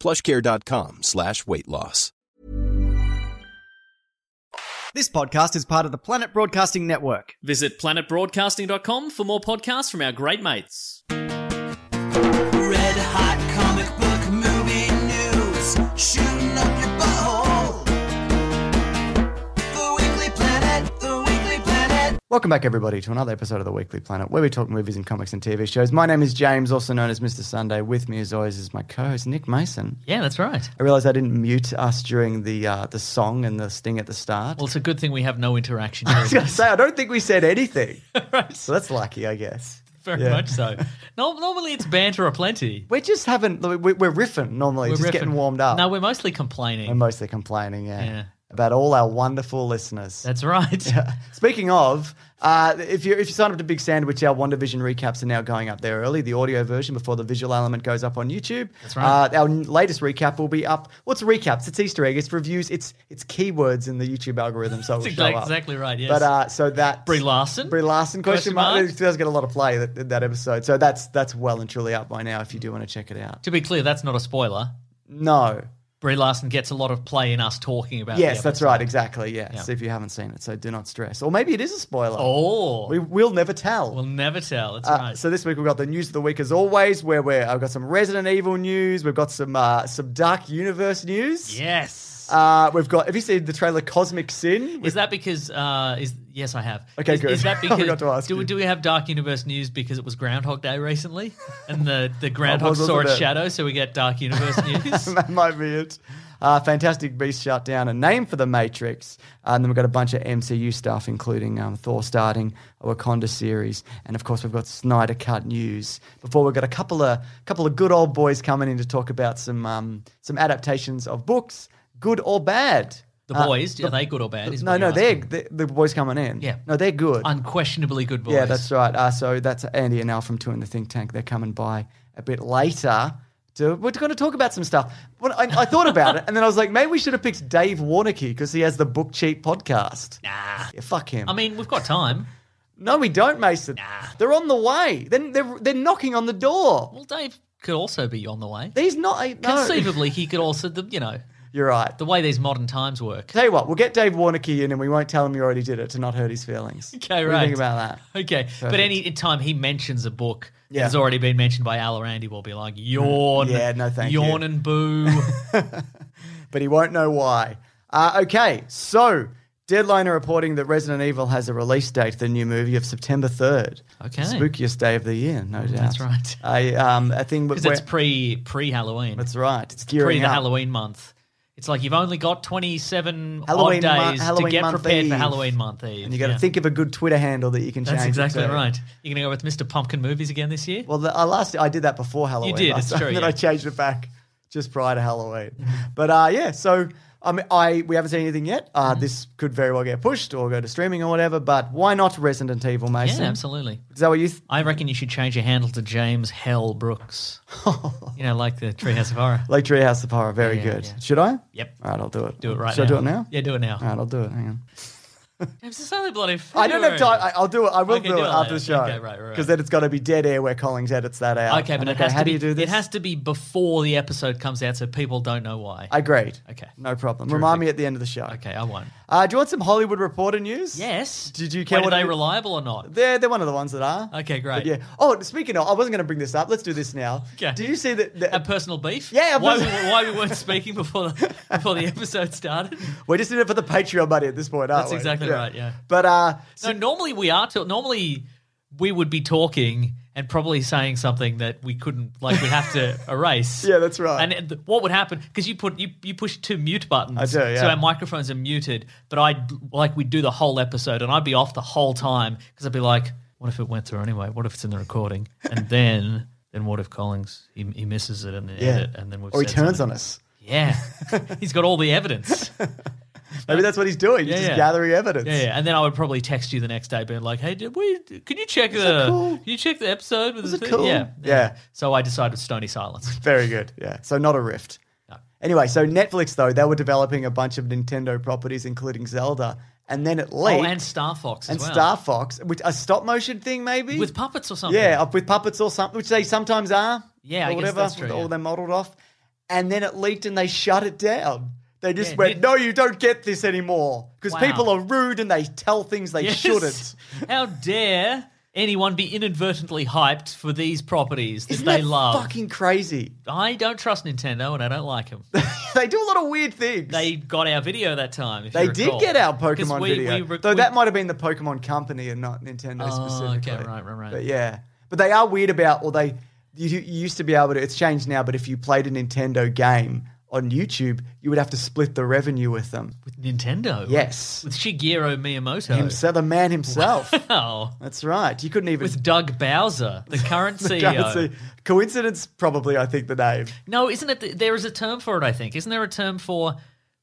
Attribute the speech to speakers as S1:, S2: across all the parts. S1: Plushcare.com slash weight loss.
S2: This podcast is part of the Planet Broadcasting Network.
S3: Visit planetbroadcasting.com for more podcasts from our great mates.
S4: Red hot comic book movie news, shooting up your butthole. The Weekly Planet, The Weekly Planet.
S2: Welcome back, everybody, to another episode of the Weekly Planet, where we talk movies and comics and TV shows. My name is James, also known as Mr. Sunday. With me, as always, is my co-host Nick Mason.
S5: Yeah, that's right.
S2: I realised I didn't mute us during the uh, the song and the sting at the start.
S5: Well, it's a good thing we have no interaction.
S2: I was
S5: during
S2: going to
S5: this.
S2: say I don't think we said anything,
S5: Right.
S2: so that's lucky, I guess.
S5: Very
S2: Yeah.
S5: much so. No, normally it's banter aplenty.
S2: We just haven't. we- We're riffing normally,
S5: We're
S2: just getting
S5: riffing.
S2: warmed up.
S5: No, we're mostly complaining.
S2: we're mostly complaining, yeah,
S5: Yeah.
S2: about all our wonderful listeners.
S5: that's right.
S2: Speaking of, uh, if you if you sign up to Big Sandwich, our WandaVision recaps are now going up there early. The audio version before the visual element goes up on YouTube. That's
S5: right.
S2: Uh, our n- latest recap will be up. What's recaps? It's Easter egg. It's reviews. It's it's keywords in the YouTube algorithm, so it will
S5: That's
S2: show
S5: exact-
S2: up.
S5: exactly right, yes.
S2: But uh, so that
S5: Brie Larson?
S2: Brie Larson
S5: Question
S2: question
S5: mark?
S2: mark. It does get a lot of play that, that episode. So that's that's well and truly up by now. If you do want to check it out.
S5: To be clear, that's not a spoiler.
S2: No.
S5: Brie Larson gets a lot of play in us talking about.
S2: Yes,
S5: the
S2: that's
S5: episode.
S2: right. Exactly. Yes.
S5: Yeah.
S2: If you haven't seen it, so do not stress. Or maybe it is a spoiler.
S5: Oh,
S2: We
S5: we
S2: will never tell.
S5: will never tell. That's
S2: Uh,
S5: right.
S2: So this week we've got the news of the week as always, where we're, I've got some Resident Evil news, we've got some uh, some Dark Universe news.
S5: yes.
S2: Uh, we've got. Have you seen the trailer Cosmic Sin?
S5: is that because? Uh, is yes, I have.
S2: Okay,
S5: is,
S2: good.
S5: Is that
S2: I
S5: because?
S2: forgot to ask
S5: do, we-
S2: you.
S5: do we have Dark Universe news because it was Groundhog Day recently, and the the groundhog
S2: wasn't
S5: saw its
S2: it?
S5: shadow, so we get Dark Universe news.
S2: that might be it. Uh, Fantastic Beast shut down a name for the Matrix, Uh, and then we've got a bunch of MCU stuff, including um, Thor starting a Wakanda series, and of course we've got Snyder Cut news. Before we've got a couple of couple of good old boys coming in to talk about some um, some adaptations of books, good or bad.
S5: The
S2: Uh,
S5: boys,
S2: the-
S5: are they good or bad? Is
S2: no,
S5: what
S2: no,
S5: you're
S2: they're,
S5: asking.
S2: they the boys coming in.
S5: Yeah.
S2: no, they're good.
S5: unquestionably good boys.
S2: Yeah, that's right. Uh, so that's Andy and Al from Two in the Think Tank. They're coming by a bit later. To, we're going to talk about some stuff. Well, I, I thought about it, and then I was like, maybe we should have picked Dave Warnicky because he has the Book Cheat podcast.
S5: Nah.
S2: Yeah, fuck him.
S5: I mean, we've got time.
S2: no, we don't, Mason. They're on the way. Then they're, they're knocking on the door.
S5: Well, Dave could also be on the way.
S2: He's not. I- No.
S5: Conceivably, he could also, the, you know,
S2: You're right.
S5: the way these modern times work.
S2: Tell you what, we'll get Dave Warnicky in, and we won't tell him you already did it to not hurt his feelings.
S5: Okay,
S2: What do you
S5: right.
S2: think about that?
S5: Okay, but any time he mentions a book
S2: Yeah. Mm.
S5: that has already been mentioned by Al or Andy, we'll be like, yawn.
S2: Yeah, no, thank you.
S5: Yawn and boo.
S2: but he won't know why. Uh, okay, so Deadline are reporting that Resident Evil has a release date for the new movie of September 3rd.
S5: Okay.
S2: Spookiest day of the year, no doubt.
S5: that's right.
S2: I, um, I think
S5: Because it's pre pre Halloween.
S2: that's right. It's gearing
S5: Pre the
S2: up.
S5: Halloween month. It's like you've only got 27
S2: Halloween mon-
S5: odd days
S2: Halloween
S5: to get
S2: month
S5: prepared for
S2: eve.
S5: Halloween month Eve.
S2: And you got to
S5: Yeah.
S2: think of a good Twitter handle that you can
S5: That's
S2: change. it
S5: exactly
S2: to.
S5: right. You're going to go with Mr. Pumpkin Movies again this year?
S2: Well, the, I last I did that before Halloween.
S5: did,
S2: last
S5: it's
S2: time,
S5: true,
S2: and Then
S5: yeah. Mm-hmm.
S2: I changed it back just prior to Halloween. but uh, yeah, so I mean, I we haven't seen anything yet. Uh,
S5: Mm-hmm.
S2: This could very well get pushed or go to streaming or whatever. But why not Resident Evil,
S5: yeah,
S2: Mason?
S5: absolutely.
S2: Is that what you? Th-
S5: I reckon you should change your handle to James Hell Brooks. you know, like the Treehouse of Horror.
S2: Like Treehouse of Horror, very
S5: Yeah,
S2: good.
S5: yeah.
S2: Should I?
S5: Yep.
S2: All right, I'll do it.
S5: Do it right
S2: Uh, Should
S5: now.
S2: I do it now?
S5: Yeah, do it now.
S2: All right, I'll do it. Hang on.
S5: James, it's only bloody
S2: I don't have time. I, I'll do it. I will
S5: Okay,
S2: do
S5: do
S2: it
S5: it
S2: after
S5: later.
S2: the show.
S5: Okay, right, right, right.
S2: Because then it's got to be dead air where Collings edits that out.
S5: Okay, but
S2: And
S5: it
S2: they go,
S5: has
S2: how
S5: to
S2: do
S5: be,
S2: you do this?
S5: It has to be before the episode comes out, so people don't know why.
S2: Agreed.
S5: Okay.
S2: No problem. Remind me at the end of the show.
S5: okay, I won't.
S2: Uh, do you want some Hollywood Reporter news?
S5: Yes.
S2: Did you care
S5: Wait,
S2: what
S5: are they
S2: it-
S5: reliable or not?
S2: They're, they're one of the ones that are.
S5: Okay, great.
S2: But yeah. Oh, speaking of, I wasn't going to bring this up. Let's do this now.
S5: Okay.
S2: Did you see that? that-
S5: A personal beef?
S2: Yeah, a
S5: why, we,
S2: personal-
S5: why we weren't speaking before the, before the episode started?
S2: we're just in it for the Patreon money at this point, aren't
S5: That's
S2: we?
S5: exactly right, yeah.
S2: But uh,
S5: No, normally we are. T- normally we would be talking and probably saying something that we couldn't, like we have to erase.
S2: Yeah, that's right.
S5: And it- what would happen? Because you put you you push two mute buttons.
S2: I do, yeah.
S5: So our microphones are muted. But I like we would do the whole episode, and I'd be off the whole time because I'd be like, "What if it went through anyway? What if it's in the recording?" And then then what if Collins he, he misses it in the edit, and then we've
S2: or he
S5: said
S2: turns
S5: something.
S2: on us.
S5: Yeah, he's got all the evidence.
S2: Maybe that's what he's doing. He's
S5: Yeah,
S2: just
S5: yeah.
S2: gathering evidence.
S5: Yeah, yeah, and then I would probably text you the next day, being like, "Hey, did we? Could you check the?
S2: cool?
S5: Can you check the episode with
S2: Was
S5: the
S2: it
S5: thing?"
S2: cool?
S5: Yeah,
S2: Yeah.
S5: So I decided stony silence.
S2: Very good. Yeah. So not a rift.
S5: No.
S2: Anyway, so Netflix though they were developing a bunch of Nintendo properties, including Zelda, and then it leaked
S5: Oh, and Star Fox as
S2: and
S5: well.
S2: Star Fox, which a stop motion thing maybe
S5: with puppets or something.
S2: yeah, up with puppets or something, which they sometimes are.
S5: Yeah, I
S2: or
S5: guess
S2: whatever.
S5: that's true,
S2: with
S5: yeah.
S2: All they're modeled off, and then it leaked and they shut it down. They just
S5: Yeah,
S2: went,
S5: Nin-
S2: "No, you don't get this anymore," because
S5: Wow.
S2: people are rude and they tell things they
S5: Yes.
S2: shouldn't.
S5: How dare anyone be inadvertently hyped for these properties that
S2: Isn't
S5: they
S2: that
S5: love?
S2: fucking crazy?
S5: I don't trust Nintendo, and I don't like them.
S2: they do a lot of weird things.
S5: they got our video that time. if
S2: They
S5: you
S2: did
S5: recall.
S2: get our
S5: 'Cause
S2: Pokemon
S5: we-
S2: video,
S5: we rec-
S2: though
S5: we-
S2: that might have been the Pokemon company and not Nintendo
S5: Oh,
S2: specifically.
S5: okay, right, right, right.
S2: But yeah, but they are weird about, or they you, you used to be able to. It's changed now, but if you played a Nintendo game on YouTube, you would have to split the revenue with them.
S5: with Nintendo.
S2: Yes,
S5: with Shigeru Miyamoto
S2: himself, the man himself.
S5: Oh.
S2: That's right. You couldn't even.
S5: with Doug Bowser, the current E CEO.
S2: Can't see- Coincidence, probably. I think the name
S5: No, isn't it? th- There is a term for it. I think. Isn't there a term for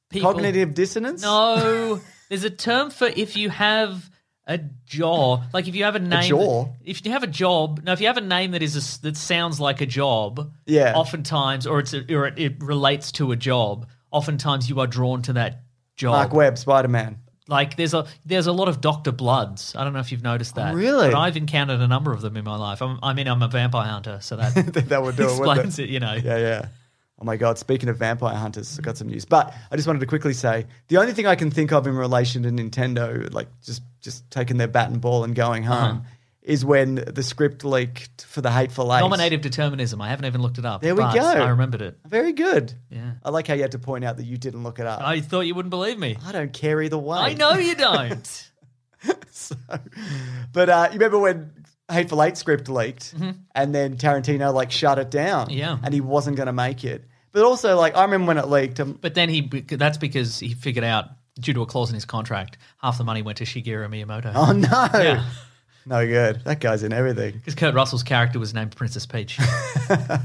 S5: people?
S2: cognitive dissonance.
S5: No, there's a term for if you have a jaw, like if you have a name,
S2: jaw?
S5: if you have a job. No, if you have a name that is a s that sounds like a job,
S2: Yeah.
S5: Oftentimes, or it's a, or it, it relates to a job. Oftentimes, you are drawn to that job.
S2: Mark Webb, Spider Man.
S5: Like there's a there's a lot of Doctor Bloods. I don't know if you've noticed that.
S2: really?
S5: But I've encountered a number of them in my life. I'm, I mean, I'm a vampire hunter, so that,
S2: That would do it. wouldn't
S5: explains it. You know.
S2: Yeah, yeah. Oh my God. Speaking of vampire hunters, I got some news. But I just wanted to quickly say the only thing I can think of in relation to Nintendo, like just, just taking their bat and ball and going
S5: Uh-huh.
S2: home, is when the script leaked for The Hateful Eight.
S5: Nominative determinism. I haven't even looked it up.
S2: There we
S5: but
S2: go.
S5: I remembered it.
S2: Very good.
S5: Yeah.
S2: I like how you had to point out that you didn't look it up. I,
S5: I thought you wouldn't believe me.
S2: don't care either way.
S5: I know you don't.
S2: So, but uh, you remember when Hateful Eight script leaked, and then Tarantino like shut it down.
S5: Mm-hmm. Yeah.
S2: And he wasn't going to make it. But also, like I remember when it leaked, um,
S5: but then he that's because he figured out due to a clause in his contract, half the money went to Shigeru Miyamoto.
S2: Oh no.
S5: Yeah.
S2: No good. That guy's in everything.
S5: Because Kurt Russell's character was named Princess Peach.
S2: I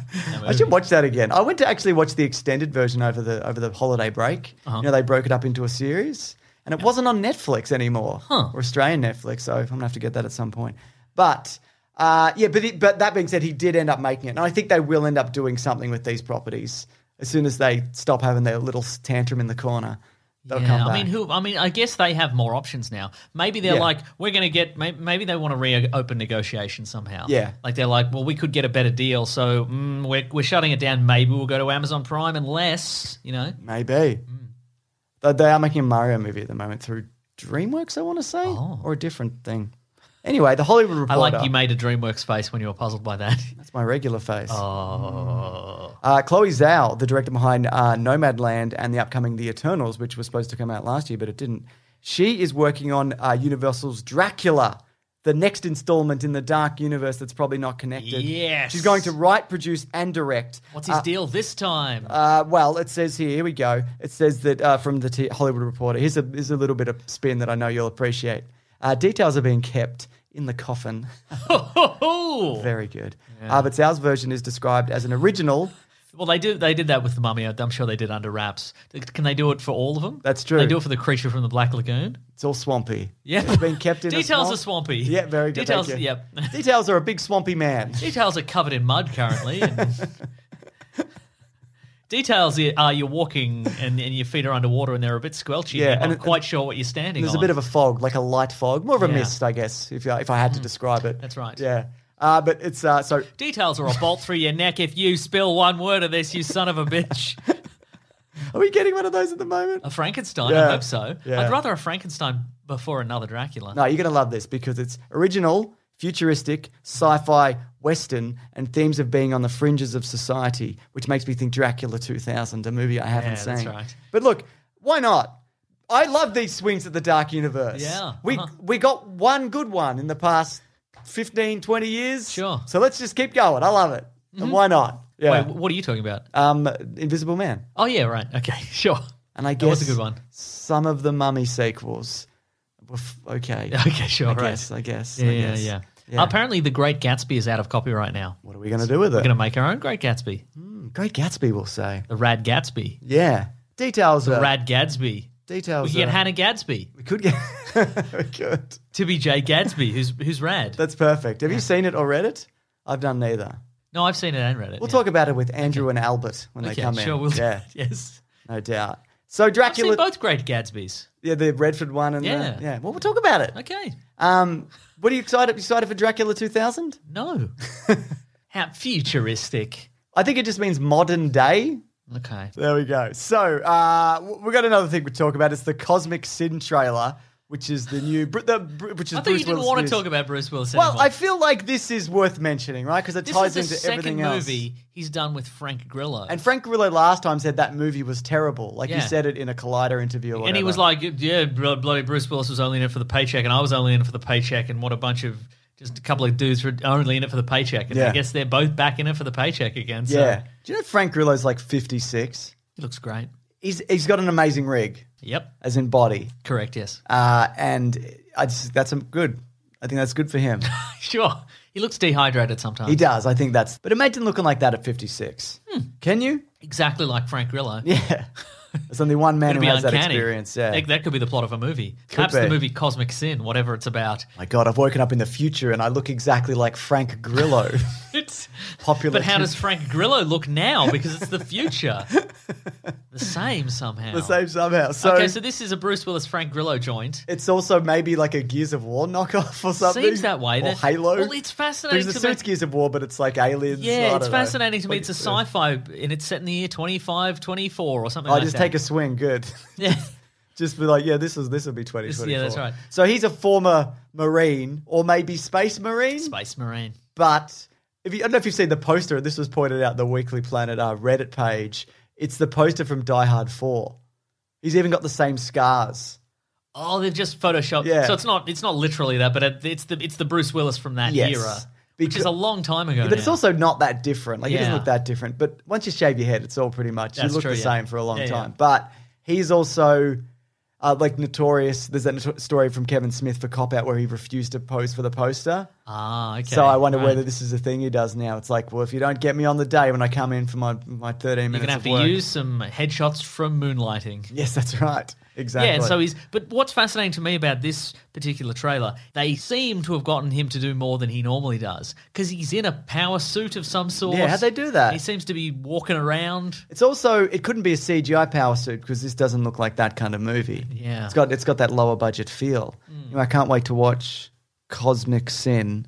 S5: Mm.
S2: should watch that again. I went to actually watch the extended version over the over the holiday break.
S5: Uh-huh.
S2: You know, they broke it up into a series, and it wasn't on Netflix anymore or Australian Netflix. So I'm gonna have to get that at some point. But uh, yeah, but he, but that being said, he did end up making it, and I think they will end up doing something with these properties as soon as they stop having their little tantrum in the corner. They'll
S5: Yeah,
S2: come back.
S5: I mean, who? I mean, I guess they have more options now. Maybe they're
S2: Yeah.
S5: like, we're going to get. may- Maybe they want to reopen negotiations somehow.
S2: Yeah.
S5: like they're like, well, we could get a better deal, so mm, we're we're shutting it down. Maybe we'll go to Amazon Prime unless you know.
S2: Maybe.
S5: Mm.
S2: But They are making a Mario movie at the moment through DreamWorks, I want to say, or a different thing. Anyway, the Hollywood Reporter.
S5: Oh. I like you made a DreamWorks face when you were puzzled by that.
S2: That's my regular face.
S5: Oh,
S2: Uh, Chloe Zhao, the director behind uh, Nomadland and the upcoming The Eternals, which was supposed to come out last year, but it didn't. She is working on uh, Universal's Dracula, the next installment in the Dark Universe that's probably not connected.
S5: Yes.
S2: She's going to write, produce, and direct.
S5: what's his
S2: Uh,
S5: deal this time?
S2: Uh, well, it says here. Here we go. It says that uh, from the T- Hollywood Reporter. Here's a here's a little bit of spin that I know you'll appreciate. Uh, details are being kept in the coffin. Very good. Uh, but Zhao's version is described as an original.
S5: well, they do. They did that with the Mummy. I'm sure they did under wraps. Can they do it for all of them?
S2: That's
S5: Can
S2: true.
S5: they do it for the creature from the Black Lagoon.
S2: It's all swampy.
S5: Yeah,
S2: It's been kept in a
S5: details
S2: swamp.
S5: are swampy.
S2: Yeah, very good.
S5: Details.
S2: Thank you.
S5: Yep.
S2: Details are a big swampy man.
S5: Details are covered in mud currently. and- Details i- are you're walking and, and your feet are underwater and they're a bit squelchy.
S2: Yeah,
S5: Yeah, and
S2: and
S5: I'm
S2: it-
S5: quite sure what you're standing
S2: There's
S5: on.
S2: a bit of a fog, like a light fog, more of a
S5: Yeah. Hmm.
S2: mist, I guess, if, I- if I had to describe it.
S5: That's right.
S2: Yeah. Uh, but it's uh, so
S5: Details are a bolt through your neck if you spill one word of this, you son of a bitch.
S2: are we getting one of those at the moment?
S5: A Frankenstein,
S2: Yeah.
S5: I hope so.
S2: Yeah.
S5: I'd rather a Frankenstein before another Dracula.
S2: No, you're going to love this because it's original, futuristic, sci fi, Western, and themes of being on the fringes of society, which makes me think Dracula 2000, a movie I haven't
S5: Yeah,
S2: seen.
S5: that's right.
S2: But look, why not? I love these swings at the dark universe.
S5: Yeah,
S2: We,
S5: uh-huh.
S2: we got one good one in the past 15, 20 years.
S5: Sure. Mm-hmm.
S2: So let's just keep going. I love it. And why not? Yeah.
S5: Wait, what are you talking about?
S2: um, Invisible Man.
S5: Oh, yeah, right. Okay, sure.
S2: And I
S5: That
S2: guess
S5: was a good one.
S2: some of the Mummy sequels. were f- Okay.
S5: Okay, sure,
S2: I
S5: right.
S2: guess, I guess.
S5: Yeah,
S2: I
S5: yeah,
S2: guess.
S5: yeah.
S2: Yeah.
S5: Apparently, The Great Gatsby is out of copyright now.
S2: What are we going to do with
S5: We're
S2: it?
S5: going to make our own Great Gatsby.
S2: Great Gatsby, we'll say.
S5: The Rad Gatsby.
S2: Yeah. Details are.
S5: Rad Gadsby.
S2: details
S5: We could get
S2: are-
S5: Hannah Gadsby.
S2: We could get. we could.
S5: Tibby J. Gadsby, who's who's rad.
S2: That's perfect. Have you seen it or read it? I've done neither.
S5: no, I've seen it and read it.
S2: We'll
S5: yeah.
S2: talk about it with Andrew and Albert when
S5: Okay,
S2: they come
S5: sure,
S2: in.
S5: we'll
S2: yeah,
S5: Yes.
S2: no doubt. So
S5: I've seen
S2: Dracula,
S5: both Great Gatsbys.
S2: yeah, the Redford one and
S5: Yeah.
S2: the, yeah. Well, we'll talk about it.
S5: Okay.
S2: Um, what are you excited? Excited for Dracula 2000?
S5: No. How futuristic.
S2: I think it just means modern day.
S5: Okay.
S2: There we go. So uh, w- we got another thing we talk about. It's the Cosmic Sin trailer, which is the new, Br- the, Br- which is.
S5: I thought
S2: Bruce
S5: you didn't
S2: Willis
S5: want
S2: news.
S5: to talk about Bruce Willis
S2: Well,
S5: anymore.
S2: I feel like this is worth mentioning, right? Because it
S5: this
S2: ties
S5: is the
S2: into
S5: second
S2: everything else.
S5: movie he's done with Frank Grillo.
S2: And Frank Grillo last time said that movie was terrible. Like
S5: Yeah.
S2: he said it in a Collider interview. Or
S5: And he
S2: whatever.
S5: was like, "Yeah, bro- bloody Bruce Willis was only in it for the paycheck, and I was only in it for the paycheck, and what a bunch of just a couple of dudes were only in it for the paycheck." And
S2: Yeah.
S5: I guess they're both back in it for the paycheck again. So
S2: "Yeah." Do you know Frank Grillo's like fifty six?
S5: he looks great.
S2: He's he's got an amazing rig,
S5: Yep,
S2: as in body,
S5: correct. Yes,
S2: uh, and I just, that's um, good. I think that's good for him.
S5: sure. He looks dehydrated sometimes.
S2: he does. I think that's. But imagine looking like that at fifty six.
S5: Hmm.
S2: Can you?
S5: exactly like Frank Grillo.
S2: Yeah. There's only one man
S5: It'd
S2: who
S5: be
S2: has
S5: uncanny.
S2: that experience. Yeah.
S5: That, that could be the plot of a movie. Perhaps
S2: be.
S5: the movie Cosmic Sin, whatever it's about.
S2: My God, I've woken up in the future and I look exactly like Frank Grillo.
S5: It's
S2: Popular
S5: But how does Frank Grillo look now? Because it's the future. the same somehow.
S2: the same somehow. So,
S5: okay, so this is a Bruce Willis Frank Grillo joint.
S2: it's also maybe like a Gears of War knockoff or something.
S5: Seems that way.
S2: Or
S5: That-
S2: Halo.
S5: Well, it's fascinating
S2: There's a
S5: to
S2: suits
S5: me.
S2: Gears of War, but it's like aliens. I
S5: Yeah,
S2: don't
S5: it's
S2: know.
S5: fascinating to me.
S2: Like,
S5: It's a sci-fi, and it's set in the year 25, 24 or something.
S2: I
S5: like
S2: just
S5: that.
S2: take a swing. Good.
S5: Yeah.
S2: just be like, yeah, this is this will be 2024.
S5: yeah, that's right.
S2: So he's a former Marine or maybe space Marine,
S5: space marine.
S2: but if you, I don't know if you've seen the poster. This was pointed out in the Weekly Planet uh, Reddit page. It's the poster from Die Hard Four. He's even got the same scars.
S5: Oh, they've just photoshopped.
S2: Yeah.
S5: So it's not it's not literally that, but it, it's the it's the Bruce Willis from that
S2: Yes.
S5: era, which is
S2: Becau-
S5: a long time ago.
S2: But it's
S5: now.
S2: also not that different. Like, he doesn't
S5: Oh, Yeah.
S2: look that different. But once you shave your head, it's all pretty much,
S5: That's
S2: you look
S5: true,
S2: the
S5: yeah.
S2: same for a long
S5: Yeah, yeah.
S2: time. But he's also, uh, like, notorious. There's that noto- story from Kevin Smith for Cop Out where he refused to pose for the poster.
S5: ah okay.
S2: so I wonder
S5: right.
S2: whether this is a thing he does now. It's like, well, if you don't get me on the day when I come in for my, my 13
S5: you're
S2: minutes
S5: gonna have
S2: of
S5: to
S2: work.
S5: use some headshots from moonlighting.
S2: yes, that's right. Exactly.
S5: Yeah, and so he's. But what's fascinating to me about this particular trailer, they seem to have gotten him to do more than he normally does because he's in a power suit of some sort.
S2: Yeah, how'd they do that?
S5: He seems to be walking around.
S2: It's also it couldn't be a CGI power suit because this doesn't look like that kind of movie.
S5: Yeah. Mm.
S2: it's got it's got that lower budget feel. You know, I can't wait to watch Cosmic Sin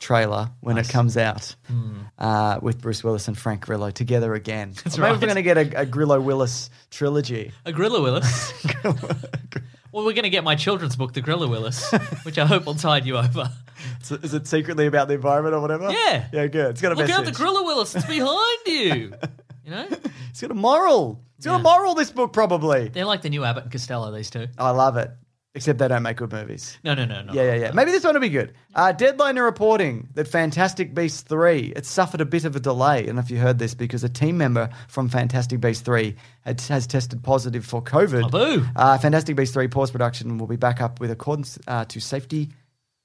S2: trailer when it comes out
S5: Mm.
S2: uh, with Bruce Willis and Frank Grillo together again. Or maybe
S5: right.
S2: we're going to get a, a Grillo Willis trilogy.
S5: A Gorilla Willis. well, we're going to get my children's book, The Gorilla Willis, which I hope will tide you over.
S2: So Is it secretly about the environment or whatever?
S5: Yeah.
S2: yeah, good. It's got a
S5: Look out,
S2: message.
S5: the Gorilla Willis, it's behind you. You know?
S2: it's got a moral. It's got a moral. This book probably.
S5: They're like the new Abbott and Costello, these two.
S2: I love it. Except they don't make good movies.
S5: No, no, no, no.
S2: Yeah, yeah, yeah. Maybe this one will be good. Uh, Deadline are reporting that Fantastic Beasts 3, it suffered a bit of a delay. I don't know if you heard this because a team member from Fantastic Beasts 3 had, has tested positive for COVID.
S5: Boo.
S2: Uh, Fantastic Beasts 3 pause production will be back up with accordance uh, to safety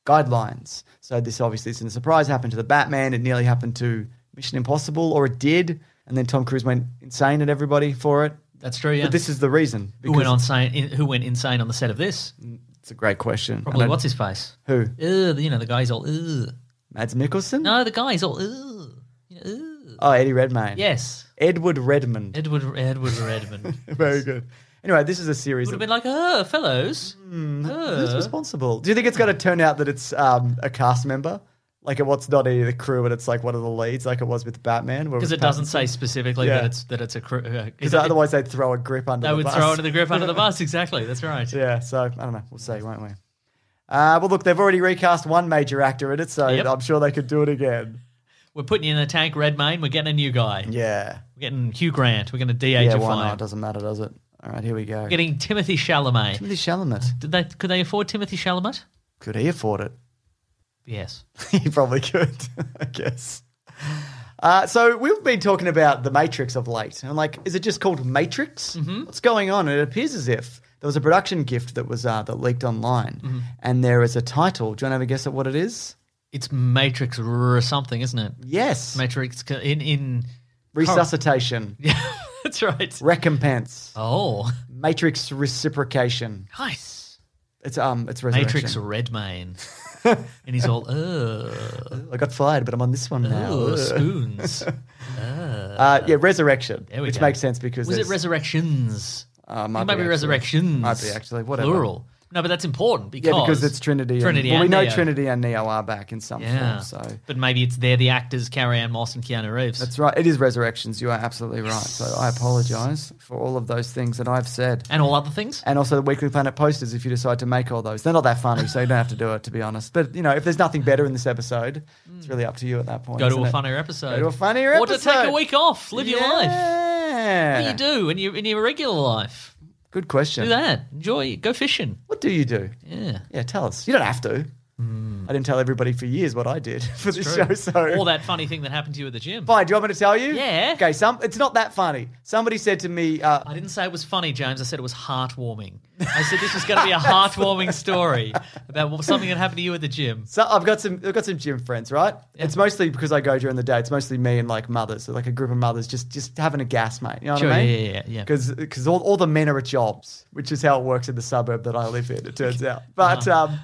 S2: guidelines. So this obviously isn't a surprise. It happened to the Batman. It nearly happened to Mission Impossible, or it did. And then Tom Cruise went insane at everybody for it.
S5: That's true, yeah.
S2: But this is the reason.
S5: who, went on sane, in, who went insane on the set of this?
S2: It's a great question. And
S5: Probably
S2: I-
S5: what's his face?
S2: Who?
S5: Ugh, you know, the guy's all, ugh.
S2: Mads Mikkelsen?
S5: No, the guy's all, ugh. You know, ugh.
S2: Oh, Eddie Redmayne.
S5: Yes.
S2: Edward Redmond.
S5: Edward Edward Redmond.
S2: Very good. Anyway, this is a series.
S5: would have
S2: of-
S5: been like, oh, fellows.
S2: Hmm,
S5: oh."
S2: Who's responsible? Do you think it's going to turn out that it's um, a cast member? Like it what's not any of the crew, and it's like one of the leads, like it was with Batman, where
S5: Because
S2: was
S5: it doesn't say specifically
S2: Yeah.
S5: that it's that it's a crew. Uh,
S2: Because otherwise, they'd throw a grip under.
S5: they
S2: the
S5: would
S2: bus.
S5: throw it in the grip under the bus. Exactly. That's right.
S2: Yeah, so I don't know. We'll see, won't we? Uh, well, look, they've already recast one major actor in it, so
S5: Yep.
S2: I'm sure they could do it again.
S5: We're putting you in a tank, Redmayne. We're getting a new guy.
S2: Yeah,
S5: We're getting Hugh Grant. We're going to
S2: yeah.
S5: de-ageify.
S2: Why not?
S5: him.
S2: Doesn't matter, does it? All right, here we go.
S5: We're getting Timothy Chalamet.
S2: Timothy Chalamet.
S5: Did they, could they afford Timothy Chalamet?
S2: Could he afford it?
S5: Yes.
S2: he probably could, I guess. Uh, so we've been talking about the Matrix of late, and like, is it just called Matrix?
S5: Mm-hmm.
S2: What's going on? And it appears as if there was a production gift that was uh, that leaked online,
S5: Mm-hmm.
S2: and there is a title. Do you want to have a guess at what it is?
S5: It's Matrix or something, isn't it?
S2: Yes,
S5: Matrix co- in in.
S2: resuscitation,
S5: Yeah, that's right.
S2: recompense,
S5: Oh,
S2: Matrix reciprocation.
S5: nice.
S2: It's um, it's resurrection.
S5: Matrix Redmayne, and he's all uh,
S2: I got fired, but I'm on this one now.
S5: uh
S2: Ugh.
S5: spoons.
S2: Uh, yeah, resurrection,
S5: There we
S2: which
S5: go.
S2: makes sense because
S5: Was it
S2: there's-
S5: Resurrections?
S2: Uh,
S5: It
S2: might
S5: might be
S2: actually.
S5: Resurrections.
S2: Might be actually, whatever.
S5: Plural. No, but that's important because
S2: Yeah, because it's Trinity.
S5: Trinity.
S2: And, well, we
S5: and
S2: know
S5: Neo.
S2: Trinity and Neo are back in some
S5: Yeah.
S2: form. So
S5: But maybe it's they're the actors Carrie Ann Moss and Keanu Reeves.
S2: that's right. It is Resurrections. You are absolutely right. So I apologize for all of those things that I've said.
S5: and all other things.
S2: And also the Weekly Planet posters, if you decide to make all those. They're not that funny, so you don't have to do it, to be honest. But, you know, if there's nothing better in this episode, it's really up to you at that point.
S5: Go to
S2: isn't
S5: a
S2: it?
S5: funnier episode.
S2: Go to a funnier
S5: or
S2: episode.
S5: to take a week off. Live your life.
S2: Yeah.
S5: What do you do in your in your regular life?
S2: Good question.
S5: Do that. Enjoy. Go fishing.
S2: What do you do?
S5: Yeah.
S2: Yeah, tell us. You don't have to. I didn't tell everybody for years what I did for this show. So
S5: All that funny thing that happened to you at the gym.
S2: Fine. Do you want me to tell you?
S5: Yeah.
S2: Okay. Some. It's not that funny. Somebody said to me. Uh,
S5: I didn't say it was funny, James. I said it was heartwarming. I said this was going to be a heartwarming story about something that happened to you at the gym.
S2: so I've got some. I've got some gym friends, right? It's mostly because I go during the day. It's mostly me and like mothers, so like a group of mothers, just just having a gas, mate. You know
S5: Sure,
S2: what I mean?
S5: yeah, yeah, yeah.
S2: Because all, all the men are at jobs, which is how it works in the suburb that I live in. It turns out, but
S5: Uh-huh.
S2: um,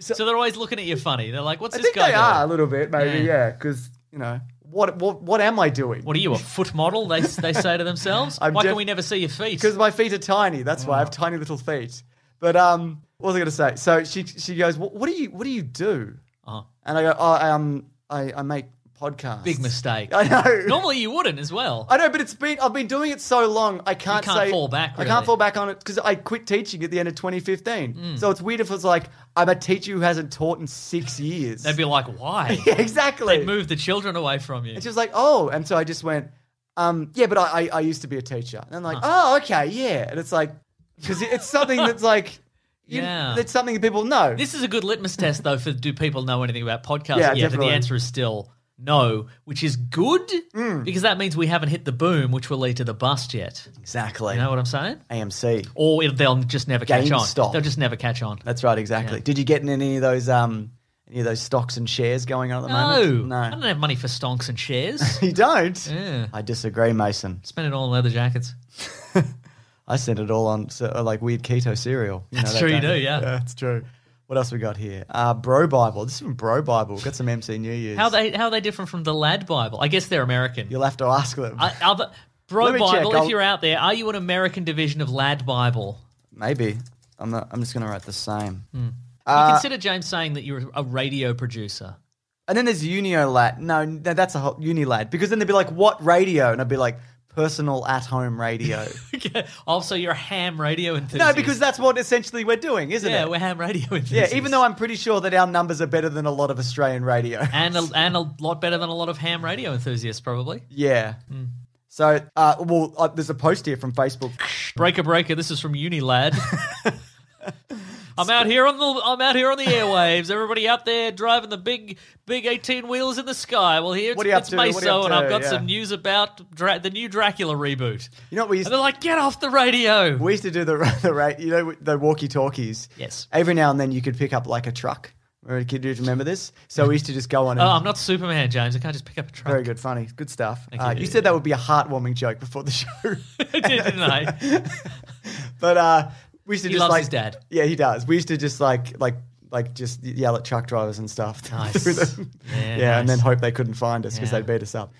S5: So they're always looking at you funny. They're like, "What's
S2: I
S5: this
S2: think
S5: guy
S2: they are a
S5: doing?
S2: little bit, maybe,
S5: Yeah.
S2: yeah. Because you know, what what what am I doing?
S5: What are you, a foot model?" They they say to themselves.
S2: I'm
S5: Why
S2: def-
S5: can we never see your feet?
S2: Because my feet are tiny. That's why I
S5: Oh.
S2: have tiny little feet. But um, what was I going to say? So she she goes, "What what do you what do you do?"
S5: Uh-huh.
S2: And I go, "Oh, I, um, I, I make podcasts."
S5: Big mistake.
S2: I know.
S5: Normally you wouldn't as well.
S2: I know, but it's been I've been doing it so long. I can't,
S5: can't
S2: say
S5: fall back,
S2: I can't
S5: really. Mm.
S2: fall back on it because I quit teaching at the end of 2015. So it's weird if it's like I'm a teacher who hasn't taught in six years.
S5: They'd be like, "Why?"
S2: yeah, exactly.
S5: They'd move the children away from you.
S2: And she was like, oh. And so I just went, um, yeah, but I, I, I used to be a teacher. And I'm like, oh, okay, yeah. And it's like, because it's something that's like, you,
S5: Yeah.
S2: It's something that people know.
S5: This is a good litmus test, though, for do people know anything about podcasting
S2: Yeah,
S5: yet? And the
S2: definitely.
S5: answer is still no, which is good
S2: Mm.
S5: because that means we haven't hit the boom, which will lead to the bust yet.
S2: exactly.
S5: You know what I'm saying?
S2: AMC.
S5: Or it, they'll just never catch on.
S2: GameStop.
S5: They'll just never catch on.
S2: That's right, exactly. Did you get in any of those um, any of those stocks and shares going on at the
S5: No,
S2: moment?
S5: I don't have money for stonks and shares.
S2: You don't?
S5: yeah,
S2: I disagree, Mason.
S5: spend it all on leather jackets.
S2: I spent it all on so, uh, like weird keto cereal. You know
S5: That's
S2: that,
S5: true, you
S2: don't
S5: do, yeah.
S2: That's true. What else we got here? Uh, Bro Bible. This is from Bro Bible. We've got some MC New Year's.
S5: How they how are they different from the Lad Bible? I guess they're American.
S2: You'll have to ask them.
S5: Are, are the- Bro
S2: Let me check,
S5: Bible,
S2: I'll-
S5: if you're out there, are you an American division of Lad Bible?
S2: Maybe. I'm not, I'm just going to write the same. Uh,
S5: you consider James saying that you're a radio producer.
S2: And then there's Uniolad. No, no, that's a whole Unilad. Because then they'd be like, what radio? And I'd be like, personal at home radio.
S5: also, you're a ham radio enthusiast.
S2: no, because that's what essentially we're doing, isn't
S5: yeah,
S2: it?
S5: we're ham radio
S2: yeah,
S5: enthusiasts.
S2: even though I'm pretty sure that our numbers are better than a lot of Australian radio.
S5: and a, and a lot better than a lot of ham radio enthusiasts probably.
S2: yeah.
S5: Hmm.
S2: So, uh, well, uh, there's a post here from Facebook.
S5: Breaker breaker, this is from Unilad. I'm out here on the I'm out here on the airwaves. Everybody out there driving the big big 18 wheels in the sky. Well, here it's,
S2: What are you up
S5: it's
S2: to? What are you
S5: Meso,
S2: up
S5: and
S2: to?
S5: I've got
S2: Yeah.
S5: some news about Dra- the new Dracula reboot.
S2: You know what we used
S5: And they're like, get off the radio.
S2: We used to do the the right, you know, the walkie talkies.
S5: Yes.
S2: Every now and then you could pick up like a truck. Remember, do you remember this? So we used to just go on. And
S5: oh, I'm not Superman, James. I can't just pick up a truck.
S2: Very good, funny, good stuff.
S5: Thank
S2: Uh,
S5: you.
S2: you said that would be a heartwarming joke before the show,
S5: I did, didn't I?
S2: but uh, we used to
S5: He
S2: just
S5: loves
S2: like
S5: his dad.
S2: Yeah, he does. We used to just like like like just yell at truck drivers and stuff.
S5: Nice.
S2: through them.
S5: Yeah,
S2: and
S5: nice.
S2: then hope they couldn't find us because
S5: Yeah.
S2: they'd beat us up.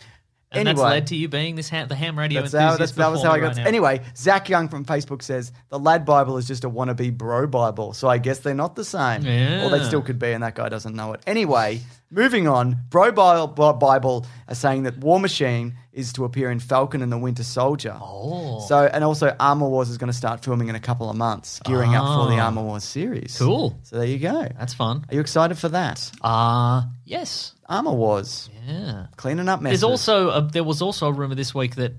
S5: And that's
S2: Anyway.
S5: led to you being this ha- the ham radio
S2: That's how,
S5: enthusiast.
S2: that's, that was
S5: before
S2: how I
S5: me
S2: got.
S5: right now.
S2: anyway, Zach Young from Facebook says the Lad Bible is just a wannabe bro Bible, so I guess they're not the same.
S5: Yeah.
S2: Or they still could be, and that guy doesn't know it. Anyway, moving on. Bro Bi- Bi- Bible are saying that War Machine is to appear in Falcon and the Winter Soldier. Oh. So and also Armor Wars is going to start filming in a couple of months, gearing up for the
S5: Ah.
S2: Armor Wars series.
S5: Cool.
S2: So there you go.
S5: That's fun.
S2: Are you excited for that?
S5: Uh yes.
S2: Armor Wars
S5: Yeah.
S2: cleaning up messes.
S5: There's also a, there was also a rumor this week that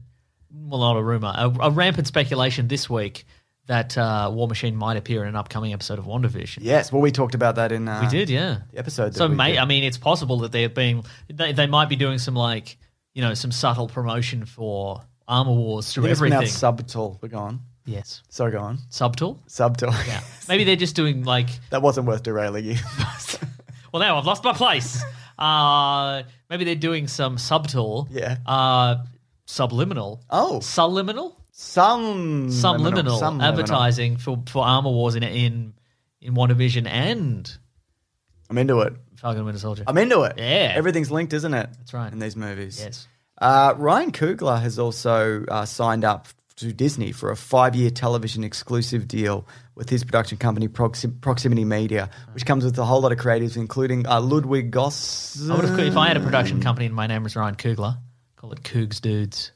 S5: well not a rumor a, a rampant speculation this week that uh, War Machine might appear in an upcoming episode of WandaVision.
S2: yes. Well, we talked about that in uh,
S5: We did, yeah.
S2: the episode. that
S5: So
S2: we
S5: may,
S2: did.
S5: I mean, it's possible that they're being they, they might be doing some like you know some subtle promotion for Armor Wars through
S2: I think it's
S5: everything.
S2: pronounced subtle. We're gone.
S5: yes,
S2: So go on.
S5: subtle.
S2: Subtle.
S5: Yeah, maybe they're just doing like
S2: that wasn't worth derailing you.
S5: well now I've lost my place. Uh, maybe they're doing some subtle,
S2: Yeah.
S5: uh, subliminal.
S2: Oh.
S5: subliminal.
S2: Some
S5: subliminal, advertising for, for Armor Wars in in in WandaVision and
S2: I'm into it.
S5: Falcon and Winter Soldier.
S2: I'm into it.
S5: Yeah.
S2: Everything's linked, isn't it? That's
S5: right.
S2: In these movies.
S5: yes.
S2: Uh, Ryan Coogler has also uh, signed up to Disney for a five year television exclusive deal with his production company, Proxi- Proximity Media, which comes with a whole lot of creatives, including uh, Ludwig Goss.
S5: I would have, if I had a production company and my name was Ryan Kugler, call it Coogs Dudes.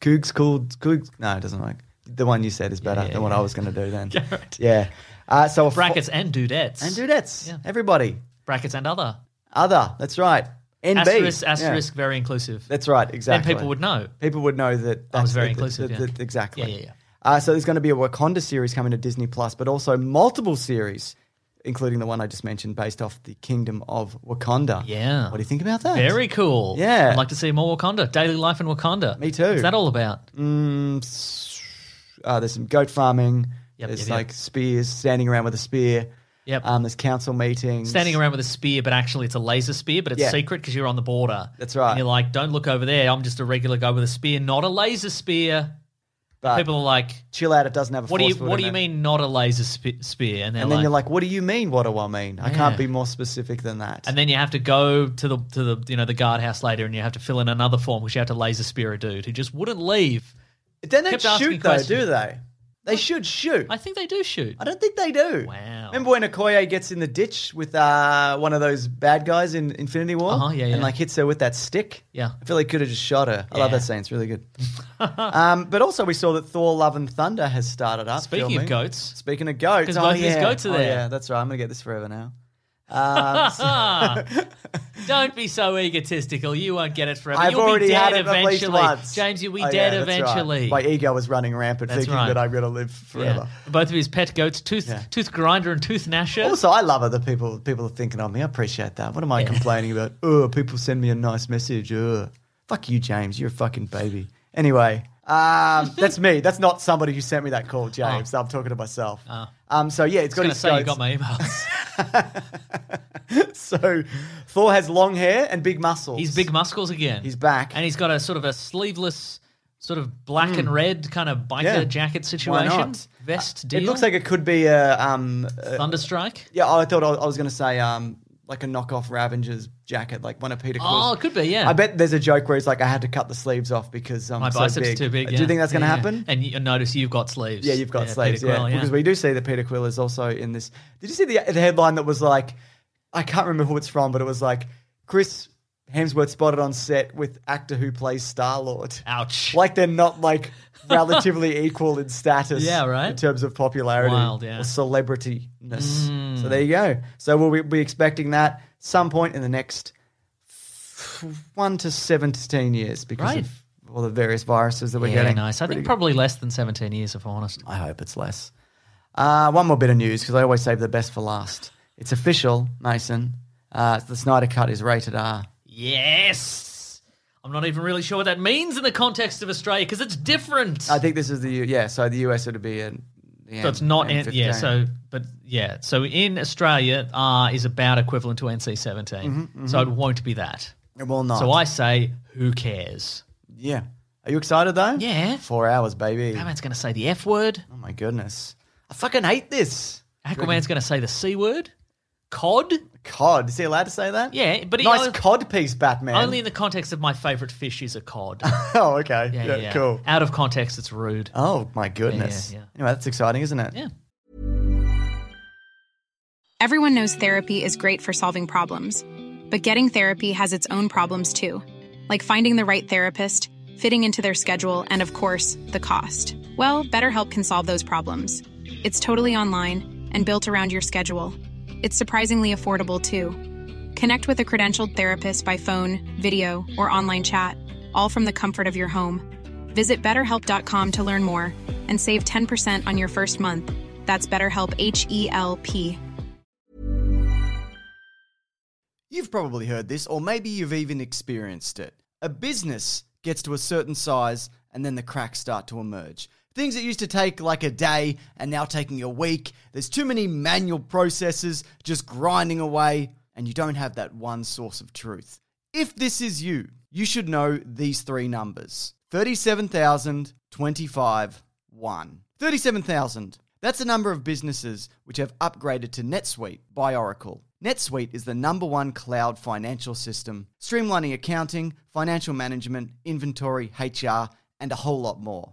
S2: Coogs called Coogs. No, it doesn't work. The one you said is better
S5: yeah,
S2: than what
S5: yeah.
S2: I was going to do then.
S5: Garrett.
S2: Yeah. Uh, so a fo-
S5: Brackets and dudettes.
S2: and dudettes.
S5: Yeah.
S2: Everybody.
S5: Brackets and other.
S2: Other. That's right. NB.
S5: Asterisk,
S2: Yeah.
S5: asterisk, very inclusive.
S2: That's right.
S5: Then
S2: Exactly.
S5: people would know.
S2: People would know that. That's
S5: was very
S2: that- that-
S5: inclusive,
S2: that-
S5: yeah.
S2: that- Exactly.
S5: Yeah, yeah, yeah.
S2: Uh, so there's going to be a Wakanda series coming to Disney Plus, but also multiple series, including the one I just mentioned, based off the Kingdom of Wakanda.
S5: Yeah.
S2: What do you think about that?
S5: Very cool.
S2: Yeah.
S5: I'd like to see more Wakanda. Daily life in Wakanda.
S2: Me too. Mm.
S5: What's that all about?
S2: Uh, there's some goat farming.
S5: Yep,
S2: there's
S5: yep, yep.
S2: like spears, standing around with a spear.
S5: Yep.
S2: Um, there's council meetings.
S5: Standing around with a spear, but actually it's a laser spear, but it's
S2: Yeah.
S5: secret because you're on the border.
S2: That's right.
S5: And you're like, don't look over there. I'm just a regular guy with a spear, not a laser spear.
S2: But
S5: People are like,
S2: chill out. It doesn't have a
S5: what do you
S2: force field
S5: what do
S2: in
S5: you
S2: it.
S5: mean not a laser spe- spear? And, they're
S2: And then you're like, what do you mean? What do I mean? I
S5: Yeah.
S2: can't be more specific than that.
S5: and then you have to go to the to the you know the guardhouse later, and you have to fill in another form, which you have to laser spear a dude who just wouldn't leave.
S2: They don't
S5: Kept asking
S2: shoot
S5: me
S2: though,
S5: questions.
S2: do they? They should shoot.
S5: I think they do shoot.
S2: I don't think they do.
S5: Wow.
S2: Remember when Okoye gets in the ditch with uh, one of those bad guys in Infinity War?
S5: Uh-huh, yeah,
S2: And
S5: yeah.
S2: like hits her with that stick?
S5: Yeah.
S2: I feel like could have just shot her. I love
S5: Yeah.
S2: that scene. It's really good. um, but also we saw that Thor Love and Thunder has started up.
S5: Speaking of
S2: filming.
S5: goats.
S2: Speaking of goats.
S5: 'Cause
S2: oh,
S5: both these
S2: yeah.
S5: goats are
S2: Oh,
S5: there.
S2: yeah, that's right. I'm going to get this forever now. Um, so-
S5: Ah, don't be so egotistical. You won't get it forever.
S2: I've
S5: You'll
S2: already
S5: be dead
S2: had it at
S5: eventually.
S2: least once.
S5: James, you'll be
S2: Oh, yeah,
S5: dead
S2: that's right.
S5: eventually.
S2: My ego was running rampant
S5: That's
S2: thinking
S5: right.
S2: that I'm going to live
S5: Yeah.
S2: forever.
S5: Both of his pet goats, tooth
S2: Yeah.
S5: tooth grinder and tooth gnasher.
S2: Also, I love other people. People are thinking of me. I appreciate that. What am I complaining about? Oh, people send me a nice message. Ugh. Fuck you, James. You're a fucking baby. Anyway, um, that's me. That's not somebody who sent me that call, James. I'm talking to myself. Um, so yeah, it's
S5: Oh. Ah. I was going
S2: got
S5: to
S2: his
S5: say you
S2: goats.
S5: got my emails.
S2: So Thor has long hair and big muscles.
S5: he's big muscles again.
S2: He's back. Hmm.
S5: and he's got a sort of a sleeveless, sort of black and red kind of biker
S2: Yeah.
S5: jacket
S2: Why
S5: situation,
S2: not?
S5: vest deal.
S2: It looks like it could be a um, a-
S5: Thunderstrike.
S2: Yeah, I thought I was, I was going to say um, like a knockoff Ravengers jacket, like one of Peter. Quill's.
S5: Oh, it could be, yeah.
S2: I bet there's a joke where he's like, I had to cut the sleeves off because I'm
S5: My
S2: so
S5: biceps
S2: big.
S5: too big.
S2: Do
S5: yeah.
S2: you think that's going to
S5: Yeah, yeah.
S2: happen?
S5: And you, and notice you've got sleeves.
S2: Yeah, you've got
S5: Peter
S2: sleeves. yeah.
S5: Quill,
S2: because we do see that Peter Quill is also in this. Did you see the, the headline that was like, I can't remember who it's from, but it was like Chris Hemsworth spotted on set with actor who plays Star Lord.
S5: Ouch.
S2: Like they're not like relatively equal in status.
S5: Yeah, right.
S2: In terms of popularity
S5: Wild, yeah. Mm.
S2: or celebrityness. So there you go. So we'll be- be expecting that some point in the next one to seventeen years because
S5: Right.
S2: of all the various viruses that we're
S5: yeah,
S2: getting.
S5: nice. I
S2: Pretty
S5: think
S2: good.
S5: probably less than 17 years, if I'm honest.
S2: I hope it's less. Uh, one more bit of news because I always save the best for last. It's official, Mason. Uh, the Snyder Cut is rated R.
S5: Yes. I'm not even really sure what that means in the context of Australia because it's different.
S2: I think this is the U- yeah. So the US would be in.
S5: so it's not, N- yeah, so, but yeah. So in Australia, R is about equivalent to NC 17. So it won't be that.
S2: it will not.
S5: So I say, who cares?
S2: yeah. Are you excited though?
S5: Yeah.
S2: Four hours, baby.
S5: Batman's going to say the F word.
S2: Oh my goodness. I fucking hate this.
S5: Aquaman's going to say the C word. COD.
S6: Cod. Is he allowed to say that?
S5: Yeah, but he
S6: nice
S5: only-
S6: cod piece, Batman.
S5: Only in the context of my favorite fish is a cod.
S6: oh, okay. Yeah,
S5: Yeah, yeah, yeah.
S6: cool.
S5: Out of context, it's rude.
S2: Uh,
S6: Oh my goodness.
S5: Yeah, yeah, yeah.
S6: Anyway, that's exciting, isn't it?
S5: Yeah.
S7: Everyone knows therapy is great for solving problems, but getting therapy has its own problems too, like finding the right therapist, fitting into their schedule, and of course, the cost. Well, BetterHelp can solve those problems. It's totally online and built around your schedule. It's surprisingly affordable too. Connect with a credentialed therapist by phone, video, or online chat, all from the comfort of your home. Visit betterhelp.com to learn more and save 10% on your first month. That's BetterHelp H E L P.
S2: You've probably heard this, or maybe you've even experienced it. A business gets to a certain size, and then the cracks start to emerge. Things that used to take like a day are now taking a week. There's too many manual processes just grinding away, and you don't have that one source of truth. If this is you, you should know these three numbers 37,025 one. 37,000. That's the number of businesses which have upgraded to NetSuite by Oracle. NetSuite is the number one cloud financial system, streamlining accounting, financial management, inventory, HR, and a whole lot more.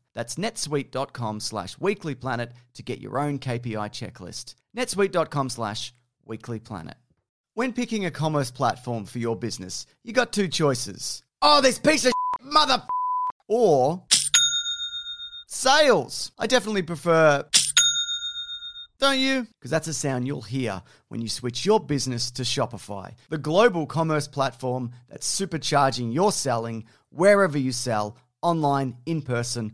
S2: That's netsuite.com slash weeklyplanet to get your own KPI checklist. netsuite.com slash weeklyplanet. When picking a commerce platform for your business, you got two choices. Oh, this piece of mother or sales. I definitely prefer don't you? Because that's a sound you'll hear when you switch your business to Shopify, the global commerce platform that's supercharging your selling wherever you sell, online, in person,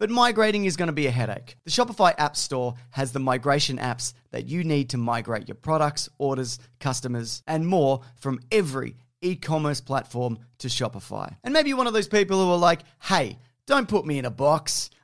S2: But migrating is going to be a headache. The Shopify App Store has the migration apps that you need to migrate your products, orders, customers, and more from every e commerce platform to Shopify. And maybe you're one of those people who are like, hey, don't put me in a box.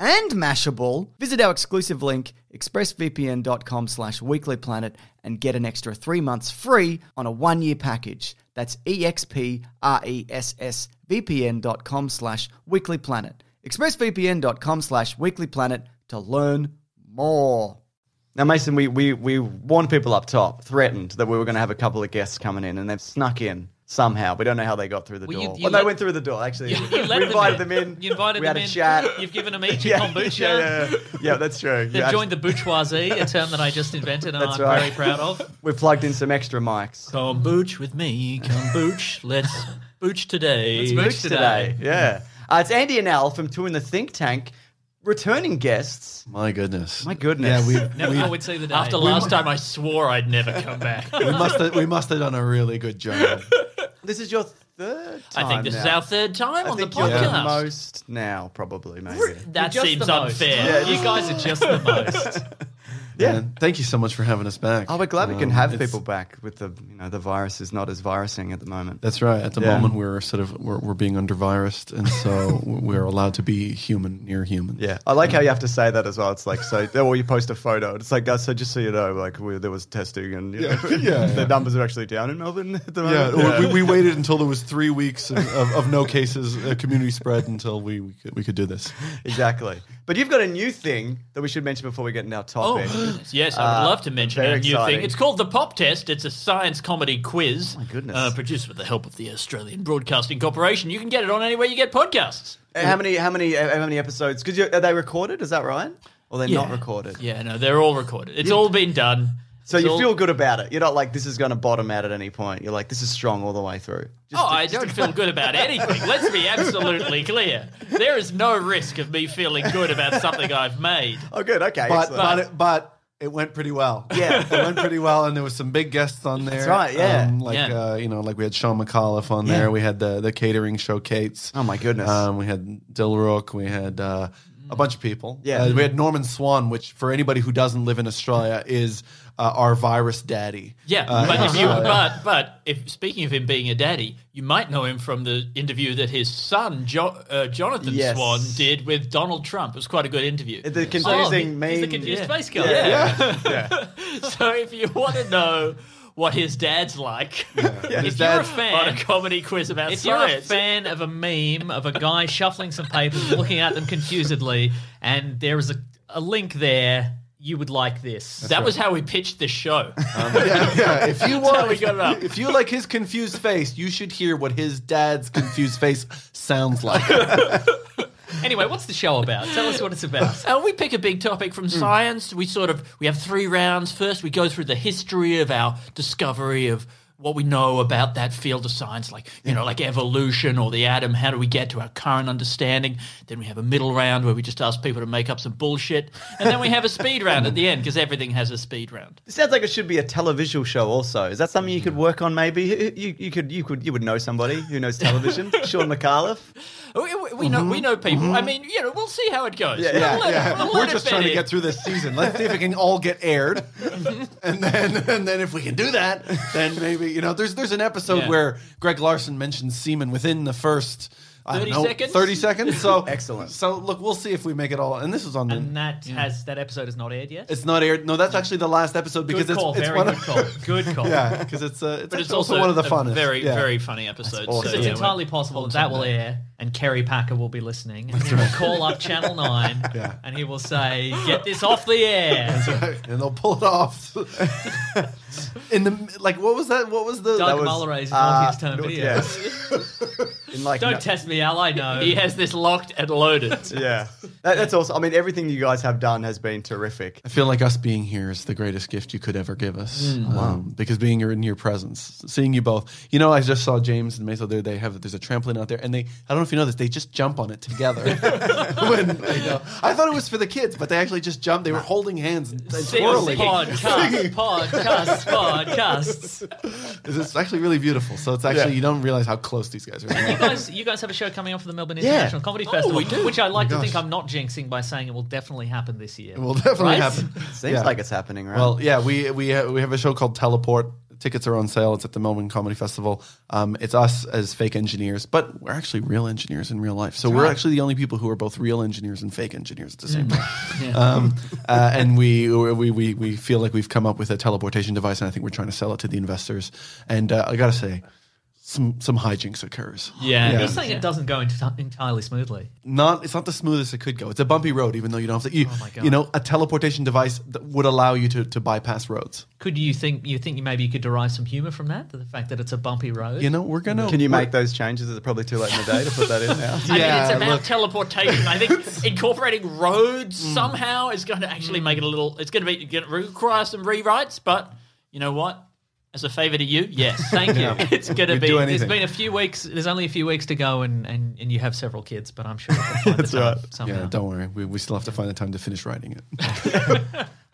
S2: and Mashable, visit our exclusive link, expressvpn.com slash weeklyplanet, and get an extra three months free on a one-year package. That's E expressvpn.com slash weeklyplanet. expressvpn.com slash weeklyplanet to learn more.
S8: Now, Mason, we, we, we warned people up top, threatened that we were going to have a couple of guests coming in, and they've snuck in somehow. We don't know how they got through the
S9: Well, you-
S8: door.
S9: you
S8: well, they
S9: let-
S8: went through the door, actually.
S9: You- you let
S8: we invited them
S9: them
S8: in.
S9: in. You invited
S8: we had
S9: them
S8: a
S9: in.
S8: chat.
S9: You've given them each a kombucha.
S8: Yeah, yeah, yeah. Yeah, that's true.
S9: They've
S8: You
S9: joined the bourgeoisie, a term that I just invented and
S8: That's
S9: I'm
S8: right.
S9: very proud of.
S8: actually- We've plugged in some extra mics.
S9: Come booch with me, come booch. Let's booch today. Let's
S8: Booch Yeah. Uh, it's Andy and Al from Two in the Think Tank, returning guests.
S10: My goodness.
S8: My goodness.
S10: Yeah, we,
S9: Never
S10: we,
S9: thought we'd see the day. After last time, I swore I'd never come back.
S10: we must have, we must have done a really good job.
S8: This is your third time.
S9: I think this
S8: now.
S9: is our third time
S8: I
S9: on the
S8: think you're the
S9: podcast.
S8: most now, probably, maybe.
S9: That
S5: You're just
S9: seems
S5: the most.
S9: unfair. you guys are just the most.
S8: Yeah.
S10: And thank you so much for having us back.
S8: Oh, we're glad we can
S10: Um,
S8: have
S10: it's-
S8: people back with the you know the virus is not as virusing at the moment.
S10: That's right. At the
S8: Yeah.
S10: moment, we're sort of we're, we're being undervirused, and so we're allowed to be human near humans.
S8: Yeah, I like how you have to say that as well. It's like so, or you post a photo. It's like guys, so just so you know, like we, there was testing and you know,
S10: Yeah. Yeah,
S8: the
S10: yeah.
S8: numbers are actually down in Melbourne at the
S10: Yeah,
S8: moment.
S10: We, we waited until there was three weeks of, of, of no cases, uh, community spread, until we, we could we could do this.
S8: exactly. But you've got a new thing that we should mention before we get into our
S9: Oh,
S8: topic. Uh,
S9: yes, I would love to mention
S8: very
S9: a new
S8: exciting. Oh,
S9: thing. It's called the Pop Test. It's a science comedy quiz. my
S8: goodness.
S9: Uh, produced with the help of the Australian Broadcasting Corporation. You can get it on anywhere you get podcasts.
S8: And how many how many uh, how many episodes? Because are they recorded? Is that right? Or they're not
S9: Yeah.
S8: recorded?
S9: Yeah, no, they're all recorded. It's all been done.
S8: So
S9: It's
S8: you
S9: all-
S8: feel good about it. You're not like this is going to bottom out at any point. You're like this is strong all the way through. Just
S9: oh,
S8: to-
S9: I
S8: just to-
S9: don't feel good about anything. Let's be absolutely clear. There is no risk of me feeling good about something I've made.
S8: Oh, good. Okay.
S10: But
S8: excellent.
S10: but it, but it went pretty well.
S8: Yeah.
S10: it went pretty well, and there was some big guests on there. That's
S8: right, yeah.
S10: like
S9: Yeah.
S10: Uh, you know, like we had Sean McAuliffe on there. We had the the catering show Kate's.
S8: Oh, my goodness.
S10: Um, we had Dilrook. We had. Uh, a bunch of people.
S8: Yeah.
S10: Uh, we had Norman Swan, which for anybody who doesn't live in Australia is uh, our virus daddy.
S9: Yeah,
S10: Uh,
S9: but
S10: in
S9: if you
S10: Australia.
S9: but but if speaking of him being a daddy, you might know him from the interview that his son jo- uh, Jonathan
S8: Yes.
S9: Swan did with Donald Trump. It was quite a good interview. Oh,
S8: the confusing
S9: he-
S8: meme.
S9: he's the confused
S8: yeah.
S9: face guy. Yeah. so if you want to know what his dad's like,
S10: His
S9: if you're a
S10: dad's-
S9: fan on a comedy quiz about
S5: If you're a
S9: science,
S5: fan of a meme of a guy shuffling some papers, looking at them confusedly, and there is a, a link there, you would like this.
S9: that was how we pitched the show.
S10: Um, yeah, yeah. If you want,
S9: how we got it up.
S10: if you like his confused face, you should hear what his dad's confused face sounds like.
S5: Anyway, what's the show about? Tell us what it's about.
S9: And Uh, we pick a big topic from science. We sort of we have three rounds. First, we go through the history of our discovery of what we know about that field of science, like you know, like evolution or the atom. How do we get to our current understanding? Then we have a middle round where we just ask people to make up some bullshit, and then we have a speed round at the end because everything has a speed round.
S8: It sounds like it should be a televisual show. Also, is that something you
S10: Mm.
S8: could work on? Maybe you, you, you could you could you would know somebody who knows television. Sean McAuliffe.
S9: We, Oh, we- we know we know people. I mean, you know, we'll see how it goes.
S8: Yeah,
S9: We'll
S10: yeah,
S9: let-
S10: yeah.
S9: we'll
S10: We're
S9: let it
S10: just
S9: bed
S10: trying to
S9: in.
S10: get through this season. Let's see if we can all get aired, and then and then if we can do that, then maybe you know. There's there's an episode
S9: Yeah.
S10: where Greg Larson mentions semen within the first. I
S9: 30
S10: don't know,
S9: seconds?
S10: Thirty seconds. So
S8: Excellent.
S10: So look, we'll see if we make it all. And this is on
S5: And
S10: the.
S5: that has that episode is not aired yet.
S10: It's not aired. No, that's actually the last episode because
S5: good
S10: it's,
S5: call.
S10: it's
S5: very
S10: one
S5: good
S10: of
S5: call. Good call.
S10: yeah because it's uh, it's,
S9: But it's
S10: actually
S9: also,
S10: also one of the
S9: a
S10: funnest.
S9: Very
S10: yeah.
S9: very funny episodes.
S8: awesome.
S5: So it's
S8: Yeah.
S5: entirely possible that that will air, and Kerry Packer will be listening. And he will call up Channel Nine,
S10: Yeah.
S5: and he will say, "Get this off the air."
S10: and they'll pull it off. In the like, what was that? What was the?
S5: Doug
S8: was,
S5: Muller is an
S8: uh,
S5: obvious term
S8: no-
S5: video.
S8: yes. In like
S5: Don't
S8: no-
S5: test me, Al. I know.
S9: He has this locked and loaded.
S8: yeah.
S2: That, that's also. I mean, everything you guys have done has been terrific.
S10: I feel like us being here is the greatest gift you could ever give us. Um, because being here in your presence, seeing you both. You know, I just saw James and Mesa there. They have there's a trampoline out there, and they I don't know if you know this. They just jump on it together. when, I, know. I thought it was for the kids, but they actually just jumped. They were holding hands and, and twirling.
S5: Podcast, podcasts, podcasts.
S10: It's actually really beautiful. So it's actually
S2: Yeah.
S10: you don't realize how close these guys
S5: You
S10: are.
S5: guys, you guys have a show coming up for the Melbourne International Comedy
S10: Oh,
S5: Festival, which I like to think I'm not jinxing by saying it will definitely happen this year.
S10: It will definitely
S5: Right?
S10: happen.
S2: Seems
S10: Yeah.
S2: like it's happening, right?
S10: Well, yeah, we we ha- we have a show called Teleport. Tickets are on sale. It's at the Melbourne Comedy Festival. Um, it's us as fake engineers, but we're actually real engineers in real life. So we're actually the only people who are both real engineers and fake engineers at the same time. Um, uh, and we, we we we feel like we've come up with a teleportation device, and I think we're trying to sell it to the investors. And uh, I gotta say. Some some hijinks occurs.
S5: Yeah, you're saying it doesn't go enti- entirely smoothly.
S10: Not it's not the smoothest it could go. It's a bumpy road, even though you don't have to. You,
S5: my God.
S10: you know, a teleportation device that would allow you to, to bypass roads.
S5: Could you think you think you maybe you could derive some humor from that, the fact that it's a bumpy road?
S10: You know, we're gonna.
S2: Can you make those changes? Is it probably too late in the day to put that in now?
S5: I mean,
S10: Yeah,
S5: it's about
S10: look.
S5: teleportation. I think incorporating roads somehow is going to actually make it a little. It's going to be going to require some rewrites, but you know what? As a favour to you, yes, thank you. It's going to
S10: We'd
S5: be.
S10: do
S5: There's
S10: anything.
S5: been a few weeks. There's only a few weeks to go, and and, and you have several kids, but I'm sure. we'll find the
S2: That's
S5: time
S2: right.
S5: Somehow.
S10: Yeah, don't worry. We, we still have to find the time to finish writing it.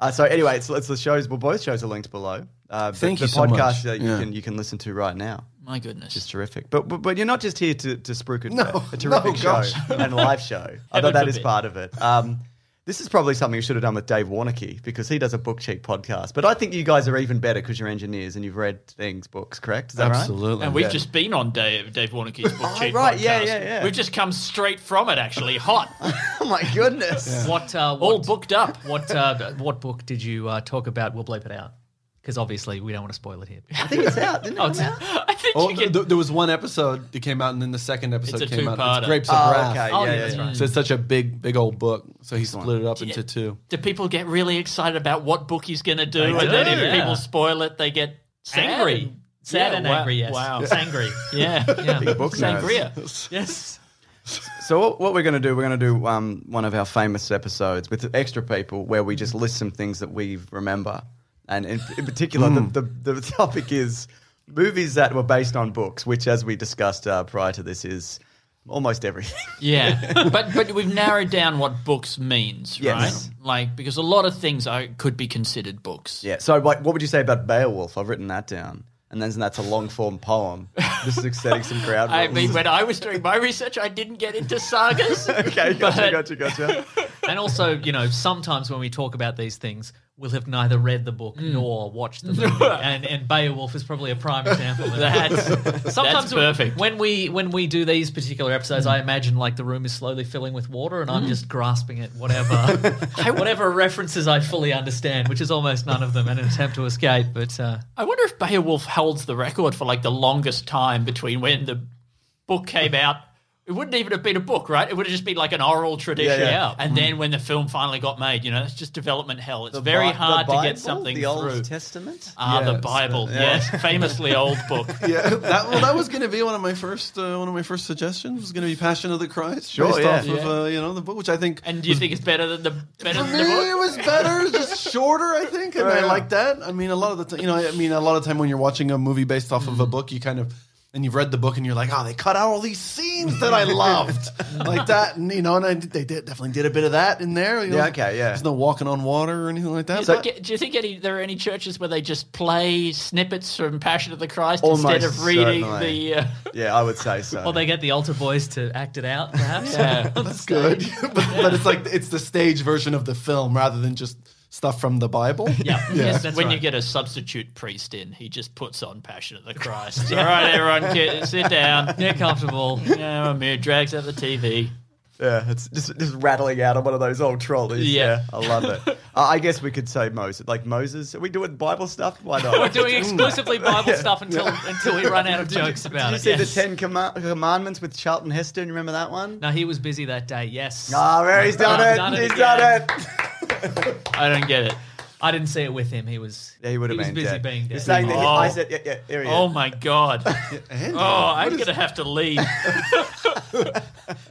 S2: Uh, so anyway, it's, it's the shows. Well, both shows are linked below. Uh, but
S10: Thank
S2: the
S10: you so
S2: podcast
S10: much.
S2: that you
S10: Yeah.
S2: can you can listen to right now.
S9: My goodness.
S2: It's terrific. But, but but you're not just here to to spruik it.
S10: No,
S2: a terrific
S10: no, gosh.
S2: show and live show. Although that is
S5: forbid.
S2: part of it. Um, this is probably something you should have done with Dave Warnocky because he does a book cheek podcast. But I think you guys are even better because you're engineers and you've read things, books, correct? Is that right?
S10: Absolutely.
S9: And we've just been on Dave, Dave Warnicki's book cheap
S2: right,
S9: podcast.
S2: yeah, yeah, yeah.
S9: We've just come straight from it, actually, hot,
S2: Oh my goodness. Oh,
S5: What, uh, what
S9: all booked up.
S5: What uh, what book did you uh, talk about? We'll bleep it out because obviously we don't want to spoil it here.
S2: I think it's out, didn't it? come out?
S9: I think
S10: Oh,
S9: you get.
S10: th- there was one episode that came out, and then the second episode
S9: It's a
S10: came out.
S9: two-parter.
S10: It's Grapes
S2: Oh,
S10: of Wrath.
S2: okay.
S5: Oh,
S2: yeah,
S5: yeah,
S2: yeah,
S5: that's
S2: yeah.
S5: right.
S10: So it's such a big, big old book. So he split it up into two.
S9: do people get really excited about what book he's going to do?
S5: They
S9: and
S5: do,
S9: then if
S5: yeah.
S9: people spoil it, they get sad
S5: Angry.
S9: and-
S5: Sad
S9: Yeah,
S5: and
S9: wow-
S5: angry, yes.
S9: Wow.
S5: Sangry.
S9: yeah.
S5: Yeah.
S2: Big book nerds.
S9: Sangria. yes.
S2: So what, what we're going to do, we're going to do um, one of our famous episodes with extra people where we just list some things that we remember. And in, in particular, the, the, the topic is movies that were based on books, which, as we discussed uh, prior to this, is almost everything.
S9: Yeah. but but we've narrowed down what books means,
S2: Yes.
S9: right? Like because a lot of things are, could be considered books.
S2: yeah. So like, what would you say about Beowulf? I've written that down. And then that's a long form poem. This is setting some crowd.
S9: I
S2: rules.
S9: mean, when I was doing my research, I didn't get into sagas.
S2: okay,
S9: but-
S2: gotcha, gotcha, gotcha.
S5: And also, you know, sometimes when we talk about these things, we'll have neither read the book
S9: Hmm.
S5: nor watched the movie. and, and Beowulf is probably a prime example. of that.
S9: That's-
S5: sometimes
S9: that's perfect. Hmm.
S5: When we when we do these particular episodes, I imagine like the room is slowly filling with water, and I'm just grasping at whatever whatever references I fully understand, which is almost none of them, and an attempt to escape. But uh,
S9: I wonder if Beowulf holds the record for like the longest time between when the book came out. It wouldn't even have been a book, right? It would have just been like an oral tradition.
S2: Yeah, yeah.
S9: And then when the film finally got made, you know, it's just development hell. It's very
S2: Bi- the
S9: hard to
S2: Bible,
S9: get something
S2: The Old
S9: through.
S2: Testament?
S9: Ah, the
S10: Yes.
S9: Bible, yes, famously old book.
S10: Yeah, that, well, that was going to be one of my first, uh, one of my first suggestions. Was going to be Passion of the Christ,
S2: Sure,
S10: based
S2: yeah.
S10: off of uh, you know the book, which I think
S9: And do you think it's better than the better
S10: For
S9: than
S10: me,
S9: the book?
S10: it was better. It's just shorter, I think, and I like that. I mean, a lot of the time, you know, I mean, a lot of time when you're watching a movie based off
S9: Mm-hmm.
S10: of a book, you kind of and you've read the book and you're like, oh, they cut out all these scenes that I loved, like that, and you know, and I, did- they did, definitely did a bit of that in there. you know.
S2: Yeah, okay, yeah.
S10: There's no walking on water or anything like that.
S9: Do you
S10: but-
S9: think- do you think any there are any churches where they just play snippets from Passion of the Christ
S2: Almost
S9: instead of reading
S2: certainly.
S9: the? Uh,
S2: Yeah, I would say so.
S5: or they get the altar boys to act it out, perhaps.
S9: Yeah.
S10: that's good, but, but it's like it's the stage version of the film rather than just stuff from the Bible.
S9: yeah,
S5: Yes, that's
S9: when
S5: right.
S9: you get a substitute priest in, he just puts on Passion of the Christ. All right, everyone, get, sit down.
S5: They're comfortable.
S9: Yeah, Amir drags out the TV.
S2: Yeah, it's just, just rattling out on one of those old trolleys. Yeah,
S9: Yeah.
S2: I love it. uh, I guess we could say Moses, like Moses. Are we doing Bible stuff? Why not?
S5: We're
S9: Mm.
S5: doing exclusively Bible stuff until until we run out of jokes about
S2: Did you
S5: it.
S2: see
S5: yes.
S2: the Ten Comma- Commandments with Charlton Heston? You Remember that one?
S5: No, he was busy that day. Yes.
S2: Ah, there he's done
S5: I've
S2: it.
S5: done it
S2: he's
S5: again.
S2: done it.
S9: I don't get it.
S5: I didn't see it with him. He was.
S2: Yeah, he would have
S5: was
S2: been
S5: busy
S2: dead.
S5: being dead.
S2: You're saying that
S9: Oh.
S2: he, I said, yeah, yeah, here he
S9: Oh
S2: is.
S9: my god.
S10: Andy,
S9: Oh, I'm
S10: what is-
S9: gonna have to leave.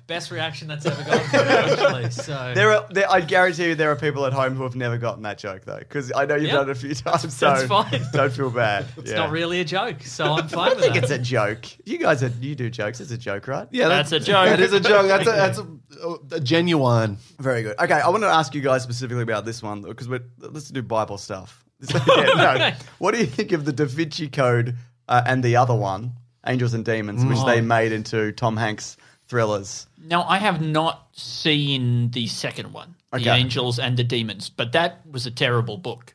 S5: Best reaction that's ever gotten. from me, Actually, so
S2: There are, there, I guarantee you, there are people at home who have never gotten that joke though, because I know you've
S5: Yeah.
S2: done it a few times. so
S5: that's fine.
S2: Don't feel bad.
S5: it's not really a joke, so I'm fine
S2: I
S5: with
S2: think
S5: that.
S2: it's a joke. You guys, are, you do jokes. It's a joke, right?
S10: Yeah,
S11: That's a joke.
S10: That is a joke. That's a, that's a, a, a genuine.
S2: Very good. Okay, I want to ask you guys specifically about this one because we're let's do Bible stuff. Yeah, no. What do you think of the Da Vinci Code uh, and the other one, Angels and Demons,
S5: Mm.
S2: which they made into Tom Hanks thrillers?
S9: Now, I have not seen the second one,
S2: Okay.
S9: The Angels and the Demons, but that was a terrible book.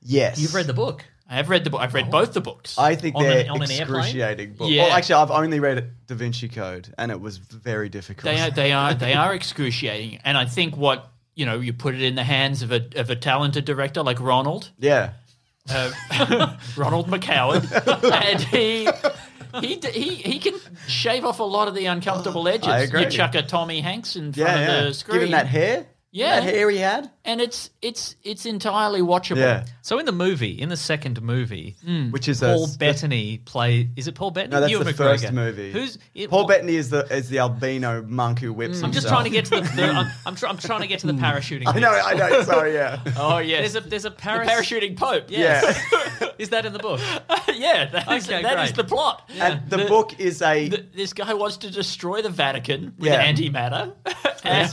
S2: Yes,
S5: You've read the book. Oh.
S9: I have read the book. I've read both the books.
S2: I think
S5: on
S2: they're
S5: an- on an airplane?
S2: excruciating book.
S9: Yeah.
S2: Well, actually, I've only read it, Da Vinci Code, and it was very difficult.
S9: they are they are they are excruciating, and I think what you know you put it in the hands of a of a talented director like Ronald
S2: yeah.
S9: uh, Ronald McCoward, and he. He, d- he he can shave off a lot of the uncomfortable edges.
S2: I agree.
S9: You chuck a Tommy Hanks in front
S2: Yeah,
S9: of
S2: yeah.
S9: the screen,
S2: Given that hair,
S9: Yeah.
S2: that hair he had,
S9: and it's it's it's entirely watchable. Hmm.
S2: yeah,
S5: So in the movie, in the second movie,
S2: which is
S5: Paul
S2: a,
S5: Bettany play. Is it Paul Bettany?
S2: No, that's
S5: Ewan
S2: the
S5: McGregor.
S2: first movie.
S5: Who's it,
S2: Paul Bettany is the is the albino monk who whips.
S5: I'm just trying to get to the. the I'm, I'm, try, I'm trying to get to the parachuting.
S2: Hmm. I know,
S5: bit.
S2: I know. Sorry, yeah,
S9: Oh yes,
S5: There's a there's a
S9: the
S5: paras-
S9: parachuting Pope.
S5: Yes. is that in the book?
S9: yeah, that is,
S5: Okay,
S9: that is
S5: great.
S9: the plot.
S2: And the, book is a
S9: th- this guy wants to destroy the Vatican with
S2: Yeah.
S9: antimatter.
S2: That's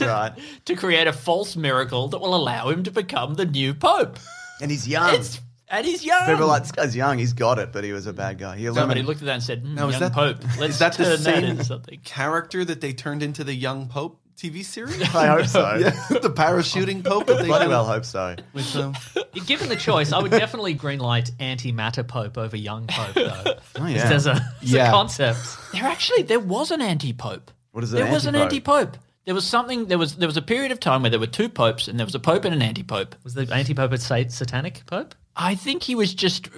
S9: and
S2: right.
S9: To create a false miracle that will allow him to become the new pope.
S2: and he's young.
S9: It's and he's young.
S2: Um, People are like this guy's young. He's got it, but he was a bad guy. He
S9: Somebody
S2: eliminated.
S9: looked at that and said, mm,
S10: Now, is
S9: "Young
S10: that-
S9: pope, let's
S10: is that the
S9: turn that
S10: same-
S9: into something."
S10: Character that they turned into the young Pope TV series.
S2: I hope so.
S10: the parachuting Pope that they
S2: Bloody
S10: did
S2: well, hope so.
S10: with um,
S5: Given the choice, I would definitely greenlight antimatter Pope over young Pope, though.
S2: Oh
S5: Just as a, as a
S10: Yeah.
S5: concept.
S9: There actually there was an anti-pope.
S2: What is an
S9: there was an
S2: anti-pope?
S9: anti-pope. There was something. There was there was a period of time where there were two popes, and there was a pope and an anti-pope.
S5: Was the anti Pope a sa- satanic Pope?
S9: I think he was just.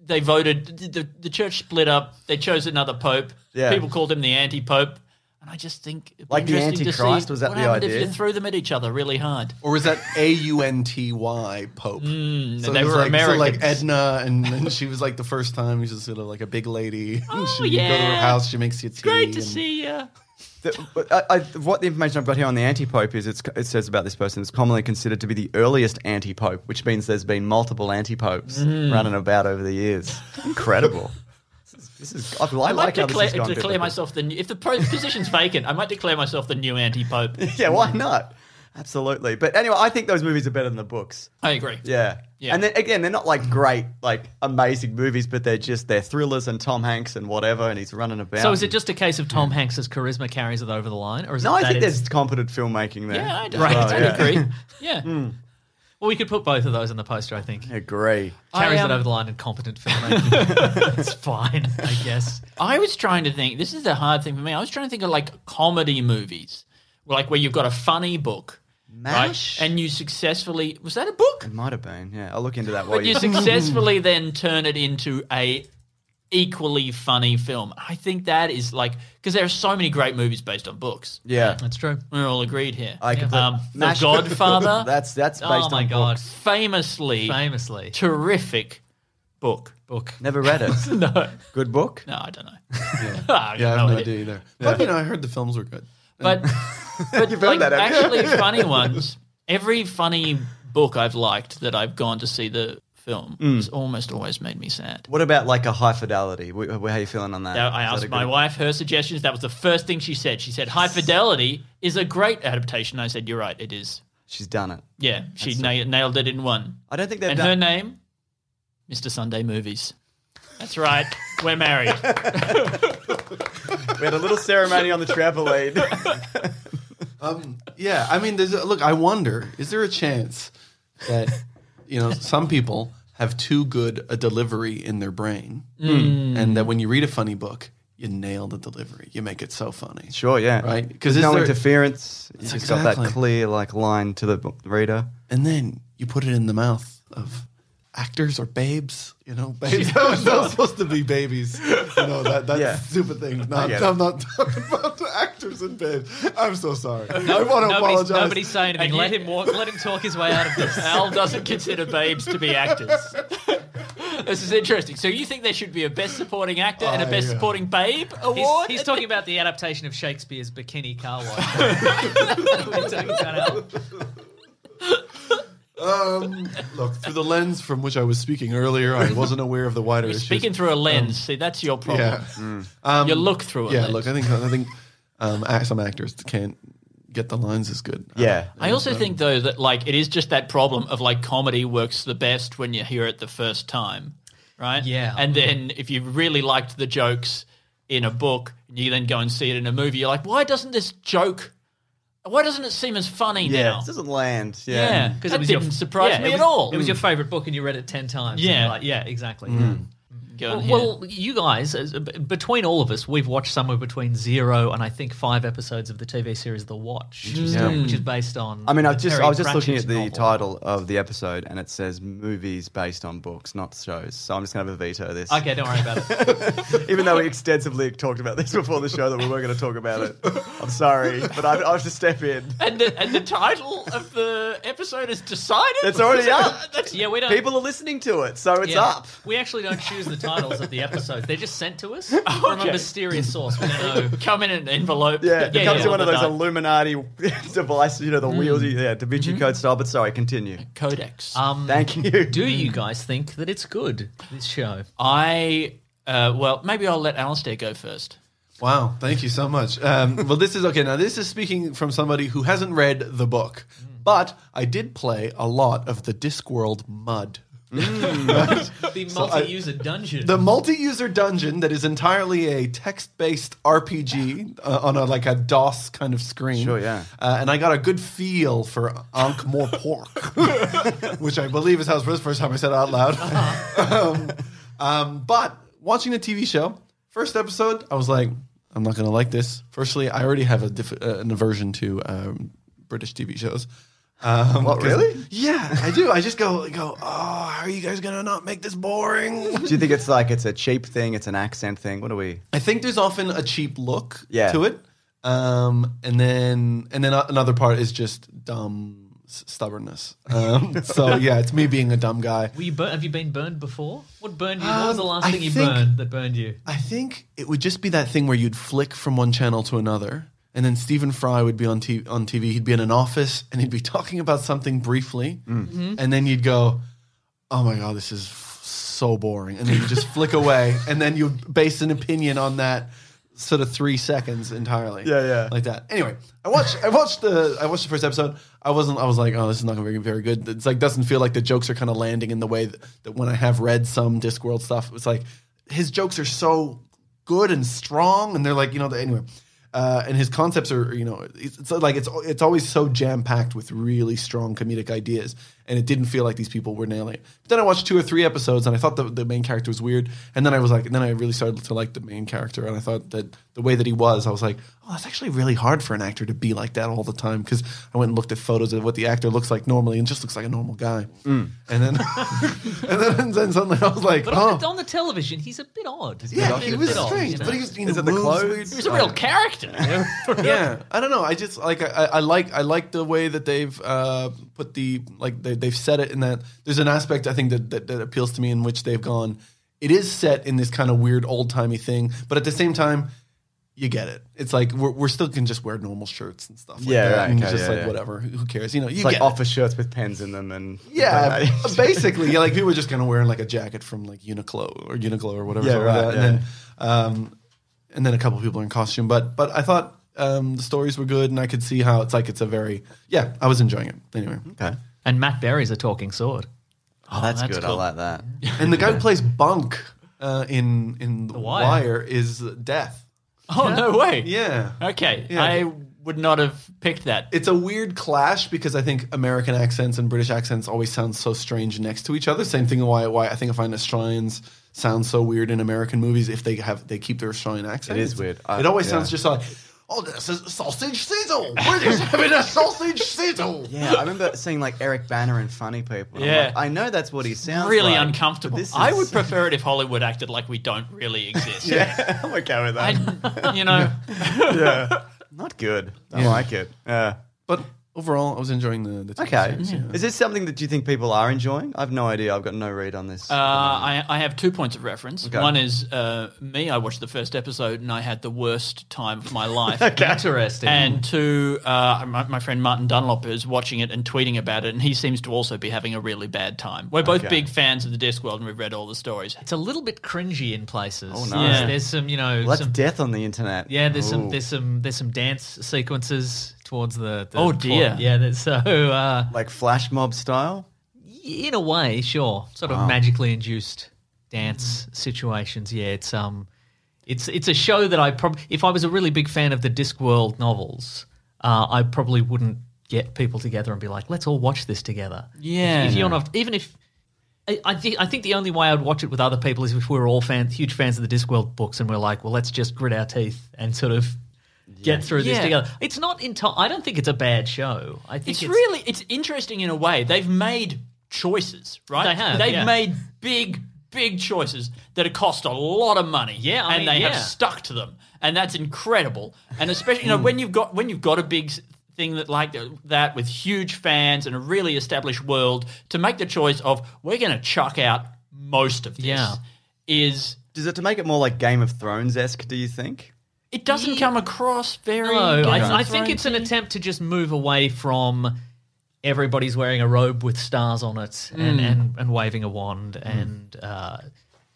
S9: They voted. The, the church split up. They chose another pope.
S2: Yeah.
S9: People called him the anti-pope. And I just think, it'd be
S2: Like the
S9: interesting to see
S2: Antichrist, was that
S9: what
S2: the
S9: happened
S2: idea?
S9: If you threw them at each other really hard,
S10: or was that A U N T Y Pope? Mm,
S9: they were
S10: like, So
S9: Americans.
S10: like Edna, and, and she was like the first time she was sort of like a big lady. and she you go to her
S9: yeah.
S10: house, she makes you tea.
S9: great to
S2: um,
S10: and-
S9: see uh, you.
S2: The- but I, I, what the information I've got here on the anti-pope is it's, it says about this person it's commonly considered to be the earliest anti-pope, which means there's been multiple anti-popes running about over the years. Incredible. this is I, I
S9: I might
S2: like how
S9: declare,
S2: this has gone
S9: declare
S2: biblically.
S9: myself the new, if the pro- position's vacant, I might declare myself the new anti-pope.
S2: Yeah, why not? Absolutely. But anyway, I think those movies are better than the books.
S9: I agree.
S2: Yeah.
S9: Yeah.
S2: And then again, they're not like great, like amazing movies, but they're just they're thrillers and Tom Hanks and whatever, and he's running about.
S5: So is it just a case of Tom Hanks's charisma carries it over the line? or is
S2: No,
S5: it
S2: I
S5: that
S2: think
S5: it's-
S2: there's competent filmmaking there.
S9: Yeah, Hmm. I'd,
S5: Right,
S9: I'd
S2: yeah.
S9: agree. Yeah.
S5: Well, we could put both of those in the poster, I think.
S2: Agree.
S9: I,
S5: Carries
S9: um,
S5: it over the line in competent filmmaking. it's fine, I guess.
S9: I was trying to think. This is the hard thing for me. I was trying to think of like comedy movies, like where you've got a funny book,
S2: MASH?
S9: right? And you successfully was that a book?
S2: It might have been. Yeah, I'll look into that. While
S9: But you
S2: you
S9: successfully then turn it into a equally funny film. I think that is like because there are so many great movies based on books.
S2: yeah,
S5: That's true.
S9: We're all agreed here.
S2: I can put-
S9: um, the
S2: Mash-
S9: Godfather.
S2: that's that's based
S5: Oh
S2: on
S5: my god.
S2: books.
S9: famously
S5: Famously.
S9: terrific book. Book.
S2: Never read it.
S9: No.
S2: Good book.
S9: No, I don't know. I
S10: Yeah, I have
S5: Oh,
S9: don't
S10: no
S9: know.
S10: idea either. But you know, I heard the films were good.
S9: But but like,
S2: that, haven't you?
S9: actually funny ones. Every funny book I've liked that I've gone to see the film
S2: Mm.
S9: has almost always made me sad.
S2: What about like a high fidelity? Wh- wh- How you feeling on that?
S9: Now, I
S2: Is that
S9: asked
S2: a
S9: my
S2: good-
S9: wife her suggestions. That was the first thing she said. She said, "High Fidelity is a great adaptation." I said, "You're right. It is."
S2: She's done it.
S9: Yeah, she na- nailed it in one.
S2: I don't think they've
S9: And
S2: done.
S9: her name, Mr. Sunday Movies. That's right. We're married.
S2: we had a little ceremony on the trampoline.
S10: Um, yeah, I mean, there's a, look. I wonder, is there a chance that you know some people have too good a delivery in their brain,
S5: Hmm.
S10: and that when you read a funny book, you nail the delivery, you make it so funny.
S2: sure. Yeah.
S10: Right? 'Cause
S2: Because
S10: is
S2: no
S10: there-
S2: interference. You just got that
S10: Exactly.
S2: clear like line to the b- reader.
S10: and then you put it in the mouth of actors or babes. You know, babes. that, was, that was supposed to be babies. You know, that that's
S2: Yeah.
S10: stupid thing. No,
S2: I get
S10: I'm not talking about the actors and babes. I'm so sorry. I want to
S5: Nobody's,
S10: apologize.
S5: nobody's saying anything.
S9: And
S5: Let
S9: you-
S5: him walk, let him talk his way out of this.
S9: Al doesn't consider babes to be actors. This is interesting. So you think there should be a Best Supporting Actor and a
S10: uh,
S9: Best Supporting Babe
S5: He's,
S9: award?
S5: he's talking about the adaptation of Shakespeare's Bikini Car Wash. We're talking about our-
S10: Um, look, through the lens from which I was speaking earlier, I wasn't aware of the wider
S9: You're
S10: issues.
S9: speaking through Mm. a lens. See, that's your problem.
S10: yeah. Um,
S9: You look through it.
S10: yeah, look, I think I think um, act- some actors can't get the lines as good.
S12: Yeah.
S9: I also think though that like it is just that problem of like comedy works the best when you hear it the first time, right?
S5: Yeah.
S9: And then if you really liked the jokes in a book, you then go and see it in a movie. You're like, why doesn't this joke? Why doesn't it seem as funny
S12: Yeah.
S9: now?
S12: It doesn't land. Yeah.
S9: Yeah, because
S5: Because
S9: it didn't surprise
S5: yeah,
S9: me
S5: it was-
S9: at all.
S5: It was your favorite book, and you read it ten times.
S9: Yeah.
S5: Yeah, like, yeah, exactly.
S12: Hmm.
S9: Go
S5: Well,
S9: and hear it.
S5: well, you guys, as- uh, b- between all of us, we've watched somewhere between zero and I think five episodes of the TV series The Watch, which is, which is based on.
S12: I mean, I
S5: the
S12: just
S5: Terry
S12: I was just looking
S5: Pratchett
S12: at the
S5: novel.
S12: title of the episode, and it says movies based on books, not shows. So I'm just gonna have a veto this,
S5: Okay, don't worry about it.
S12: even though we extensively talked about this before the show that we weren't going to talk about it. I'm sorry, but I, I have to step in.
S9: and, the, and the title of the episode is decided.
S12: It's already up.
S9: That's-
S5: Yeah, we don't.
S12: People are listening to it, so it's
S5: yeah.
S12: up.
S5: We actually don't choose the titles of the episodes; they're just sent to us from a mysterious source. We don't know.
S9: come in an envelope.
S12: Yeah, it
S5: Yeah,
S12: comes
S5: yeah, Mm.
S12: in one of those
S9: Done.
S12: Illuminati devices, you know, the wheels. Yeah, Da Vinci Code style. But sorry, continue.
S9: codex.
S5: Um,
S12: Thank you.
S5: Mm-hmm. Do you
S9: Hmm.
S5: guys think that it's good? This show.
S9: I uh, well, maybe I'll let Alistair go first.
S10: Wow, thank you so much. Um, well, this is okay. Now, this is speaking from somebody who hasn't read the book,
S9: Mm.
S10: but I did play a lot of the Discworld mud.
S5: The multi-user dungeon.
S10: The multi-user dungeon that is entirely a text-based RPG uh, on a like a DOS kind of screen.
S12: Sure, yeah.
S10: Uh, and I got a good feel for Ankh More Pork, which I believe is how it's the first time I said it out loud.
S12: Uh-huh.
S10: um, um, but watching the TV show, first episode, I was like, I'm not going to like this. Firstly, I already have a diff- uh, an aversion to um, British TV shows. Um,
S12: What,
S10: 'cause-
S12: really?
S10: Yeah, I do. I just go go. Oh, how are you guys going to not make this boring?
S12: Do you think it's like it's a cheap thing? It's an accent thing. What are we?
S10: I think there's often a cheap look
S12: Yeah.
S10: to it, um, and then and then a- another part is just dumb s- stubbornness. Um, so yeah, it's me being a dumb guy.
S5: Were you bur- have you been burned before? What burned you? what was
S9: Uh,
S5: the
S10: Um,
S5: last
S10: I
S5: thing you
S10: think-
S5: burned that burned you?
S10: I think it would just be that thing where you'd flick from one channel to another, and then Stephen Fry would be on t- on TV. He'd be in an office and he'd be talking about something briefly, and then you'd go, "Oh my god, this is f- so boring," and then you just flick away, and then you base an opinion on that sort of three seconds entirely.
S12: Yeah, yeah.
S10: like that. Anyway, I watched I watched the I watched the first episode. I wasn't I was like, "Oh, this is not going to be very good." It's like doesn't feel like the jokes are kind of landing in the way that, that when I have read some Discworld stuff, it's like his jokes are so good and strong, and they're like you know the, anyway. Uh, and his concepts are, you know, it's, it's like it's it's always so jam packed with really strong comedic ideas, and it didn't feel like these people were nailing it. But then I watched two or three episodes, and I thought the, the main character was weird, and then I was like, and then I really started to like the main character, and I thought that the way that he was, I was like, oh, that's actually really hard for an actor to be like that all the time, because I went and looked at photos of what the actor looks like normally, and just looks like a normal guy,
S12: Mm.
S10: and then and then, and then suddenly I was like,
S5: But
S10: oh,
S5: on, the, on the television, he's a bit odd.
S10: yeah, he was
S5: bit odd,
S10: strange,
S5: you know?
S10: but he was, you know,
S12: Is it the
S10: moves
S12: clothes?
S10: weird.
S9: He was a real character.
S10: yeah, I don't know. I just like I, I I like I like the way that they've uh, put the like they, they've set it in that. There's an aspect I think that, that that appeals to me in which they've gone. It is set in this kind of weird old timey thing, but at the same time, you get it. It's like we're, we're still can just wear normal shirts and stuff. Like
S12: Yeah,
S10: that.
S12: right,
S10: and
S12: okay,
S10: just
S12: yeah,
S10: like
S12: yeah.
S10: whatever. Who who cares? You know, you
S12: It's
S10: get
S12: like
S10: it.
S12: office shirts with pens in them and
S10: Yeah, basically, yeah, like people were just gonna wearing like a jacket from like Uniqlo or Uniqlo or whatever.
S12: Yeah,
S10: something like
S12: right,
S10: that. And then, um, and then a couple of people in costume. But but I thought um, the stories were good, and I could see how it's like it's a very yeah. I was enjoying it anyway.
S12: Okay.
S5: And Matt Berry's a talking sword.
S12: Oh, that's,
S9: that's
S12: good. I
S9: cool.
S12: like that.
S10: And the guy who plays Bunk uh, in in the
S5: Wire.
S10: Wire. is Death.
S9: Oh no way.
S10: Yeah.
S9: Okay.
S10: Yeah.
S9: I would not have picked that.
S10: It's a weird clash because I think American accents and British accents always sound so strange next to each other. Same thing why why I think I find Australians sound so weird in American movies if they have they keep their Australian accent.
S12: It is weird. I-
S10: it always
S12: yeah.
S10: sounds just like oh this is sausage sizzle. We're just having a sausage sizzle.
S12: Yeah, I remember seeing like Eric Banner and Funny People. and I'm
S9: Yeah.
S12: like, I know that's what he sounds
S9: really
S12: like, but
S9: uncomfortable.
S12: This is...
S9: I would prefer it if Hollywood acted like we don't really exist.
S12: Yeah, I'm okay
S2: Um,
S12: with that.
S9: I, you know,
S12: yeah, not good. I like it. Yeah.
S10: But Overall, I was enjoying the. the TV
S2: Uh, Okay.
S10: series, yeah.
S2: Is this something that you think people are enjoying? I've no idea. I've got no read on this.
S9: Uh, I, I have two points of reference.
S2: Okay.
S9: One is uh, me. I watched the first episode and I had the worst time of my life.
S5: Interesting.
S9: And two, uh, my, my friend Martin Dunlop is watching it and tweeting about it, and he seems to also be having a really bad time. We're both
S2: Okay.
S9: big fans of the Discworld, and we've read all the stories.
S5: it's a little bit cringy in places. Oh
S2: no.
S9: Yeah.
S5: There's some, you know,
S2: well, that's
S5: some,
S2: death on the internet.
S5: yeah. There's some,
S2: Ooh.
S5: there's some, there's some dance sequences towards the. the
S9: Oh,
S5: toward-
S9: dear.
S5: yeah. There's, so uh,
S2: like flash mob style.
S5: in a way, sure, sort of magically induced dance situations. Yeah, it's um, it's it's a show that I probably, if I was a really big fan of the Discworld novels, uh, I probably wouldn't get people together and be like, let's all watch this together.
S9: Yeah.
S5: if, if you're not, even if. I- I, thi- I think the only way I'd watch it with other people is if we were all fan, huge fans of the Discworld books and we're like, well, let's just grit our teeth and sort of get through this
S9: Yeah.
S5: together. It's not enti- I don't think it's a bad show. Oh, I think
S9: It's,
S5: it's,
S9: really it's interesting in a way. They've made choices, right?
S5: They have,
S9: They've
S5: yeah.
S9: made big, big choices that have cost a lot of money.
S5: Yeah, I
S9: and
S5: mean,
S9: they have
S5: yeah.
S9: stuck to them, and that's incredible. And especially, you know, when you've got when you've got a big s- thing that like that with huge fans and a really established world to make the choice of we're going to chuck out most of this
S5: Yeah.
S9: is
S2: Does it to make it more like Game of Thrones esque? Do you think?
S9: it doesn't come across very.
S5: No,
S9: Game of
S5: I, I think it's an
S9: Thrones-y.
S5: attempt to just move away from everybody's wearing a robe with stars on it and,
S9: Hmm.
S5: and, and waving a wand and uh,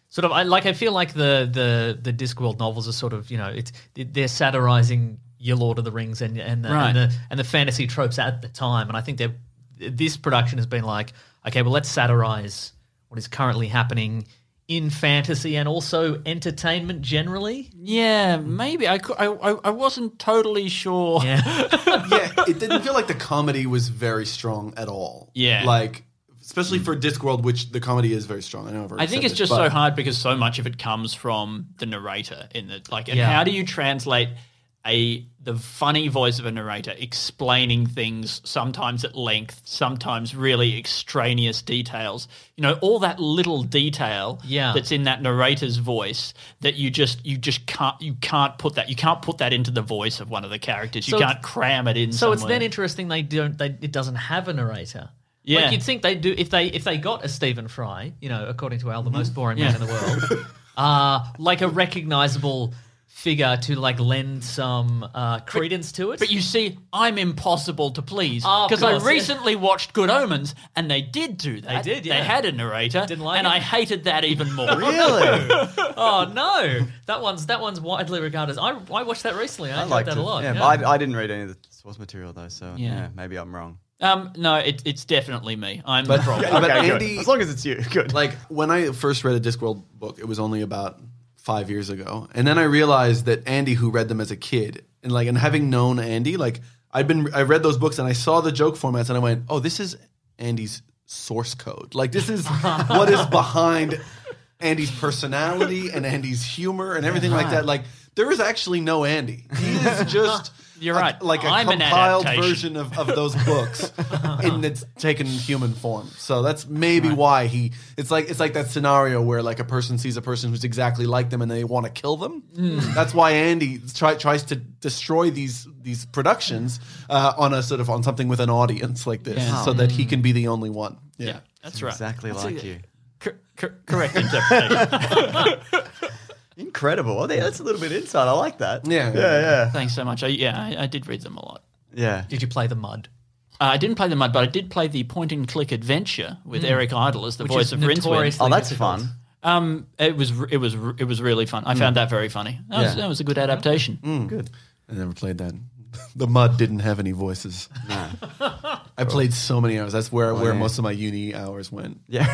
S5: sort of I, like I feel like the the the Discworld novels are sort of you know it's they're satirizing your Lord of the Rings and and the,
S9: Right.
S5: and, the and the fantasy tropes at the time and I think they're this production has been like okay well let's satirize what is currently happening in fantasy and also entertainment generally
S9: Yeah, maybe I, cou- I I I wasn't totally sure.
S10: yeah, it didn't feel like the comedy was very strong at all.
S9: Yeah.
S10: Like, especially for Discworld, which the comedy is very strong. I know. I've already
S9: I think
S10: said
S9: it's just
S10: this, but-
S9: so hard because so much of it comes from the narrator in the like and
S5: Yeah.
S9: how do you translate a the funny voice of a narrator explaining things sometimes at length, sometimes really extraneous details. You know, all that little detail
S5: Yeah.
S9: that's in that narrator's voice that you just you just can't you can't put that you can't put that into the voice of one of the characters. You
S5: So
S9: can't
S5: it's-
S9: cram it in
S5: So it's
S9: somewhere.
S5: then interesting they don't they it doesn't have a narrator.
S9: Yeah.
S5: Like you'd think they do if they if they got a Stephen Fry, you know, according to Al, the most boring man in the world, uh, like a recognizable figure to like lend some uh, credence to it.
S9: But you see, I'm impossible to please
S5: Oh, of
S9: because
S5: course,
S9: I
S5: yeah.
S9: recently watched Good Omens, and they did do that.
S5: They did, yeah.
S9: They had a narrator,
S5: Didn't like
S9: and
S5: it.
S9: I hated that even more.
S2: Really?
S5: oh no, that one's that one's widely regarded. as I I watched that recently. I,
S2: I
S5: enjoyed
S2: liked
S5: that
S2: it.
S5: a lot.
S2: Yeah,
S5: yeah.
S2: but I, I didn't read any of the source material though, so yeah,
S9: Yeah.
S2: maybe I'm wrong.
S9: Um, no, it, it's definitely me. I'm the problem.
S10: Yeah, but
S2: Okay, good.
S10: Andy,
S2: as long as it's you, good.
S10: like when I first read a Discworld book, it was only about five years ago, and then I realized that Andy, who read them as a kid, and like and having known Andy, like I'd been I read those books and I saw the joke formats and I went, oh, this is Andy's source code. Like this is what is behind Andy's personality and Andy's humor and everything like that. Like there is actually no Andy. He is just.
S9: You're
S10: a-
S9: right.
S10: Like a
S9: I'm an
S10: compiled
S9: adaptation.
S10: version of, of those books in its taken human form. So that's maybe why he it's like it's like that scenario where like a person sees a person who's exactly like them and they want to kill them. That's why Andy try, tries to destroy these these productions uh, on a sort of on something with an audience like this so that he can be the only one. Yeah.
S9: That's right.
S2: exactly like you.
S9: Cor- cor- correct interpretation.
S2: Incredible. Oh, yeah, that's a little bit inside. I like that.
S10: Yeah.
S2: yeah, yeah.
S9: Thanks so much. I, yeah, I, I did read them a lot.
S2: yeah.
S5: Did you play the mud?
S9: Uh, I didn't play the mud, but I did play the point and click adventure with
S2: Hmm.
S9: Eric Idle as the
S5: Which
S9: voice
S5: is
S9: of Rincewind.
S5: notoriously-
S2: Oh, that's fun.
S9: Um, it was it was it was really fun. I found that very funny. That, was,
S2: Hmm. Yeah. Hmm.
S9: that was a good adaptation.
S10: I never played that. The mud didn't have any voices. I played so many hours. That's where where most of my uni hours went.
S2: Yeah.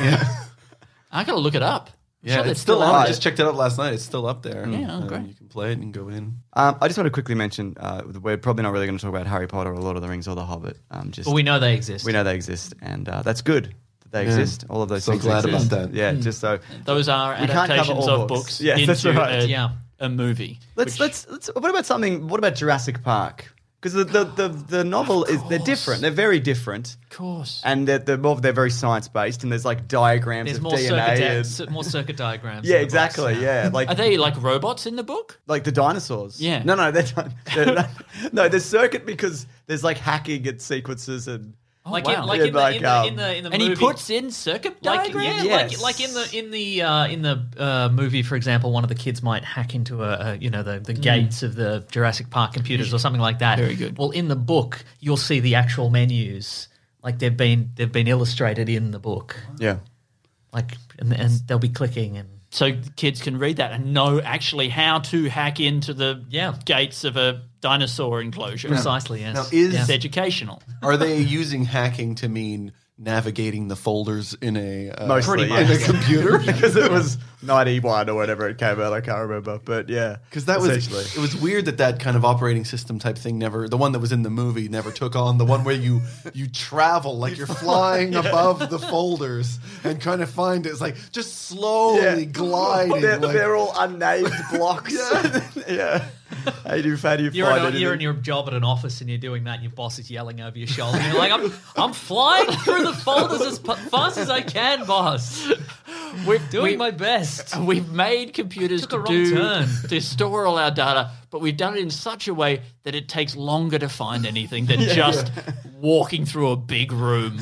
S9: I gotta look it up. I'm
S10: Yeah,
S9: sure
S10: it's,
S9: that's
S10: still,
S9: out
S10: on. I
S9: there.
S10: just checked it up last night. It's still up there.
S9: Yeah,
S10: Um,
S9: great.
S10: You can play it and go in.
S2: Um, I just want to quickly mention uh, we're probably not really going to talk about Harry Potter or Lord of the Rings or The Hobbit. Um, just
S5: Well, we know they exist.
S2: we know they exist, and uh, that's good. that They exist. All of those
S10: So
S2: things.
S10: glad about
S2: exist.
S10: that.
S2: Yeah, just so.
S9: Those are
S2: We can't cover
S9: adaptations
S2: all
S9: of
S2: books.
S9: books
S2: Yes, that's
S9: into
S2: right.
S9: a,
S5: Yeah.
S9: a movie.
S2: Let's
S9: which-
S2: let's let's. What about something? What about Jurassic Park? because the, the, the, the novel is they're different. They're very different,
S9: Of course.
S2: and they're they're, more, they're very science based. And there's like diagrams
S5: There's
S2: of
S5: more circuit,
S2: DNA.
S5: di-
S2: And,
S5: cir- more circuit diagrams.
S2: yeah,
S5: in the box
S2: exactly.
S5: now.
S2: Yeah, like
S9: Are they like robots in the book?
S2: like the dinosaurs.
S9: Yeah.
S2: No, no, they're, di- they're no, no, there's circuit because there's like hacking and sequences and
S5: Like,
S9: Oh, wow.
S5: in, like,
S2: Yeah,
S5: in, the,
S2: like,
S5: in, the,
S2: um,
S5: in the in the
S9: And he
S5: movie.
S9: puts in circuit
S5: like,
S9: diagrams?
S5: yeah, like,
S2: Yes.
S5: like in the in the uh, in the uh, movie, for example, one of the kids might hack into a, a you know the, the gates of the Jurassic Park computers or something like that.
S9: Mm. Very good.
S5: Well, in the book, you'll see the actual menus, like they've been they've been illustrated in the book,
S10: Yeah.
S5: like and, and they'll be clicking and
S9: So kids can read that and know actually how to hack into the
S5: Yeah.
S9: gates of a dinosaur enclosure.
S5: precisely yes.
S10: Now, is
S9: It's educational.
S10: are they using hacking to mean navigating the folders in a uh,
S2: Mostly,
S10: in
S2: yeah.
S10: a computer?
S2: because it was ninety one or whatever it came out. I can't remember, but yeah,
S10: Because that
S2: essentially.
S10: was it was weird that that kind of operating system type thing never the one that was in the movie never took on the one where you you travel like you're flying above the folders and trying to find it. It's like just slowly gliding.
S2: They're,
S10: like-
S2: they're all unnamed blocks. yeah. How do you, how do you
S5: You're,
S2: find
S5: in, a- you're in your job at an office and you're doing that, and your boss is yelling over your shoulder. And you're like, I'm, I'm flying through the folders as p- fast as I can, boss. We're doing my best.
S9: We've made computers
S5: Took a
S9: to
S5: wrong
S9: do
S5: turn.
S9: to store all our data, but we've done it in such a way that it takes longer to find anything than just walking through a big room.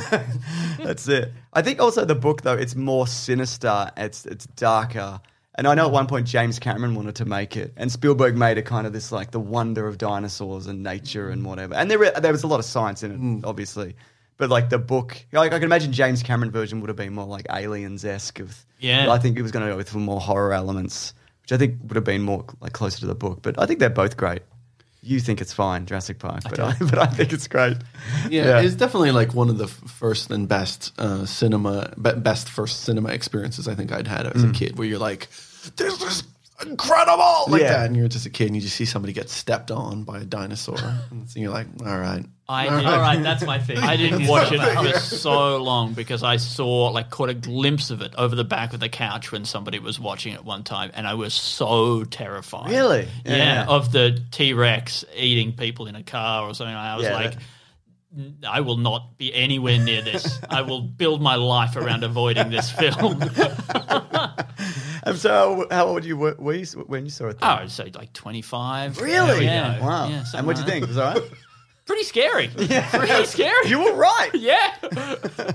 S2: That's it. I think also the book though it's more sinister. It's it's darker. And I know at one point James Cameron wanted to make it, and Spielberg made a kind of this like the wonder of dinosaurs and nature and whatever. And there were- there was a lot of science in it, obviously. But like the book, like I can imagine James Cameron version would have been more like aliens esque of.
S9: Yeah.
S2: but I think it was going to go with more horror elements, which I think would have been more like closer to the book. But I think they're both great. You think it's fine, Jurassic Park, but I, but I think it's great.
S10: yeah, it's definitely like one of the f- first and best uh, cinema, be- best first cinema experiences I think I'd had as
S2: Mm.
S10: a kid, where you're like, "This is incredible!" Like
S2: Yeah.
S10: that, and you're just a kid, and you just see somebody get stepped on by a dinosaur, and so you're like, "All right."
S9: I
S10: All
S9: did,
S10: right.
S5: All right, that's my thing.
S9: I didn't watch it for so long because I saw, like, caught a glimpse of it over the back of the couch when somebody was watching it one time, and I was so terrified.
S2: Really?
S9: Yeah,
S2: Yeah.
S9: of the T Rex eating people in a car or something. I was
S2: Yeah,
S9: like,
S2: that-
S9: "N- I will not be anywhere near this. I will build my life around avoiding this film. Oh,
S2: I'm Um, so how old you were, were you when you saw it?
S9: I would say like twenty five.
S2: Really?
S9: Yeah.
S2: Wow.
S9: Yeah, something
S2: and what'd you
S9: like
S2: think?
S9: that.
S2: Was it all right?
S9: Pretty scary. Pretty scary.
S2: you were right.
S9: yeah.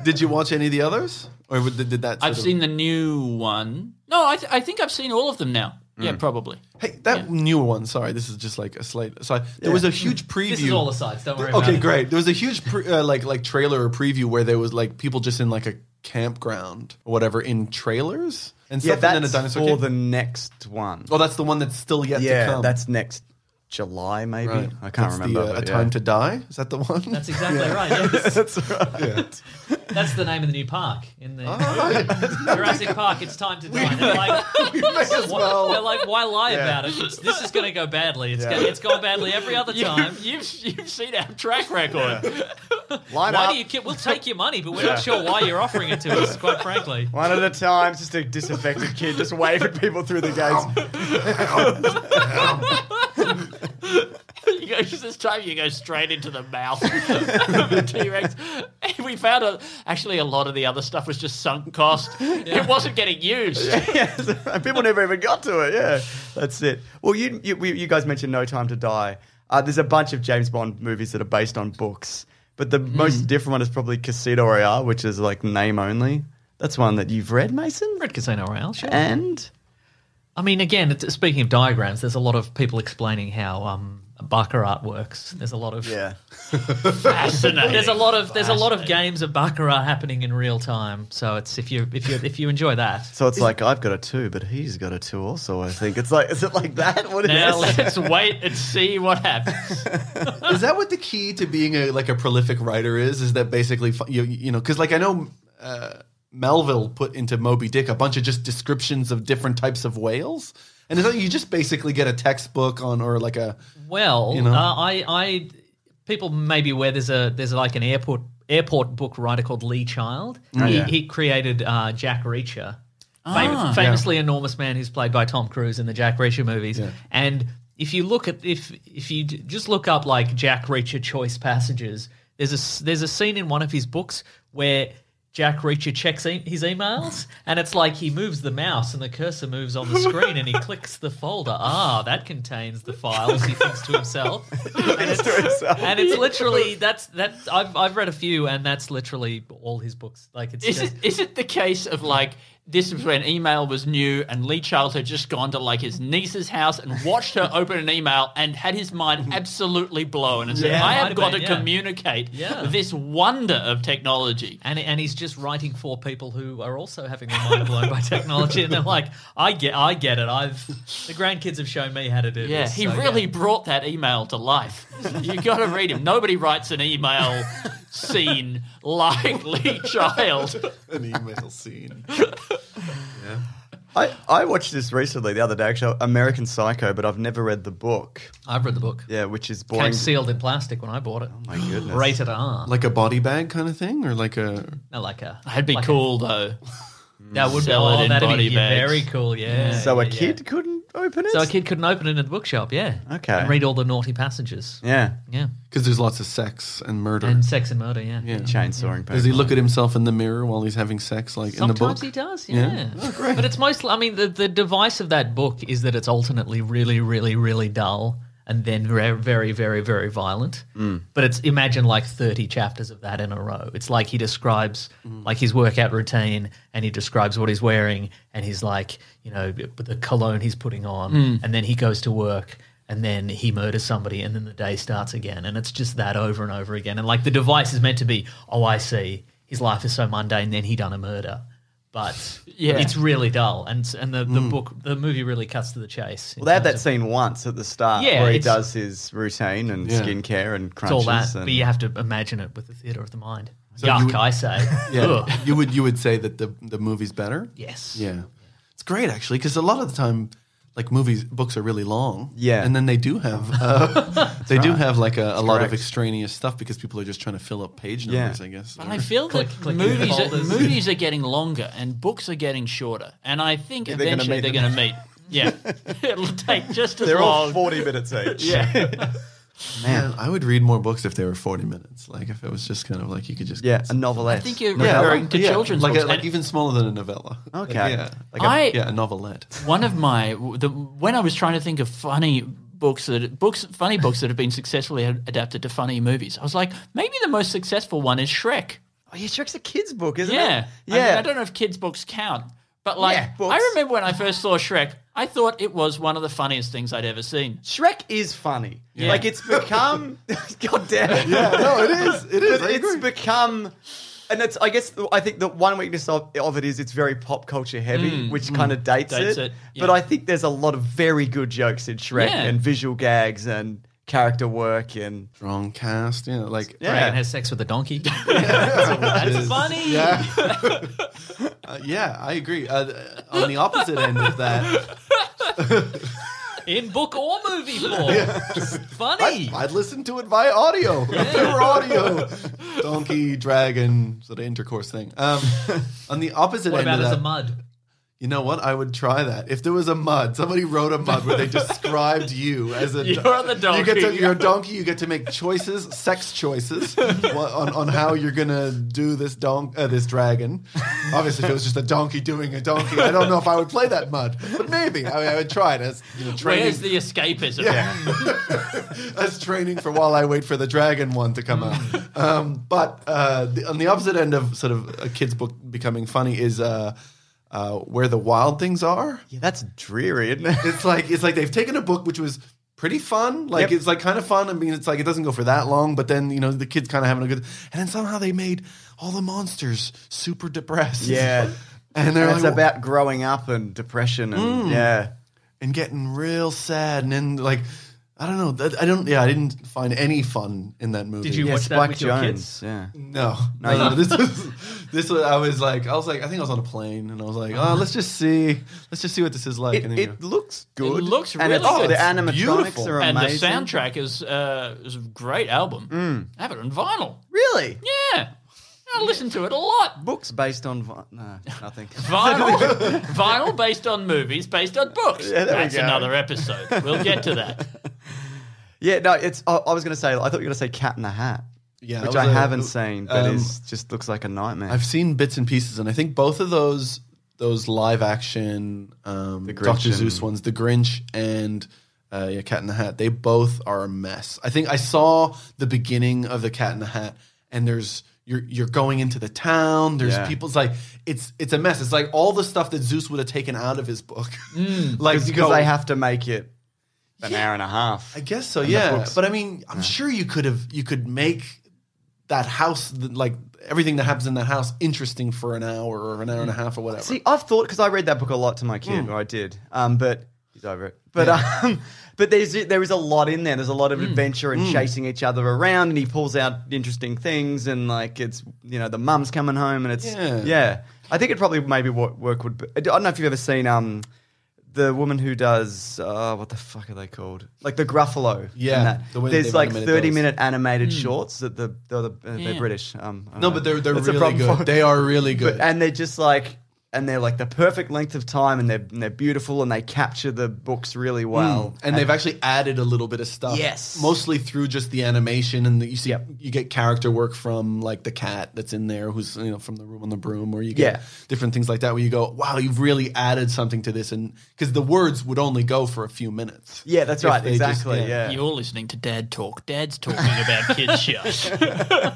S10: Did you watch any of the others, or would- did, did that? sort
S9: I've
S10: of-
S9: seen the new one. No, I, th- I think I've seen all of them now.
S10: Hmm.
S9: Yeah, probably.
S10: Hey, that new one. Sorry, this is just like a slight. So there was a huge preview.
S5: This is all asides. Don't worry about
S10: Okay,
S5: it.
S10: great. There was a huge pre- uh, like like trailer or preview where there was like people just in like a campground or whatever in trailers and
S2: Yeah,
S10: stuff, and then a
S2: that's
S10: dinosaur.
S2: for
S10: came.
S2: the next one.
S10: oh, that's the one that's still yet to
S2: yeah,
S10: come.
S2: that's next July maybe.
S10: right.
S2: I can't
S10: That's the,
S2: remember.
S10: uh, a
S2: but
S10: time
S2: yeah.
S10: to die. Is that the one?
S5: That's exactly right. yes. That's the name of the new park in the Jurassic Park. It's time to die. They're like,
S10: well.
S5: they're like, why lie about it? It's- This is going to go badly. It's gonna, it's gone badly every other time.
S9: You've you've seen our track record.
S5: Why
S2: Line up,
S5: do you? ki- We'll take your money, but we're not sure why you're offering it to us. Quite frankly,
S2: one at a time. Just a disaffected kid, just waving people through the gates.
S9: you go, this time you go straight into the mouth of the T Rex. We found out actually a lot of the other stuff was just sunk cost. It wasn't getting used.
S2: yes, and people never even got to it. Yeah, that's it. Well, you you, we- you guys mentioned No Time to Die. Uh, there's a bunch of James Bond movies that are based on books, but the most different one is probably Casino Royale, which is like name only. That's one that you've read, Mason.
S5: Red Casino Royale. Sure.
S2: And
S5: I mean, again, it's, speaking of diagrams, there's a lot of people explaining how um, baccarat works. There's a lot of
S9: Fascinating.
S5: there's a lot of there's a lot of games of baccarat happening in real time. So it's if you if you if you enjoy that.
S2: So it's like I've got a two, but he's got a two also. I think it's like is it like that? What is
S9: Now
S2: this?
S9: let's wait and see what happens.
S10: is that what the key to being a like a prolific writer is? Is that basically fu- you you know because like I know uh, Melville put into Moby Dick a bunch of just descriptions of different types of whales, and it's like you just basically get a textbook on or like a
S5: Well,
S10: You know?
S5: uh, I, I, people may be aware there's a there's like an airport airport book writer called Lee Child.
S10: Oh,
S5: he,
S2: yeah.
S5: he created uh, Jack
S9: Ah.
S5: Reacher, fam- famously enormous man who's played by Tom Cruise in the Jack Reacher movies, and if you look at if if you j- just look up like Jack Reacher choice passages, there's a s- there's a scene in one of his books where Jack Reacher checks e- his emails, and it's like he moves the mouse and the cursor moves on the screen, and he clicks the folder. Ah, that contains the files. He thinks to himself, and it's, and it's literally that's that. I've I've read a few, and that's literally all his books. Like it's
S9: Is
S5: just,
S9: it is it the case of like this was when email was new and Lee Charles had just gone to like his niece's house and watched her open an email and had his mind absolutely blown and said,
S5: Yeah,
S9: I
S5: might
S9: have
S5: have
S9: got
S5: been,
S9: to
S5: yeah.
S9: communicate
S5: Yeah.
S9: this wonder of technology.
S5: And, and he's just writing for people who are also having their mind blown by technology, and they're like, "I get, I get it. I've the grandkids have shown me how to do
S9: Yeah,
S5: this."
S9: he
S5: so,
S9: really
S5: yeah.
S9: brought that email to life. you got to read him. Nobody writes an email scene like Lee Child.
S10: An email scene.
S12: I, I watched this recently the other day, actually, American Psycho, but I've never read the book.
S5: I've read the book.
S12: Yeah, which is
S5: Came
S12: boring.
S5: sealed in plastic when I bought it. Oh
S12: my goodness.
S5: Rated R.
S10: Like a body bag kind of thing, or like a
S5: No, like a
S9: That'd be
S5: like a-
S9: cool though.
S5: that would be,
S9: Sell it
S5: oh,
S9: in
S5: that'd
S9: body
S5: be
S9: bags.
S5: very cool. Yeah.
S12: So a
S5: yeah, yeah.
S12: kid couldn't open it?
S5: So a kid couldn't open it in the bookshop. Yeah.
S12: Okay.
S5: And read all the naughty passages.
S12: Yeah.
S5: Yeah.
S10: because there's lots of sex and murder.
S5: And sex and murder. Yeah.
S10: yeah.
S12: Chainsawing
S10: Does he look at himself in the mirror while he's having sex, like in the book?
S5: Sometimes he does, yeah. But it's mostly, I mean, the, the device of that book is that it's alternately really, really, really dull and then re- very, very, very violent. But it's imagine like 30 chapters of that in a row. It's like he describes like his workout routine and he describes what he's wearing and he's like, you know, the cologne he's putting on. And then he goes to work and then he murders somebody and then the day starts again and it's just that over and over again and like the device is meant to be oh i see his life is so mundane then he done a murder but
S9: Yeah.
S5: it's really dull and and the, the book the movie really cuts to the chase
S12: Hmm.
S5: in
S12: Well, they have that
S5: terms of-
S12: scene once at the start
S5: Yeah,
S12: where he
S5: it's-
S12: does his routine and
S10: Yeah.
S12: skincare and
S5: it's
S12: crunches.
S5: all that
S12: and,
S5: but you have to imagine it with the theater of the mind
S10: So
S5: yuck
S10: you would-
S5: i say Ugh.
S10: Yeah, you would you would say that the the movie's better.
S5: yes
S10: Yeah, it's great actually because a lot of the time, like movies, books are really long.
S12: Yeah.
S10: and then they do have uh, they do have like a, a lot of
S12: correct.
S10: extraneous stuff because people are just trying to fill up page
S12: Yeah. Oh,
S10: numbers. I guess.
S9: But I feel
S5: Click,
S9: that
S5: click,
S9: movies are,
S5: folders.
S9: movies are getting longer and books are getting shorter, and I think
S12: they're gonna
S9: eventually
S12: meet
S9: they're going to meet. Yeah, it'll take just as
S12: They're all
S9: long.
S12: 40 minutes each.
S9: yeah,
S10: Man, I would read more books if they were forty minutes. Like if it was just kind of like you could just
S12: Yeah, a novelette.
S9: I think you're
S12: Novella?
S9: referring to
S10: Yeah,
S9: children's
S10: like, a-
S9: books.
S10: like
S9: and
S10: even smaller than a novella. Like,
S12: Okay.
S10: yeah,
S12: Like a-
S9: I
S10: yeah, a novelette.
S9: one of my the, when I was trying to think of funny books that books funny books that have been successfully ad- adapted to funny movies, I was like, maybe the most successful one is Shrek.
S12: oh, yeah, Shrek's a kid's book, isn't
S9: Yeah,
S12: it?
S9: I, mean,
S12: Yeah.
S9: I don't know if kids' books count, but like
S12: Yeah, books.
S9: I remember when I first saw Shrek, I thought it was one of the funniest things I'd ever seen.
S12: Shrek is funny. Like it's become God damn it. Yeah,
S10: no, it is. It is. I
S12: it's
S10: agree.
S12: become and it's I guess I think the one weakness of, of it is it's very pop culture heavy, which kind of dates,
S9: Dates
S12: it.
S9: it,
S12: But
S9: yeah.
S12: I think there's a lot of very good jokes in Shrek
S9: Yeah.
S12: and visual gags and character work and
S10: Strong cast. Yeah, like
S12: Yeah.
S5: Dragon has sex with a donkey.
S10: That's funny. Yeah. Uh, yeah, I agree. Uh, th- on the opposite end of that,
S5: In book or movie form. Just Funny.
S10: I'd listen to it via audio. If there were audio, donkey, dragon, sort of intercourse thing. Um, on the opposite
S5: what
S10: end
S5: about
S10: of
S5: as
S10: that,
S5: a mud?
S10: you know what? I would try that if there was a mud. Somebody wrote a mud where they described you as a.
S9: You're the donkey.
S10: You get to, you're a donkey. You get to make choices, sex choices, wha- on, on how you're gonna do this donk, uh, this dragon. Obviously, if it was just a donkey doing a donkey, I don't know if I would play that mud, but maybe I, mean, I would try it as you know,
S9: Where's
S10: training,
S9: the escapism?
S10: as training for while I wait for the dragon one to come
S9: Mm.
S10: out. Um, but uh, the, on the opposite end of sort of a kid's book becoming funny is uh, uh, where the wild things are
S12: Yeah, that's dreary, isn't it?
S10: it's like it's like they've taken a book which was pretty fun like
S12: Yep.
S10: it's like kind of fun i mean it's like it doesn't go for that long but then you know the kids kind of having a good and then somehow they made all the monsters super depressed
S12: Yeah.
S10: and they're
S12: And
S10: like,
S12: it's
S10: "Wha-
S12: about growing up and depression and yeah.
S10: and getting real sad and then like i don't know that- i don't yeah i didn't find any fun in that movie
S5: Did you
S12: Yeah,
S5: watch that
S12: Spike
S5: with your
S12: Jones.
S5: kids?
S12: Yeah.
S10: No, no, no. This was this was. I was like, I was like, I think I was on a plane, and I was like, oh, let's just see, let's just see what this is like.
S12: It,
S10: and then
S12: it looks good.
S9: looks
S12: and
S9: really
S12: it's,
S9: good.
S12: The
S9: It's
S12: animatronics
S10: beautiful.
S12: are
S9: and the
S12: amazing.
S9: soundtrack is uh, is a great album. I have it on vinyl.
S12: Really?
S9: Yeah, I listen to it a lot.
S2: Books based on vi- no nothing.
S9: Vinyl, vinyl based on movies, based on books.
S2: Yeah, there we
S9: That's
S2: go.
S9: another episode. We'll get to that.
S2: yeah, no, it's. I, I was going to say. I thought you were going to say Cat in the Hat.
S10: Yeah, that
S2: which
S10: was
S2: I
S10: a-
S2: haven't seen, but
S10: um,
S2: is just looks like a nightmare.
S10: I've seen bits and pieces, and I think both of those those live action um,
S2: Grinch
S10: Doctor
S2: and-
S10: Zeus ones, The Grinch and uh, yeah, Cat in the Hat, they both are a mess. I think I saw the beginning of the Cat in the Hat, and there's you're you're going into the town. There's
S2: Yeah.
S10: people. It's like it's it's a mess. It's like all the stuff that Zeus would have taken out of his book, like
S2: because
S10: go-
S2: they have to make it an hour and a half.
S10: I guess so,
S2: the
S10: yeah.
S2: books.
S10: But I mean, I'm sure you could have you could make that house th- like everything that happens in that house interesting for an hour or an hour and a half or whatever. Hmm.
S2: See, I've thought because I read that book a lot to my kid, or I did. Um, but he's over it. But um, but there's there is a lot in there. There's a lot
S10: Hmm.
S2: of adventure and chasing each other around, and he pulls out interesting things, and like it's you know the mum's coming home, and it's
S10: Yeah.
S2: yeah. I think it probably maybe what work would. Be, I don't know if you've ever seen um. The woman who does uh, what the fuck are they called? Like the Gruffalo.
S10: Yeah,
S2: and that.
S10: the way that
S2: there's
S10: they've
S2: like
S10: animated
S2: thirty
S10: those.
S2: minute animated shorts that the they're, the, uh, they're British. Um,
S10: no,
S2: I don't know.
S10: but they're they're
S2: That's a
S10: really
S2: problem
S10: good.
S2: for-
S10: They are really good.
S2: but, and they're just like, and they're like the perfect length of time, and they're and they're beautiful, and they capture the books really well.
S10: Hmm. and, they've actually added a little bit of stuff.
S2: Yes.
S10: mostly through just the animation, and the, you see,
S2: Yep.
S10: you get character work from like the cat that's in there, who's you know from the room on the broom, or you get
S2: Yeah.
S10: different things like that, where you go, wow, you've really added something to this, and because the words would only go for a few minutes.
S2: yeah, that's
S10: If
S2: right,
S10: they just-
S2: exactly. yeah,
S9: You're listening to Dad talk. Dad's talking about kids' shows.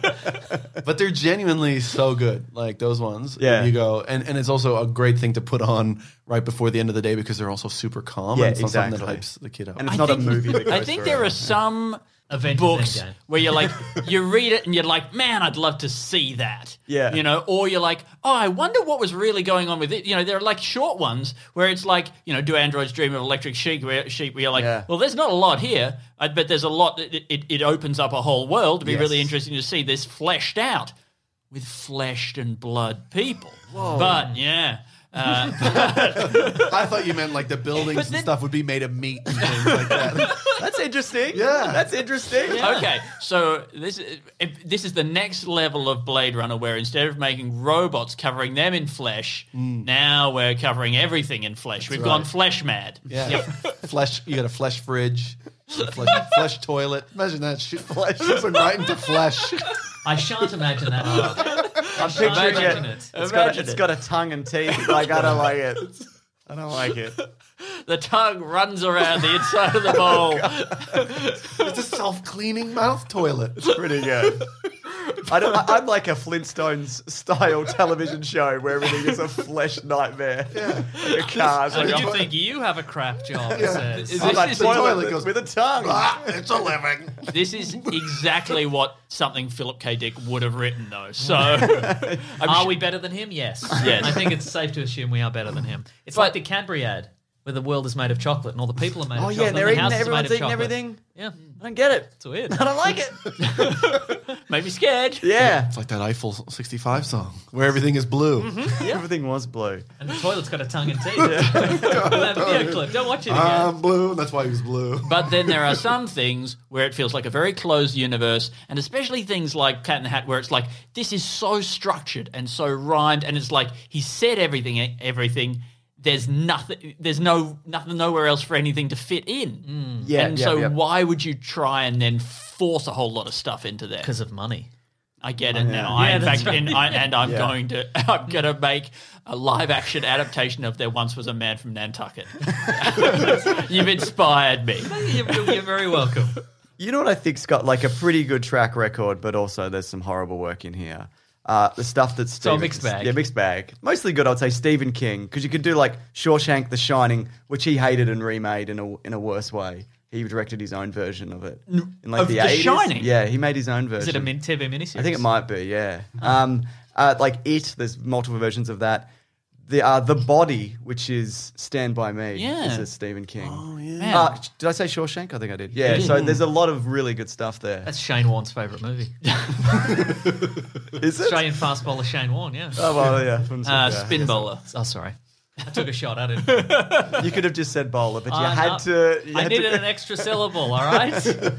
S10: but they're genuinely so good like those ones
S2: Yeah.
S10: you go and, and it's also a great thing to put on right before the end of the day because they're also super calm
S2: Yeah,
S10: and it's not something that
S2: exactly.
S10: hypes the kid up
S2: and it's not a movie. That goes
S9: I think
S2: for
S9: there
S2: it.
S9: are some
S5: Avengers
S9: books
S5: Endgame.
S9: where you're like, you read it and you're like, man, I'd love to see that.
S2: Yeah.
S9: You know, or you're like, oh, I wonder what was really going on with it. You know, there are like short ones where it's like, you know, do androids dream of electric sheep? Where, sheep, where you're like,
S2: Yeah.
S9: well, there's not a lot here, I bet there's a lot. It, it, it opens up a whole world. It'd be really interesting to see this fleshed out with fleshed and blood people. But yeah. Uh,
S10: i thought you meant like the buildings
S9: But then-
S10: and stuff would be made of meat and things like that
S2: That's interesting.
S10: Yeah.
S2: that's interesting.
S9: Okay, so this is- if, this is the next level of Blade Runner, where instead of making robots covering them in flesh, now we're covering everything in flesh. We've gone flesh mad.
S10: yeah flesh you got a flesh fridge a flesh, flesh toilet imagine that shit flesh open right into flesh
S5: I shan't imagine that. I'm
S2: picturing
S5: imagine
S2: it.
S5: it.
S2: It's got, a,
S9: Imagine
S2: it's
S9: it.
S2: got a tongue and teeth. Like I don't like it. I don't like it.
S9: The tongue runs around the inside of the bowl.
S10: it's a self-cleaning mouth toilet
S2: Pretty good. I don't, I, I'm like a Flintstones style television show where everything is a flesh nightmare. Yeah. Like a car's
S5: So
S10: Oh,
S2: like
S5: you
S2: a-
S5: think you have a crap job? it says.
S9: This
S10: I'm like,
S9: is-
S10: the toilet
S2: with-
S10: goes
S2: with a tongue.
S10: ah, it's a living
S9: This is exactly what something Philip K. Dick would have written, though. So, I'm
S5: Are
S9: su-
S5: we better than him? Yes.
S9: Yes.
S5: I think it's safe to assume we are better than him. It's like the Cadbury ad where the world is made of chocolate and all the people are made of
S2: Oh
S5: chocolate.
S2: yeah,
S5: and
S2: they're
S5: the
S2: eating.
S5: houses are made
S2: Everyone's
S5: of
S2: eating
S5: chocolate.
S2: everything.
S5: Yeah.
S2: I don't get it.
S5: It's weird.
S2: I don't like it.
S9: maybe scared.
S2: Yeah.
S10: it's like that eiffel 65 song where everything is blue
S2: Mm-hmm. Everything was blue.
S5: And the toilet's got a tongue and teeth. We'll have a video clip. Don't watch it again.
S2: Um,
S10: i'm blue that's why he was blue
S9: But then there are some things where it feels like a very closed universe, and especially things like Cat in the Hat, where it's like this is so structured and so rhymed, and it's like he said everything, everything. There's nothing. There's no nothing nowhere else for anything to fit in.
S2: Yeah.
S9: and
S2: yeah,
S9: so
S2: yeah.
S9: why would you try and then force a whole lot of stuff into there?
S5: Because of money.
S9: I get it now. I, in fact, and, I, and I'm going to I'm going to make a live action adaptation of There Once Was a Man from Nantucket. You've inspired me.
S5: You're, you're very welcome.
S2: You know what I think's got like a pretty good track record, but also there's some horrible work in here. Uh, the stuff that's
S5: So a mixed bag.
S2: Yeah, mixed bag. Mostly good, I'd say. Stephen King, because you could do like Shawshank, The Shining, which he hated and remade in a in a worse way. He directed his own version of it in like
S9: of The Shining?
S2: Yeah, he made his own version.
S5: Is it a min- TV miniseries?
S2: I think it might be, yeah. Um, uh, like it, there's multiple versions of that. The uh, the body, which is Stand by Me,
S9: Yeah.
S2: is a Stephen King. Oh
S9: Man.
S2: Uh, did I say Shawshank? I think I did. Yeah. So there's a lot of really good stuff there.
S5: That's Shane Warne's favourite movie.
S2: Is it?
S5: Australian fast bowler Shane Warne, yeah.
S2: Oh well, yeah. from-
S9: Uh,
S2: yeah.
S9: spin bowler.
S5: Oh, sorry. I took a shot at it.
S2: You could have just said bowler, but you
S5: I'm
S2: had
S5: not-
S2: to. You
S5: I
S2: had
S5: needed
S2: to,
S5: an extra syllable, all right?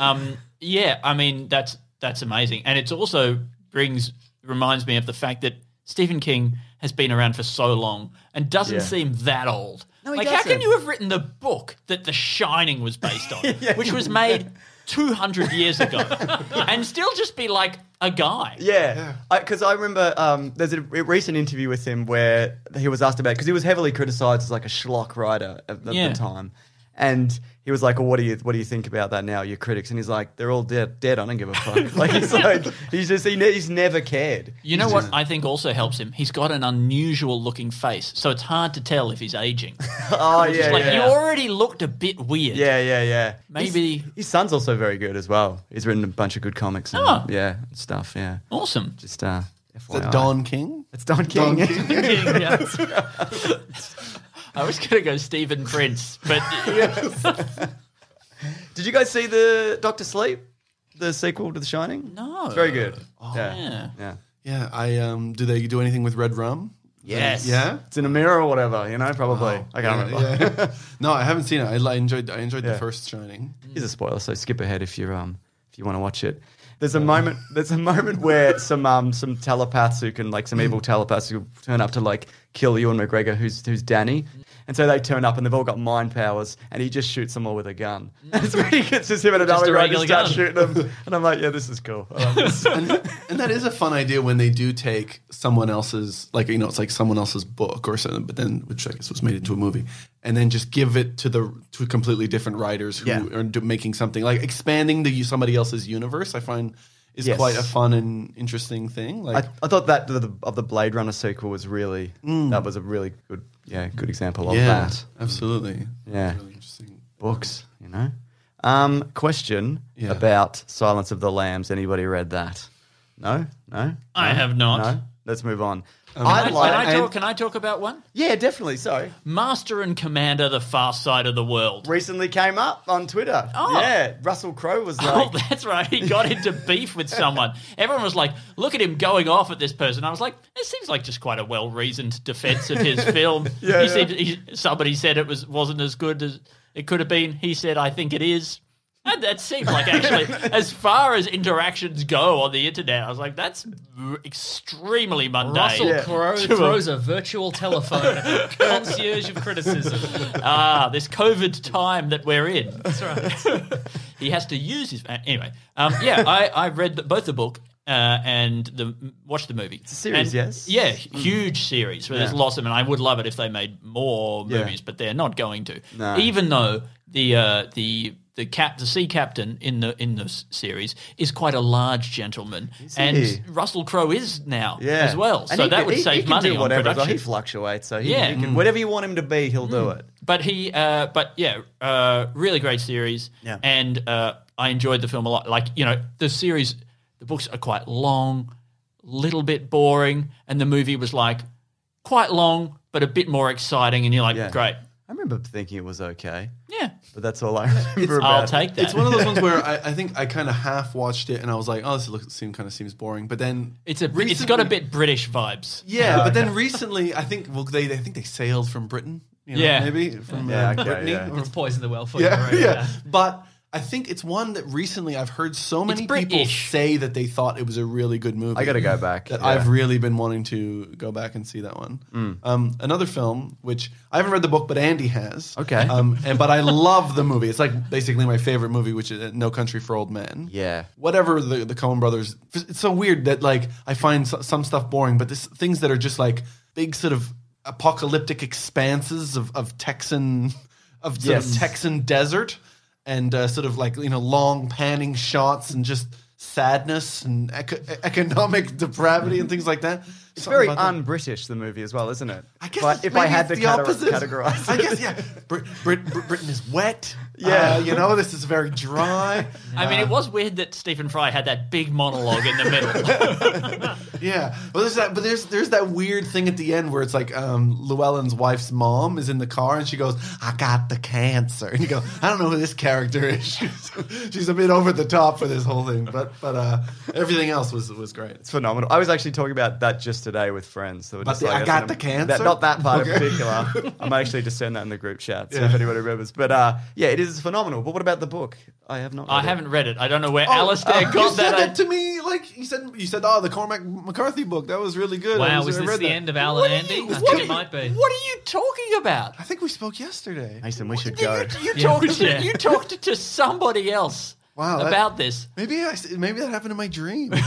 S9: Um, yeah, I mean that's that's amazing, and it's also brings reminds me of the fact that Stephen King has been around for so long and doesn't seem that old.
S2: he
S9: like, how
S2: doesn't.
S9: can you have written the book that The Shining was based on, which was made 200 years ago, and still just be like a guy?
S2: Yeah, because I, remember um, there's a re- recent interview with him where he was asked about because he was heavily criticised as like a schlock writer at, at
S9: Yeah.
S2: the time, and he was like, "Well, what do you what do you think about that now, your critics?" And he's like, "They're all dead. Dead. I don't give a fuck." like he's like he's just he ne- he's never cared.
S9: You know what I think also helps him? He's got an unusual looking face, so it's hard to tell if he's aging.
S2: Oh
S9: It's
S2: yeah,
S9: like
S2: yeah.
S9: you already looked a bit weird.
S2: yeah, yeah, yeah.
S9: Maybe-
S2: His- his son's also very good as well. He's written a bunch of good comics. And,
S9: Oh.
S2: yeah, and stuff. Yeah,
S9: Awesome.
S2: just uh,
S10: Is
S2: FYI.
S10: it Don King?
S2: It's Don King.
S9: Yeah. I was going to go Stephen Prince, but
S2: Did you guys see the Doctor Sleep, the sequel to The Shining?
S9: no. Oh,
S2: It's very good. yeah.
S9: Yeah.
S2: Yeah.
S10: Yeah, I um. Do they do anything with red rum?
S9: Yes.
S10: Yeah.
S2: It's in a mirror or whatever, you know, probably. I can't
S10: Oh, Yeah,
S2: remember.
S10: yeah. no, I haven't seen it. I, li- I enjoyed. I enjoyed
S2: Yeah.
S10: the first Shining.
S2: Here's a spoiler, so skip ahead if you um if you want to watch it. There's a moment there's a moment where some um some telepaths who can like some evil telepaths who turn up to like kill Ewan McGregor who's who's Danny. And so they turn up and they've all got mind powers and he just shoots them all with a gun. it's pretty good. It's just him and
S5: Just
S2: another
S5: a
S2: guy just
S5: regular
S2: start
S5: gun.
S2: shooting them. And I'm like, yeah, this is cool. I like this.
S10: and, and that is a fun idea when they do take someone else's, like you know, it's like someone else's book or something, but then which I guess was made into a movie, and then just give it to the to completely different writers who
S2: Yeah.
S10: are do, making something like expanding the somebody else's universe. I find is
S2: Yes.
S10: quite a fun and interesting thing. Like
S2: I, I thought that of the, of the Blade Runner sequel was really that was a really good yeah good example of
S10: yeah,
S2: that.
S10: absolutely,
S2: Yeah.
S10: really interesting.
S2: books, you know. Um, question
S10: Yeah.
S2: about Silence of the Lambs. Anybody read that? No, no.
S9: I
S2: No?
S9: have not.
S2: No. Let's move on.
S9: Can
S10: Um,
S2: I
S9: I, can
S2: like.
S9: I talk, can I talk about one?
S2: yeah, definitely. Sorry.
S9: Master and Commander, the far side of the world.
S2: Recently came up on Twitter.
S9: Oh.
S2: Yeah, Russell Crowe was
S9: Oh,
S2: like.
S9: that's right. He got into beef with someone. Everyone was like, look at him going off at this person. I was like, it seems like just quite a well reasoned defense of his film.
S2: Yeah,
S9: he
S2: yeah.
S9: Said, he, somebody said it was, wasn't as good as it could have been. He said, I think it is. And that seemed like actually, as far as interactions go on the internet, I was like, that's r- extremely mundane.
S5: Russell
S2: Yeah.
S5: Crowe
S9: Sure.
S5: throws a virtual telephone at the concierge of criticism.
S9: ah, this COVID time that we're in.
S5: That's right.
S9: he has to use his uh, anyway. Um, yeah, I, I read the, both the book uh, and the watched the movie. It's a
S2: series, yes?
S9: Yeah, huge series where there's
S2: Yeah.
S9: lots of them. And I would love it if they made more
S2: Yeah.
S9: movies, but they're not going to.
S2: No.
S9: Even though the uh, the the cap the sea captain in the in the s- series is quite a large gentleman, and
S2: he?
S9: Russell Crowe is now
S2: Yeah.
S9: as well.
S2: And
S9: So
S2: he
S9: that
S2: can-
S9: would
S2: he-
S9: save
S2: he can
S9: money
S2: do
S9: on
S2: whatever,
S9: production.
S2: He fluctuates, so he,
S9: Yeah. Mm.
S2: he can, whatever you want him to be, he'll do it.
S9: But he, uh, but yeah, uh, really great series.
S2: Yeah.
S9: And uh, I enjoyed the film a lot. Like, you know, the series, the books are quite long, little bit boring. And the movie was like quite long, but a bit more exciting. And you're like,
S2: Yeah.
S9: great.
S2: I remember thinking it was okay,
S9: Yeah.
S2: but that's all I remember about
S9: I'll
S2: it.
S9: take that.
S10: It's one of those ones where I, I think I kind of half watched it and I was like, oh, this look, seem kind of seems boring. But then
S9: It's a, it's got a
S10: recently-
S9: bit British vibes.
S10: Yeah,
S2: Uh,
S10: but then recently, I think well, they, they think they sailed from Britain. You know,
S9: Yeah.
S10: maybe from
S2: Yeah,
S10: uh,
S2: okay,
S10: Brittany.
S2: yeah.
S10: or-
S5: It's poison the well for you.
S10: yeah,
S5: already,
S10: yeah. But I think it's one that recently I've heard so many people
S9: British.
S10: say that they thought it was a really good movie.
S2: I gotta go back,
S10: That
S2: yeah. Mm.
S10: I've really been wanting to go back and see that one. Um, another film which I haven't read the book, but Andy has.
S2: Okay.
S10: Um, and but I love the movie. It's like basically my favorite movie, which is uh, No Country for Old Men
S2: Yeah.
S10: whatever the the Coen Brothers. It's so weird that like I find so- some stuff boring, but this things that are just like big sort of apocalyptic expanses of of Texan of sort
S2: Yes.
S10: of Texan desert and uh, sort of like you know long panning shots and just sadness and eco- e-, economic depravity and things like that.
S2: It's very un-British the movie as well, isn't it?
S10: I guess it's-
S2: But if I
S10: maybe
S2: had
S10: it's
S2: to
S10: the
S2: cate-
S10: opposite.
S2: categorize,
S10: I guess yeah. Brit, Brit, Brit, Britain is wet.
S2: Yeah.
S10: Uh, you know this is very dry.
S9: I mean, it
S5: Uh,
S9: was weird that Stephen Fry had that big monologue in the middle.
S10: Yeah. Well, there's that, but there's there's that weird thing at the end where it's like um, Llewellyn's wife's mom is in the car and she goes, "I got the cancer," and you go, "I don't know who this character is." She's, she's a bit over the top for this whole thing, but but uh, everything else was was great.
S2: It's phenomenal. I was actually talking about that just today with friends. So we're
S10: But
S2: just
S10: the-
S2: like,
S10: I got
S2: an-
S10: the cancer?
S2: That, not that part in particular. I'm actually just sending that in the group chat. So if anybody remembers, but uh, yeah, it is phenomenal. But what about the book? I have not. Read
S9: I
S2: it.
S9: haven't read it. I don't know where
S10: Oh,
S9: Alistair
S10: uh, you
S9: got
S10: said
S9: that.
S10: that
S9: idea.
S10: to me. Like you said, you said, "Oh, the Cormac McCarthy book that was really good." I
S5: Wow, is
S10: was- I
S5: this
S10: read
S5: the
S10: that.
S5: end of Alan
S9: What are
S5: Andy?
S9: you-
S5: I
S9: what
S5: think it
S9: are-
S5: might be.
S9: What are you talking about?
S10: I think we spoke yesterday.
S12: Mason, we should go.
S9: You, you talked
S5: Yeah.
S9: to, you talked to somebody else
S10: Wow, that-
S9: about this.
S10: Maybe I, maybe that happened in my dream.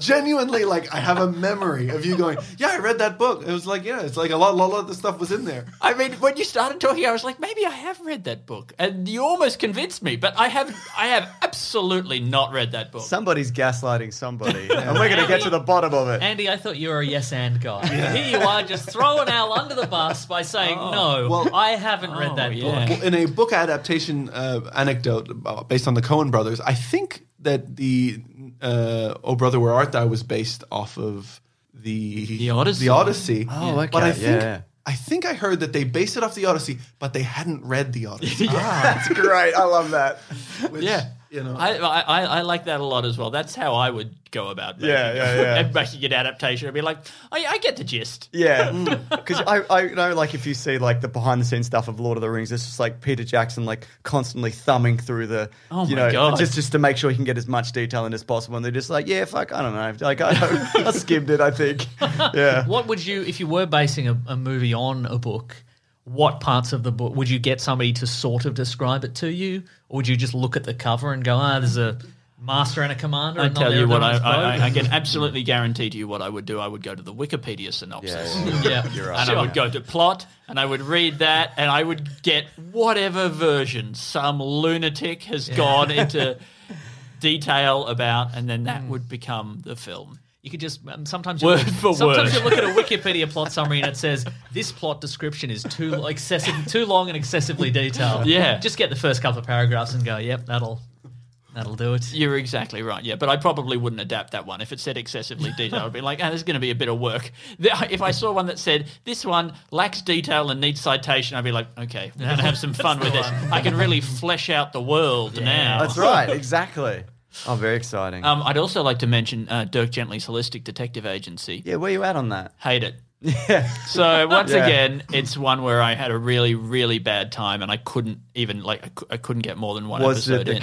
S10: Genuinely, like I have a memory of you going, "Yeah, I read that book." It was like, yeah, it's like a lot, lot, lot of the stuff was in there.
S9: I mean, when you started talking, I was like, maybe I have read that book, and you almost convinced me. But I have, I have absolutely not read that book.
S2: Somebody's gaslighting somebody, and we're going to get to the bottom of it.
S5: Andy, I thought you were a yes and guy. Here you are, just throwing Al under the bus by saying no.
S10: Well-
S5: I haven't read that book.
S9: yeah.
S10: Well, in a book adaptation uh, anecdote uh, based on the Cohen brothers, I think that the uh, "Oh Brother, Where Art Thou" was based off of the
S9: The Odyssey.
S10: The Odyssey.
S12: Oh, okay.
S10: But I
S12: Yeah,
S10: think
S12: yeah.
S10: I think I heard that they based it off the Odyssey, but they hadn't read the Odyssey.
S2: That's great. I love that.
S10: which,
S9: Yeah.
S10: you know.
S9: I, I I- I like that a lot as well. That's how I would go about making,
S2: Yeah, yeah, yeah.
S9: and making an adaptation. I'd be like, I, I get the gist.
S2: Yeah,
S9: Mm.
S2: because I, I you know like if you see like the behind the scenes stuff of Lord of the Rings, it's just like Peter Jackson like constantly thumbing through the,
S9: Oh
S2: you
S9: my
S2: know,
S9: God.
S2: just just to make sure he can get as much detail in as possible. And they're just like, yeah, fuck, I don't know, like I, I skimmed it, I think. Yeah,
S5: What would you, if you were basing a, a movie on a book, what parts of the book would you get somebody to sort of describe it to you, or would you just look at the cover and go, "Ah, there's a master and a commander"?
S9: I
S5: and
S9: tell you what, I, I, I- I
S5: get.
S9: can absolutely guarantee to you what I would do. I would go to the Wikipedia synopsis.
S5: Yeah,
S9: And I would go to plot, and I would read that, and I would get whatever version some lunatic has gone into detail about, and then that would become the film.
S5: Hmm. You could just um, sometimes you
S9: Word
S5: look,
S9: for
S5: sometimes
S9: word.
S5: you look at a Wikipedia plot summary and it says this plot description is too lo- excessive, too long and excessively detailed.
S9: Yeah.
S5: just get the first couple of paragraphs and go, "Yep, that'll that'll do it."
S9: You're exactly right, yeah. But I probably wouldn't adapt that one. If it said excessively detailed, I'd be like, ah, there's going to be a bit of work. The- If I saw one that said, this one lacks detail and needs citation, I'd be like, okay, we're going to have some fun with this. I can really flesh out the world now.
S2: that's right, exactly. Oh, very exciting.
S9: Um, I'd also like to mention uh, Dirk Gently's Holistic Detective Agency.
S2: yeah, where you at on that?
S9: Hate it. So once
S2: Yeah.
S9: again, it's one where I had a really, really bad time, and I couldn't even like I, cou- I couldn't get more than one
S2: Was it
S9: episode
S2: the
S9: in.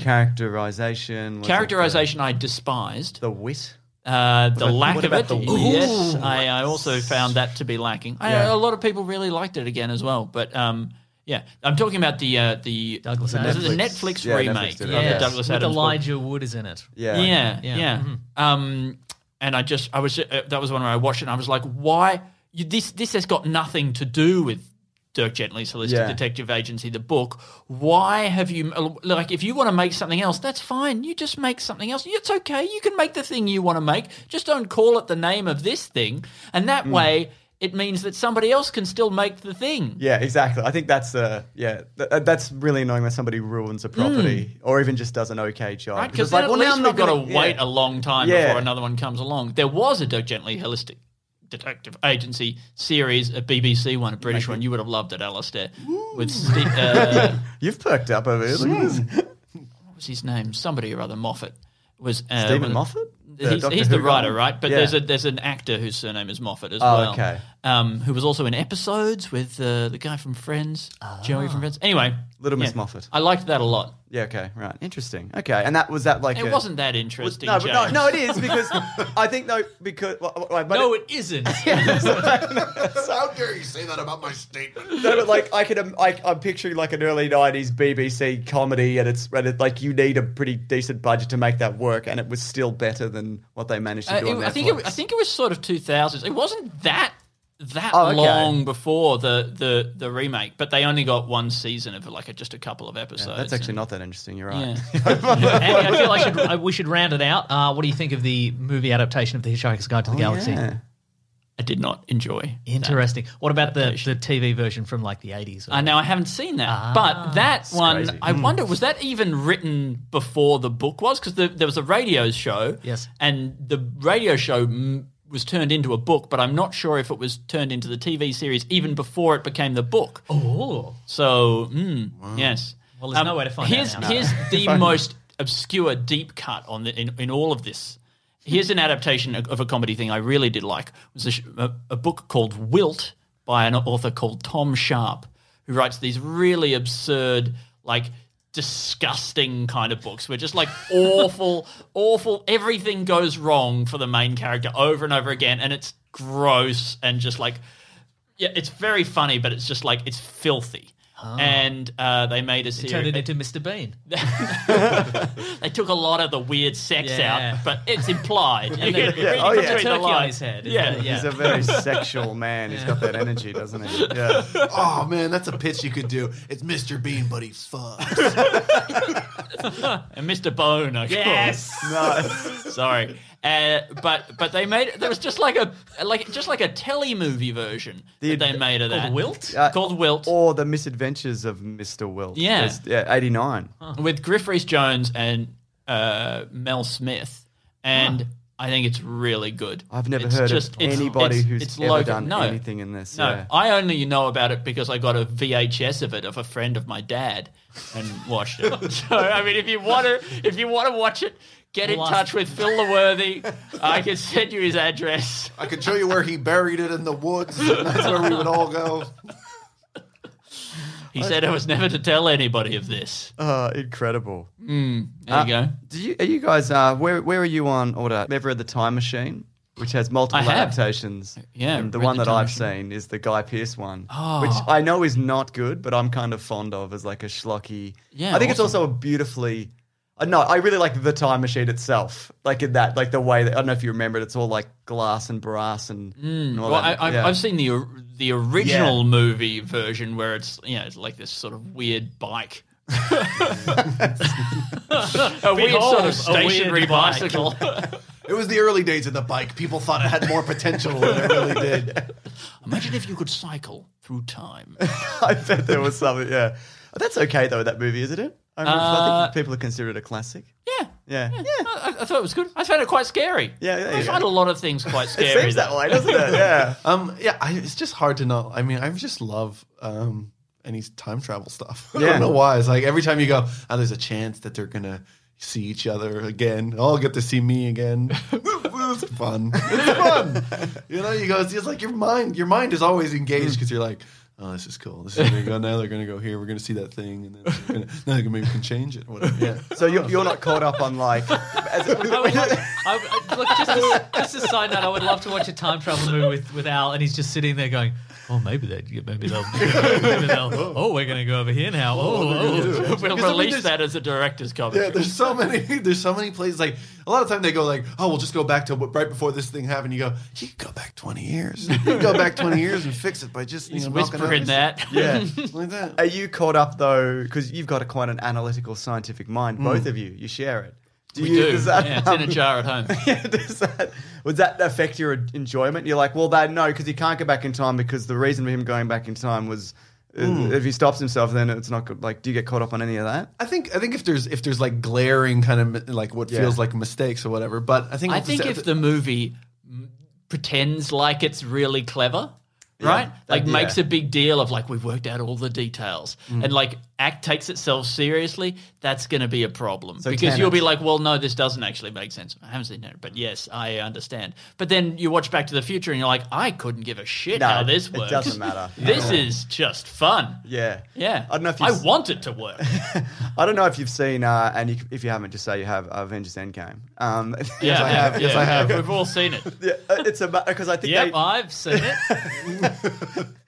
S2: characterization? Was it
S9: Characterization I despised.
S2: the, the wit.
S9: Uh, the
S2: about-
S9: lack
S2: what
S9: of
S2: about
S9: it.
S2: the wit?
S9: yes, I, I also found that to be lacking. I-
S2: Yeah.
S9: A lot of people really liked it again as well, but um, yeah, I'm talking about the uh, the
S5: Douglas
S9: the
S5: Adams.
S9: Netflix,
S2: Yeah, Netflix
S9: remake
S2: did it.
S9: of
S2: Yeah.
S9: the Douglas
S5: with
S9: Adams book.
S5: Elijah Wood is in it.
S2: Yeah,
S9: Yeah,
S5: Yeah.
S9: yeah. Um, and I just, I was, uh, that was one where I watched it, and I was like, why? You, this this has got nothing to do with Dirk Gently's Holistic
S2: Yeah.
S9: Detective Agency, the book. Why have you uh, like? If you want to make something else, that's fine. You just make something else. It's okay. You can make the thing you want to make. Just don't call it the name of this thing, and
S2: Mm.
S9: that way. It means that somebody else can still make the thing.
S2: Yeah, exactly. I think that's uh, yeah, th- uh, that's really annoying when somebody ruins a property or even just does an okay job.
S9: Hmm. Right?
S2: Because
S9: Because like, at
S2: like,
S9: least
S2: I'm
S9: we've got
S2: gonna-
S9: to wait
S2: yeah.
S9: a long time
S2: Yeah.
S9: before another one comes along. There was a Doug Gently Holistic Detective Agency series, a BBC one, a British one. You would have loved it, Alistair. With Steve, uh,
S2: You've perked up over here. Look at this.
S9: what was his name? Somebody or other, Moffat. Was uh,
S2: Stephen
S9: was-
S2: Moffat? The
S9: He's,
S2: Doctor
S9: he's the
S2: Who
S9: writer,
S2: guy?
S9: right? But
S2: Yeah.
S9: there's a there's an actor whose surname is Moffat as
S2: Oh,
S9: well.
S2: okay.
S9: Um, who was also in episodes with uh, the guy from Friends, Joey from Friends. Anyway,
S2: Ah. Little Miss Moffat.
S9: I liked that a lot.
S2: Yeah. Okay. Right. Interesting. Okay. And that was that like
S9: It
S2: a-
S9: wasn't that
S2: was-
S9: interesting.
S2: no, but no,
S9: James.
S2: no, it is because I think though because well, well, but
S5: No, it isn't.
S10: How dare you say that about my statement?
S2: No, but like I can, um, I, I'm picturing like an early '90s BBC comedy, and it's and it, like you need a pretty decent budget to make that work, and it was still better than what they managed to
S9: Uh,
S2: do. on
S9: it- I think
S2: Netflix.
S9: it, I think it was sort of 2000s. It wasn't that that
S2: Oh, okay.
S9: long before the, the the remake, but they only got one season of like a, just a couple of episodes.
S2: that's actually not that interesting. You're right.
S5: Andy, I feel I should I, we should round it out. Uh, what do you think of the movie adaptation of The Hitchhiker's Guide to the Galaxy?
S2: Yeah.
S9: I did not enjoy.
S5: Interesting. What about the, the TV version from like the 80s?
S9: I know I haven't seen that,
S5: Ah,
S9: but that one
S2: crazy.
S9: I
S5: Hmm.
S9: wonder was that even written before the book was because the, there was a radio show.
S5: Yes.
S9: and the radio show. M- was turned into a book, but I'm not sure if it was turned into the TV series even before it became the book.
S5: Oh,
S9: So, mm, yes. Um,
S5: Well, there's no way to find out
S9: here's,
S5: now.
S9: Here's the most obscure deep cut on the, in, in all of this. Here's an adaptation of a comedy thing I really did like. It was a, sh- a, a book called Wilt by an author called Tom Sharp, who writes these really absurd, like disgusting kind of books where just like awful, awful, everything goes wrong for the main character over and over again, and it's gross and just like yeah, it's very funny, but it's just like it's filthy. And uh, they made a
S5: Turned
S9: series.
S5: Ah. it into Mr. Bean.
S9: They took a lot of the weird sex
S5: Yeah.
S9: out, but it's implied. You
S5: they
S9: can
S5: put
S9: read
S2: oh,
S9: between
S2: yeah.
S9: the
S5: Turkey on
S9: lines.
S5: his head.
S9: Yeah,
S5: yeah.
S2: He's a very sexual man. He's got that energy, doesn't he? Yeah.
S10: Oh man, that's a pitch you could do. It's Mr. Bean, but he fucks.
S9: And Mr. Bone, of yes. Sorry. Uh, but but they made there was just like a like just like a telly movie version that they made of that Wilt
S2: Uh,
S9: called Wilt
S2: Or the misadventures of Mr. Wilt.
S9: Yeah.
S2: There's- yeah, 89.
S9: with Griff Rhys Jones and uh, Mel Smith, and I think it's really good.
S2: I've never
S9: It's
S2: heard
S9: just-
S2: of
S9: it's-
S2: anybody
S9: it's-
S2: who's
S9: it's
S2: ever
S9: local.
S2: done
S9: No.
S2: anything in this.
S9: No,
S2: yeah.
S9: I only know about it because I got a VHS of it of a friend of my dad and watched it. so I mean, if you want to, if you want to watch it, get in touch with Phil Leworthy. I can send you his address.
S10: I could show you where he buried it in the woods. and that's where we would all go.
S9: He said I was never to tell anybody of this.
S2: Uh, incredible.
S9: There you go.
S2: Do you, are you guys, uh, where, where are you on order? Ever read The Time Machine? Which has multiple
S9: I have.
S2: adaptations.
S9: Yeah,
S2: And the
S9: read
S2: one
S9: The
S2: that
S9: Time
S2: I've
S9: Machine. Oh.
S2: seen is the Guy Pearce one, which I know is not good, but I'm kind of fond of as like a schlocky.
S9: Yeah,
S2: I think it's
S9: awesome.
S2: also a beautifully. Uh, no, I really like the Time Machine itself. Like in that, like the way that I don't know if you remember it. It's all like glass and brass and, and all
S9: Mm, Well, I,
S2: that.
S9: I've,
S2: yeah.
S9: I've seen the or- the original movie version where it's you know it's like this sort of weird bike. a weird sort of
S5: a weird
S9: stationary
S5: bike.
S9: bicycle.
S10: It was the early days of the bike. People thought it had more potential than it really did.
S9: Imagine if you could cycle through time.
S2: I bet there was something. Yeah, But that's okay though. That movie, isn't it? I, mean, I think people consider it a classic.
S9: Uh, Yeah.
S2: Yeah, yeah.
S9: I, I thought it was good. I found it quite scary.
S2: Yeah, there
S9: I
S2: you
S9: find a
S2: go.
S9: lot of things quite scary.
S2: It seems that
S9: though.
S2: way, doesn't it? Yeah.
S10: Um, yeah, I, it's just hard to know. I mean, I just love um, any time travel stuff. I
S2: Yeah.
S10: don't know why. It's like every time you go, oh, there's a chance that they're gonna see each other again. Oh, I'll get to see me again. it's fun. It's fun. you know, you go. It's just like your mind. Your mind is always
S2: Hmm.
S10: engaged because you're like. Oh, this is cool. This is gonna go now. They're gonna go here. We're gonna see that thing, and then they're gonna, now they can maybe we can change it. Whatever. Yeah.
S2: So you're, you're not caught up on like. as-
S5: I, I- look, just as, just as a side note, I would love to watch a time travel movie with, with Al, and he's just sitting there going, "Oh, maybe they, maybe they'll, maybe they'll, oh, we're going to go over here now." Oh, oh.
S9: We'll
S10: Because, I mean,
S9: release
S10: there's-
S9: that as a director's
S10: Yeah,
S9: commentary.
S10: there's so many. There's so many places. Like a lot of time they go like, oh, we'll just go back to what, right before this thing happened. You go, you can go back 20 years. You can go back 20 years and fix it by just you
S9: He's
S10: know, knocking out
S9: whispering that.
S2: yeah.
S10: something like that.
S2: Are you caught up though? Because you've got a, quite an analytical, scientific mind. Both of you, you share it. Do
S9: we
S2: you,
S9: do.
S2: Does that, um,
S9: yeah, it's in a jar at home.
S2: does that, would that affect your enjoyment? You're like, well, that no, because he can't go back in time because the reason for him going back in time was uh, if he stops himself, then it's not good. Like, do you get caught up on any of that?
S10: I think I think if there's if there's like glaring kind of like what
S2: Yeah.
S10: feels like mistakes or whatever, but I think
S9: I think if the movie m- pretends like it's really clever, right? like
S2: yeah. Mm.
S9: makes a big deal of like we've worked out all the details, and like act takes itself seriously, that's going to be a problem because
S2: Tenet.
S9: you'll be like, well, no, this doesn't actually make sense. I haven't seen it, but yes, I understand. But then you watch Back to the Future and you're like, I couldn't give a shit
S2: No,
S9: how this
S2: it
S9: works.
S2: doesn't matter.
S9: this is just fun.
S2: Yeah.
S9: Yeah,
S2: I don't know if you
S9: I
S2: s-
S9: want it to work.
S2: I don't know if you've seen, uh, and you, if you haven't, just say you have uh, Avengers Endgame. Um,
S9: yes,
S10: I have. Yes, I have.
S9: We've all seen it.
S2: yeah, uh, it's about because I think
S5: Yep,
S2: they,
S5: I've seen it.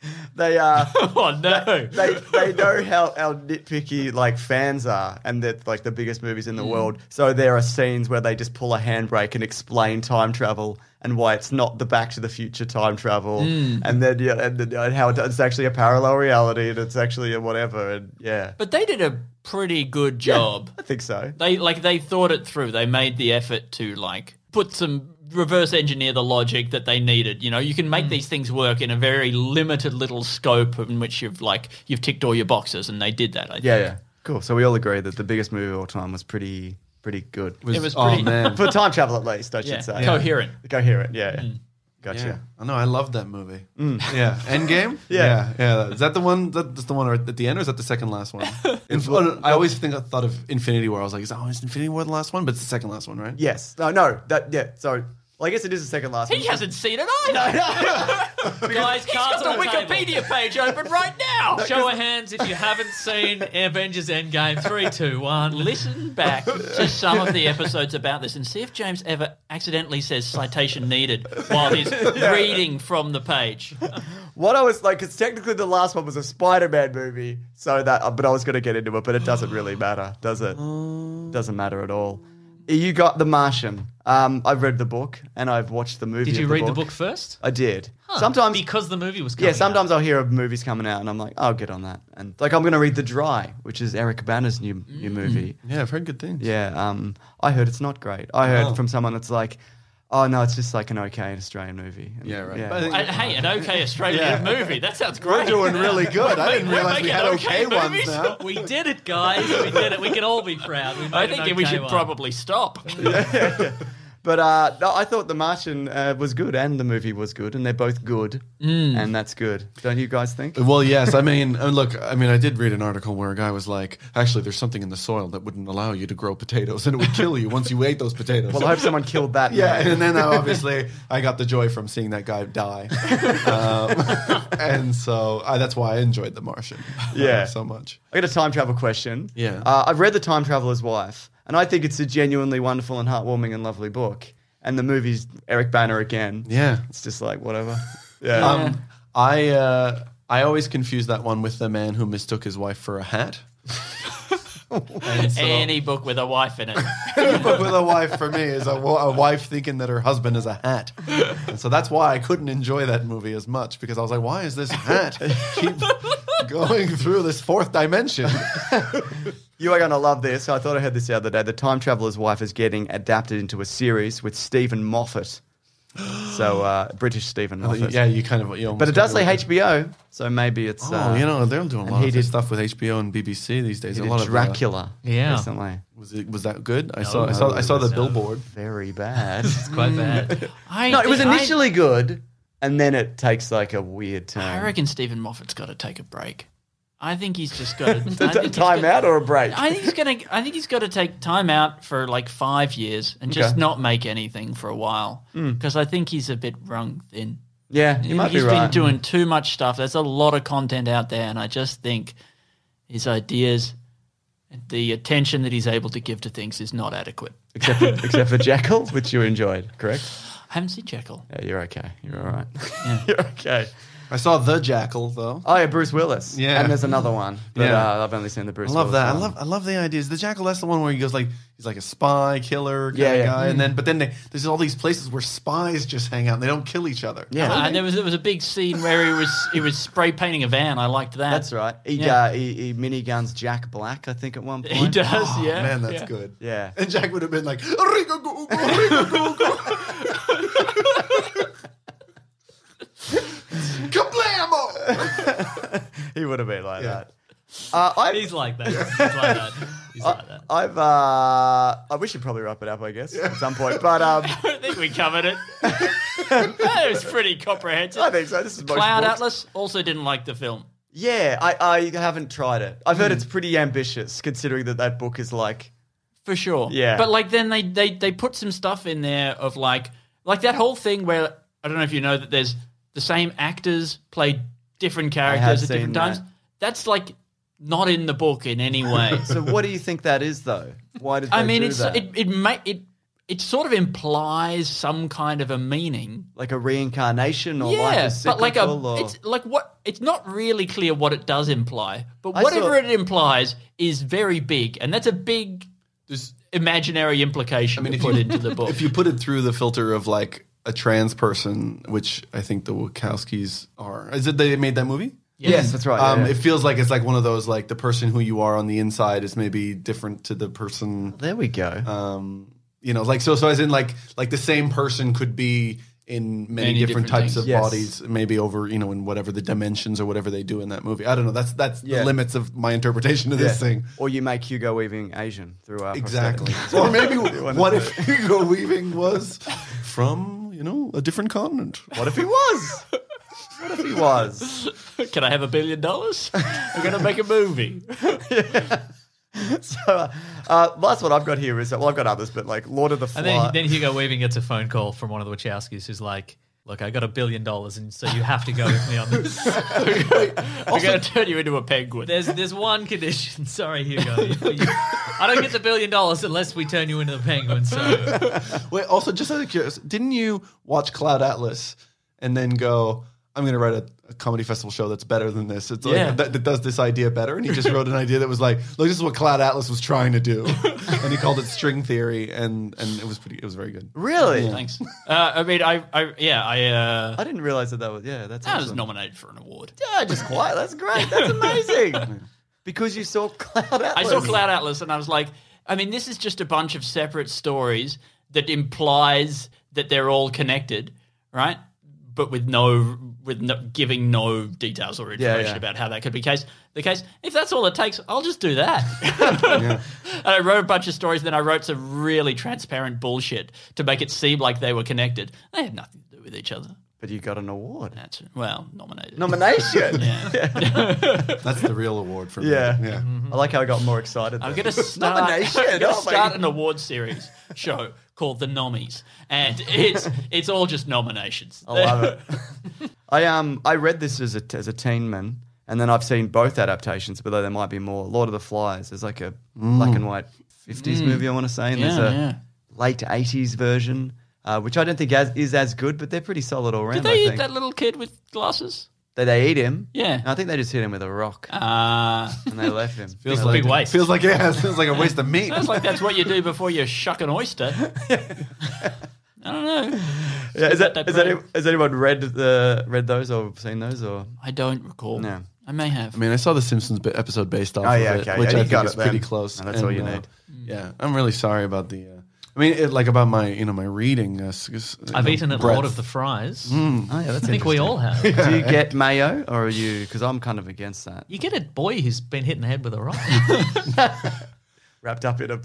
S2: they uh,
S9: Oh no!
S2: they they know how, how nitpicky like fans are, and that like the biggest movies
S9: Mm.
S2: in the world. So there are scenes where they just pull a handbrake and explain time travel and why it's not the Back to the Future time travel,
S9: Mm.
S2: and then yeah, and, then, and how it, it's actually a parallel reality and it's actually a whatever, and yeah,
S9: But they did a pretty good job.
S2: I think so.
S9: They like they thought it through. They made the effort to like put some reverse engineer the logic that they needed. You know, you can make these things work in a very limited little scope in which you've like you've ticked all your boxes, and they did that. I think.
S2: Yeah, yeah, cool. So we all agree that the biggest movie of all time was pretty pretty good
S9: It was pretty
S10: man.
S2: for time travel at least. I should
S9: yeah,
S2: say
S9: coherent. Mm.
S2: coherent. Yeah. yeah.
S10: Yeah.
S2: Gotcha. Mm.
S10: I know. I love that movie. Yeah. Endgame. yeah.
S2: Yeah.
S10: yeah. Is that the one? That, that's the one at the end, or is that the second last one? Inf- oh, no, I always think I thought of Infinity War. I was like, is oh, is Infinity War the last one? But it's the second last one, right?
S2: Yes. No, no. That, yeah. Sorry. Well, I guess it is the second last
S9: He hasn't seen it either.
S5: Guys,
S9: He's got
S5: cards
S9: the
S5: on the table.
S9: Wikipedia page open right now.
S5: Show of hands if you haven't seen Avengers Endgame. Three, two, one.
S9: Listen back to some of the episodes about this and see if James ever accidentally says citation needed while he's reading from the page.
S2: What I was like, because technically the last one was a Spider-Man movie, so that. uh, But I was going to get into it, but it doesn't really matter, does it?
S5: Um.
S2: Doesn't matter at all. You got The Martian. Um, I've read the book and I've watched the movie.
S5: Did you
S2: of
S5: read the book first?
S2: I did. Sometimes
S5: because the movie was coming
S2: Yeah, sometimes
S5: out.
S2: I'll hear a movie's coming out and I'm like, I'll get on that. And like, I'm going to read The Dry, which is Eric Banner's new
S5: Mm.
S2: new movie.
S10: Yeah, I've heard good things.
S2: Yeah, um, I heard it's not great. I heard from someone that's like, oh no, it's just like an okay Australian movie. And-
S10: Yeah, right.
S2: Yeah.
S10: But I think-
S9: And, hey, an okay Australian movie. That sounds great.
S10: we're doing really good. I didn't
S9: We're
S10: realize we
S9: making
S10: had okay,
S9: okay
S10: ones
S9: movies.
S10: now.
S5: We did it, guys. We did it. We can all be proud. We made
S9: I
S5: an
S9: think we
S5: okay
S9: should
S5: one.
S9: probably stop.
S2: But uh, no, I thought The Martian uh, was good and the movie was good, and they're both good,
S10: Mm.
S2: and that's good. Don't you guys think?
S10: Well, yes. I mean, uh, look. I mean, I did read an article where a guy was like, "Actually, there's something in the soil that wouldn't allow you to grow potatoes, and it would kill you once you ate those potatoes."
S2: Well, I hope someone killed that.
S10: Yeah,
S2: man.
S10: and then uh, obviously I got the joy from seeing that guy die, um, and so I, that's why I enjoyed The Martian. uh,
S2: Yeah.
S10: so much.
S2: I got a time travel question.
S10: Yeah.
S2: Uh, I've read The Time Traveler's Wife, and I think it's a genuinely wonderful and heartwarming and lovely book. And the movie's Eric Banner again.
S10: Yeah,
S2: It's just like, whatever. Yeah.
S10: um, I uh, I always confuse that one with the man who mistook his wife for a hat. and so,
S9: Any book with a wife in it.
S10: but with a wife for me is a, wa- a wife thinking that her husband is a hat, and so that's why I couldn't enjoy that movie as much because I was like, why is this hat keep going through this fourth dimension?
S2: you are going to love this. I thought I heard this the other day. The Time Traveler's Wife is getting adapted into a series with Stephen Moffat. So, uh, British Stephen Moffat.
S10: Oh, yeah, you kind of you almost
S2: But it
S10: got
S2: does
S10: me
S2: say
S10: with it.
S2: HBO, so maybe it's.
S10: Oh,
S2: uh,
S10: you know they're doing a
S2: and
S10: lot
S2: he
S10: of this
S2: did-
S10: stuff with HBO and BBC these days.
S2: he
S10: A
S2: did
S10: lot of uh,
S2: Dracula
S5: Yeah.
S2: recently.
S10: was it was that good? I saw I saw I saw the billboard.
S2: Very bad.
S5: Quite bad.
S9: I
S2: no, it was
S9: think- I-
S2: initially good, and then it takes like a weird turn.
S9: I reckon Stephen Moffat's got to take a break. I think he's just got to
S2: T- time out or a break?
S9: I think he's gonna. I think he's got to take time out for like five years and just
S2: Okay.
S9: not make anything for a while because I think he's a bit rung thin.
S2: yeah, you might
S9: He's
S2: be right.
S9: been doing too much stuff. There's a lot of content out there, and I just think his ideas, the attention that he's able to give to things, is not adequate.
S2: except, for, except for Jekyll, which you enjoyed, correct?
S9: I haven't seen Jekyll.
S2: Yeah, you're okay. You're all right. you're okay.
S10: I saw the Jackal though.
S2: Oh yeah, Bruce Willis.
S10: Yeah.
S2: and there's another one. But,
S10: Yeah.
S2: uh, I've only seen the Bruce.
S10: I love
S2: Willis
S10: that. I
S2: one.
S10: love I love the ideas. The Jackal that's the one where he goes like he's like a spy killer kind
S2: Yeah,
S10: of
S2: yeah. Mm.
S10: guy, and then but then they, there's all these places where spies just hang out and they don't kill each other.
S2: Yeah.
S9: Uh, there was there was a big scene where he was he was spray painting a van. I liked that.
S2: That's right. He,
S9: Yeah.
S2: uh, he, he miniguns Jack Black, I think, at one point.
S9: He does. yeah,
S10: Oh, man, that's
S9: yeah.
S10: good.
S2: Yeah.
S10: and Jack would have been like, "Rigagogo, rigagogo." Kablamo!
S2: He would have been like
S10: Yeah.
S2: that. Uh, I,
S5: He's like that. He's like that. He's like that.
S2: I've. Uh, I, we should probably wrap it up, I guess, at some point. But um,
S9: I think we covered it. it was pretty comprehensive.
S2: I think so. This is most
S9: Cloud
S2: books.
S9: Atlas also didn't like the film.
S2: Yeah, I, I haven't tried it. I've
S10: Hmm.
S2: heard it's pretty ambitious, considering that that book is like.
S9: For sure.
S2: Yeah.
S9: But like then they, they they put some stuff in there of like like that whole thing where I don't know if you know that there's the same actors play different characters at
S2: seen
S9: different
S2: that.
S9: times. That's like not in the book in any way.
S2: So what do you think that is, though? Why did they
S9: I mean
S2: do
S9: it's
S2: that?
S9: it it ma- it it sort of implies some kind of a meaning.
S2: like a reincarnation or life
S9: yeah,
S2: is
S9: but like a
S2: cyclical or-
S9: it's like what it's not really clear what it does imply, but
S2: I
S9: whatever
S2: saw-
S9: it implies is very big, and that's a big imaginary implication to put into the book.
S10: If you put it through the filter of like a trans person, which I think the Wachowskis are, is it they made that movie?
S2: yes, that's right.
S10: Um,
S2: yeah.
S10: It feels like it's like one of those like the person who you are on the inside is maybe different to the person,
S2: there we go.
S10: um, you know, like so. So as in like like the same person could be in many,
S9: Many
S10: different,
S9: different
S10: types
S9: things.
S10: of
S2: Yes.
S10: bodies, maybe over you know in whatever the dimensions or whatever they do in that movie. I don't know. That's that's
S2: Yeah.
S10: the limits of my interpretation of this
S2: Yeah.
S10: thing.
S2: Or you make Hugo Weaving Asian through our
S10: Exactly.
S2: prosthetics.
S10: or maybe
S2: One of
S10: what if Hugo Weaving was from you know, a different continent.
S2: What if he was? What if he was?
S9: Can I have a billion dollars? We're going to make a movie.
S2: So, uh, uh, last one I've got here is well, I've got others, but like Lord of the Fly.
S5: And then, then Hugo Weaving gets a phone call from one of the Wachowskis who's like, Look, I got a billion dollars, and so you have to go with me on this.
S9: We're going to turn you into a penguin.
S5: There's, there's one condition. Sorry, Hugo. You- you- I don't get the billion dollars unless we turn you into the penguin. So
S10: Wait, also, just out of curiosity, didn't you watch Cloud Atlas and then go, I'm going to write a, a comedy festival show that's better than this? It's like,
S9: Yeah.
S10: that, that does this idea better. And he just wrote an idea that was like, look, this is what Cloud Atlas was trying to do. and he called it string theory. And, and it was pretty, it was very good.
S2: really?
S9: Thanks. Uh, I mean, I, I yeah, I, uh,
S2: I didn't realize that that was yeah. That's
S9: I was
S2: awesome.
S9: nominated for an award.
S2: Yeah, just quiet. That's great. That's amazing. because you saw Cloud Atlas.
S9: I saw Cloud Atlas and I was like, I mean, this is just a bunch of separate stories that implies that they're all connected, right? But with no, with no, giving no details or information
S2: yeah.
S9: about how that could be case the case. If that's all it takes, I'll just do that. And I wrote a bunch of stories. Then I wrote some really transparent bullshit to make it seem like they were connected. They had nothing to do with each other.
S2: But you got an award.
S9: That's well nominated.
S2: Nomination. yeah.
S10: That's the real award for me.
S2: Yeah. Mm-hmm.
S10: Yeah.
S2: I like how I got more excited.
S9: I'm
S2: there.
S9: going to start, I'm
S2: Nomination,
S9: gonna
S2: oh my
S9: start
S2: God.
S9: an award series show called The Nommies. And it's it's all just nominations.
S2: I love it. I um I read this as a as a teen man, and then I've seen both adaptations, but though there might be more. Lord of the Flies is like a black and white fifties movie, I want to say, and there's
S9: Yeah,
S2: a
S9: yeah.
S2: late eighties version, uh, which I don't think as, is as good, but they're pretty solid all around.
S9: Did they
S2: I
S9: eat
S2: think.
S9: that little kid with glasses?
S2: They- they eat him.
S9: Yeah.
S2: And I think they just hit him with a rock
S5: Ah.
S9: Uh,
S2: and they left him.
S10: Feels
S9: a
S10: like,
S9: big waste.
S10: Feels like, yeah, it feels like a waste of meat.
S9: sounds like that's what you do before you shuck an oyster. I don't know.
S2: Yeah, is that,
S9: that
S2: is that,
S9: brave?
S2: has anyone read the read those or seen those or
S9: I don't recall.
S2: No.
S9: I may have.
S10: I mean, I saw the Simpsons bit episode based off
S2: Oh, yeah,
S10: of it,
S2: okay,
S10: which
S2: yeah, you
S10: I think
S2: got
S10: is
S2: it
S10: pretty
S2: then.
S10: close.
S2: And that's all you
S10: uh,
S2: need.
S10: yeah, I'm really sorry about the. Uh, I mean, it, like about my, you know, my reading. Uh, s- s- you
S5: I've
S10: know,
S5: eaten a
S10: breadth.
S5: lot of the fries.
S2: oh yeah that's
S5: I think we all have.
S2: do you get mayo or are you because I'm kind of against that
S5: You get a boy who's been hit in the head with a rock.
S2: wrapped up in a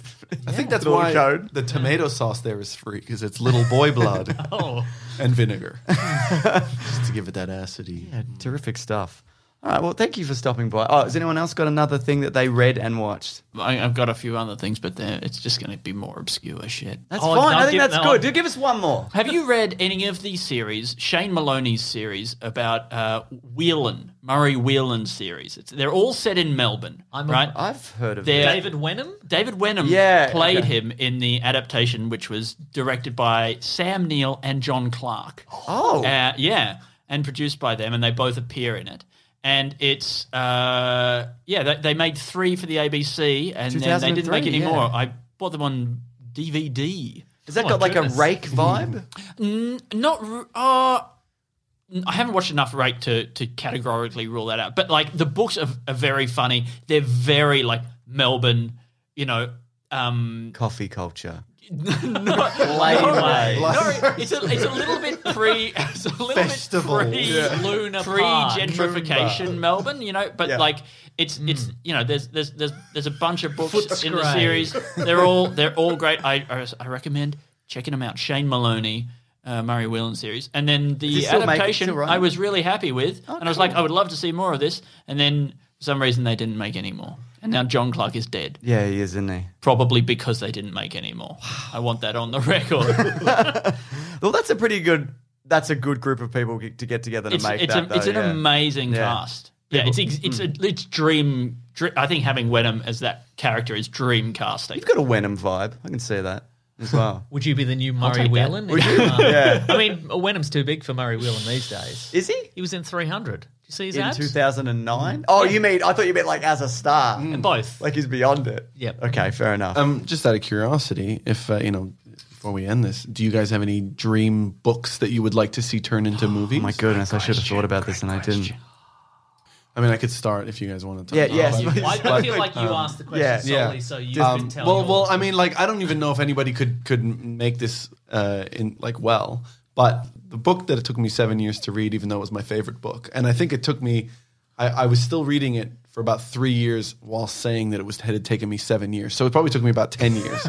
S10: I think that's
S2: Little
S10: why
S2: code.
S10: the tomato sauce there is free because it's little boy blood
S5: oh,
S10: and vinegar, just to give it that acidity.
S2: Yeah, terrific stuff. All right, well, thank you for stopping by. Oh, has anyone else got another thing that they read and watched?
S9: I, I've got a few other things, but they're- it's just going to be more obscure shit.
S2: That's
S5: Oh,
S2: fine.
S5: no,
S2: I think
S5: give-
S2: that's
S5: no,
S2: good.
S5: I-
S2: Do give us one more.
S9: Have you read any of the series, Shane Maloney's series about uh, Whelan, Murray Whelan's series? It's, they're all set in Melbourne,
S5: I'm a-
S9: right?
S2: I've heard of
S9: They're-
S2: it.
S5: David Wenham.
S9: David Wenham
S2: Yeah,
S9: played
S2: okay.
S9: him in the adaptation, which was directed by Sam Neill and John Clark.
S2: Oh,
S9: Uh, yeah, and produced by them, and they both appear in it. And it's uh, yeah, they, they made three for the ABC, and then they didn't make
S2: 2003,
S9: any
S2: yeah.
S9: more. I bought them on DVD.
S2: has
S5: oh
S2: that
S5: my
S2: got like
S5: goodness.
S2: a rake vibe?
S9: Not. r- Uh, I haven't watched enough Rake to to categorically rule that out. But like the books are, are very funny. They're very like Melbourne, you know. Um,
S2: Coffee culture.
S9: not,
S2: Layway.
S9: no, it's a it's a little bit pre, it's a little
S10: Festival.
S9: bit pre
S10: Yeah.
S5: Luna
S9: pre
S5: Park.
S9: gentrification Melbourne, you know. But
S2: Yeah.
S9: like it's it's you know there's there's there's there's a bunch of books
S5: Footscray.
S9: in the series. They're all they're all great. I I, I recommend checking them out. Shane Maloney. Uh, Murray Whelan series, and then
S2: Does it
S9: the
S2: still make it Oh,
S9: adaptation
S2: still run?
S9: I was really happy with, and I was like, I would love to see more of this, and then for some reason they didn't make any more, and now John Clark is dead
S2: Yeah, he is, isn't he?
S9: probably because they didn't make any more. I want that on the record.
S2: Well, that's a pretty good. That's a good group of people get- to get together to
S9: it's
S2: make
S9: it's,
S2: that.
S9: a,
S2: though,
S9: it's an
S2: yeah.
S9: amazing
S2: Yeah.
S9: cast. Yeah, it's ex- it's
S5: Hmm.
S9: a, it's dream. dr- I think having Wenham as that character is dream casting.
S2: You've got a Wenham vibe. I can see that as well.
S5: Would you be the new Murray
S9: take that.
S5: Whelan? If you are- I mean, Wenham's too big for Murray Whelan these days.
S2: is he?
S5: He was in 300. Did you see his
S2: In
S5: abs?
S2: 2009? Oh, you mean, I thought you meant like as a star.
S5: Both.
S2: Like he's beyond it.
S5: Yep.
S2: Okay, fair enough.
S10: Um, just out of curiosity, if uh, you know, before we end this, do you guys have any dream books that you would like to see turn into movies?
S2: Oh my goodness, I should have thought about this and I didn't.
S10: I mean, I could start if you guys want to.
S2: Yeah,
S10: talk
S2: yes.
S10: about it.
S5: I, I feel like you asked the question
S2: yeah,
S5: solely,
S10: um, yeah.
S5: so you
S10: Um,
S5: can tell.
S10: well,
S5: yours.
S10: well, I mean, like, I don't even know if anybody could could make this uh, in like well. But the book that it took me seven years to read, even though it was my favorite book, and I think it took me, I, I was still reading it for about three years while saying that it was had it taken me seven years. So it probably took me about ten years.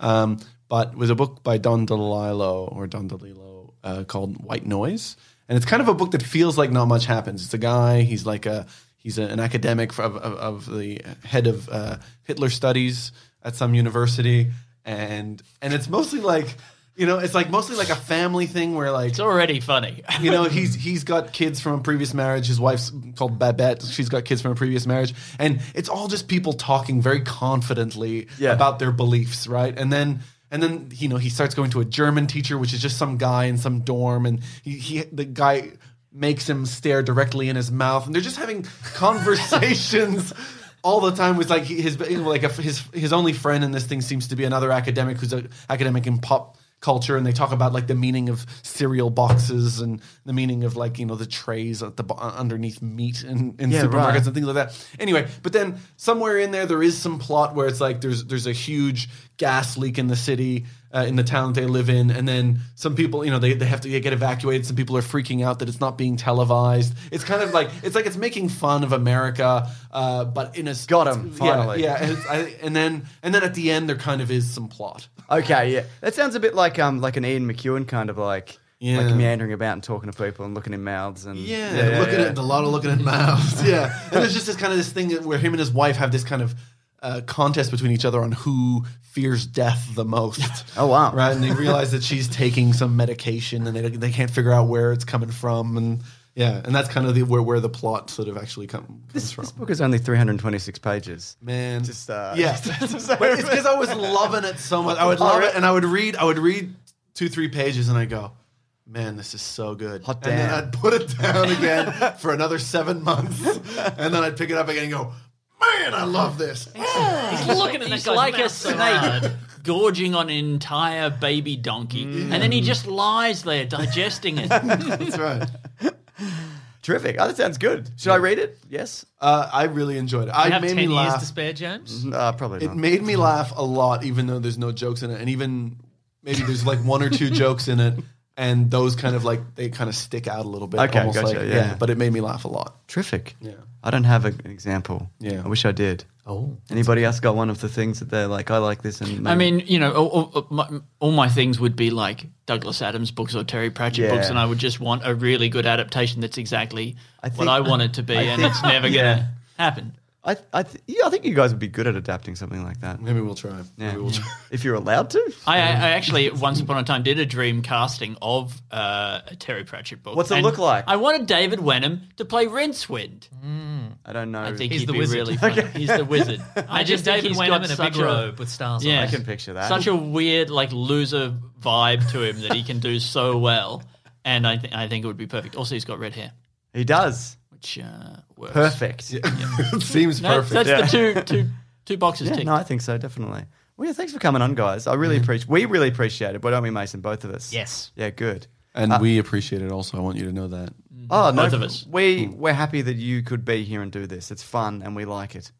S10: um, but it was a book by Don DeLillo or Don DeLillo uh, called White Noise, and it's kind of a book that feels like not much happens. It's a guy. He's like a he's a, an academic of, of, of the head of uh, Hitler studies at some university, and and it's mostly like. You know, it's like mostly like a family thing where like
S9: It's already funny.
S10: you know, he's he's got kids from a previous marriage. His wife's called Babette. She's got kids from a previous marriage, and it's all just people talking very confidently
S2: Yeah.
S10: about their beliefs, right? And then and then you know he starts going to a German teacher, which is just some guy in some dorm, and he, he the guy makes him stare directly in his mouth, and they're just having conversations. All the time with like his like a, his his only friend in this thing seems to be another academic who's an academic in pop culture and they talk about like the meaning of cereal boxes and the meaning of like you know the trays at the bo- underneath meat in, in
S2: Yeah,
S10: supermarkets
S2: right.
S10: and things like that anyway but then somewhere in there there is some plot where it's like there's there's a huge gas leak in the city uh, in the town that they live in and then some people you know they, they have to get evacuated some people are freaking out that it's not being televised it's kind of like it's like it's making fun of america uh, but in a s-
S2: Got 'em,
S10: yeah,
S2: finally.
S10: yeah, and, it's, I, and then and then at the end there kind of is some plot
S2: Okay, yeah, that sounds a bit like um like an Ian McEwan kind of like
S10: Yeah.
S2: like meandering about and talking to people and looking in mouths and
S10: Yeah, looking at a lot of looking at mouths. yeah, and there's just this kind of this thing where him and his wife have this kind of uh, contest between each other on who fears death the most.
S2: Oh, wow.
S10: Right, and they realize that she's taking some medication, and they they can't figure out where it's coming from, and yeah, and that's kind of the where where the plot sort of actually come, comes
S2: This,
S10: from.
S2: this book is only 326 pages.
S10: Man,
S2: Just, uh,
S10: yeah,
S2: just-
S10: but it's because I was loving it so much. I would love it, and I would read, I would read two, three pages, and I go, "Man, this is so good."
S2: Hot
S10: and then
S2: damn.
S10: I'd put it down again for another seven months, and then I'd pick it up again and go, "Man, I love this."
S9: He's
S5: looking at that
S9: he's
S5: guy's
S9: like a
S5: mouth so
S9: snake gorging on an entire baby donkey, and then he just lies there digesting it.
S10: That's right.
S2: Terrific. Oh, that sounds good. Should I read it? Yes.
S10: Uh, I really enjoyed
S5: You
S10: it. I
S5: have
S10: made
S5: ten
S10: me
S5: years
S10: laugh.
S5: to spare, James.
S2: Uh, probably
S10: it
S2: not.
S10: made me laugh a lot, even though there's no jokes in it, and even maybe there's like one or two jokes in it. And those kind of like they kind of stick out a little bit.
S2: Okay,
S10: almost
S2: gotcha,
S10: like,
S2: yeah.
S10: But it made me laugh a lot.
S2: Terrific.
S10: Yeah.
S2: I don't have a- an example.
S10: Yeah.
S2: I wish I did.
S10: Oh,
S2: Anybody else got one of the things that they're like, I like this? And
S9: I mean, you know, all, all, my, all my things would be like Douglas Adams books or Terry Pratchett
S2: Yeah.
S9: books, and I would just want a really good adaptation that's exactly
S2: I think-
S9: what I want it to be,
S2: I
S9: and
S2: think-
S9: it's never
S2: yeah.
S9: gonna happen.
S2: I, I, th- yeah, I think you guys would be good at adapting something like that.
S10: Maybe we'll try.
S2: Yeah.
S10: Maybe we'll try.
S2: If you're allowed to.
S9: I, I I actually once upon a time did a dream casting of uh, a Terry Pratchett book.
S2: What's it
S9: and
S2: look like?
S9: I wanted David Wenham to play Rincewind.
S2: I don't know.
S9: I think
S5: He's
S9: he'd
S5: the
S9: be
S5: wizard.
S9: really funny. He's the wizard.
S5: I
S9: I just
S5: just David
S9: think he's
S5: Wenham
S9: got
S5: in a
S9: such
S5: big robe with stars on.
S9: Yeah.
S5: it.
S2: I can picture that.
S9: such a weird like loser vibe to him that he can do so well, and I think I think it would be perfect. Also, he's got red hair,
S2: he does.
S9: which uh, works.
S2: Perfect.
S10: it seems
S9: No,
S10: perfect.
S9: that's
S2: yeah.
S9: the two two two boxes
S2: Yeah,
S9: ticked.
S2: no, I think so, definitely. Well, yeah, thanks for coming on, guys. I
S9: Mm-hmm.
S2: really appreciate. We really appreciate it, why don't we, Mason? Both of us.
S5: Yes.
S2: Yeah, good.
S10: and we appreciate it also. I want you to know that.
S2: Oh, no,
S9: Mm-hmm. Both of us. Mm.
S2: We we're happy that you could be here and do this. It's fun, and we like it.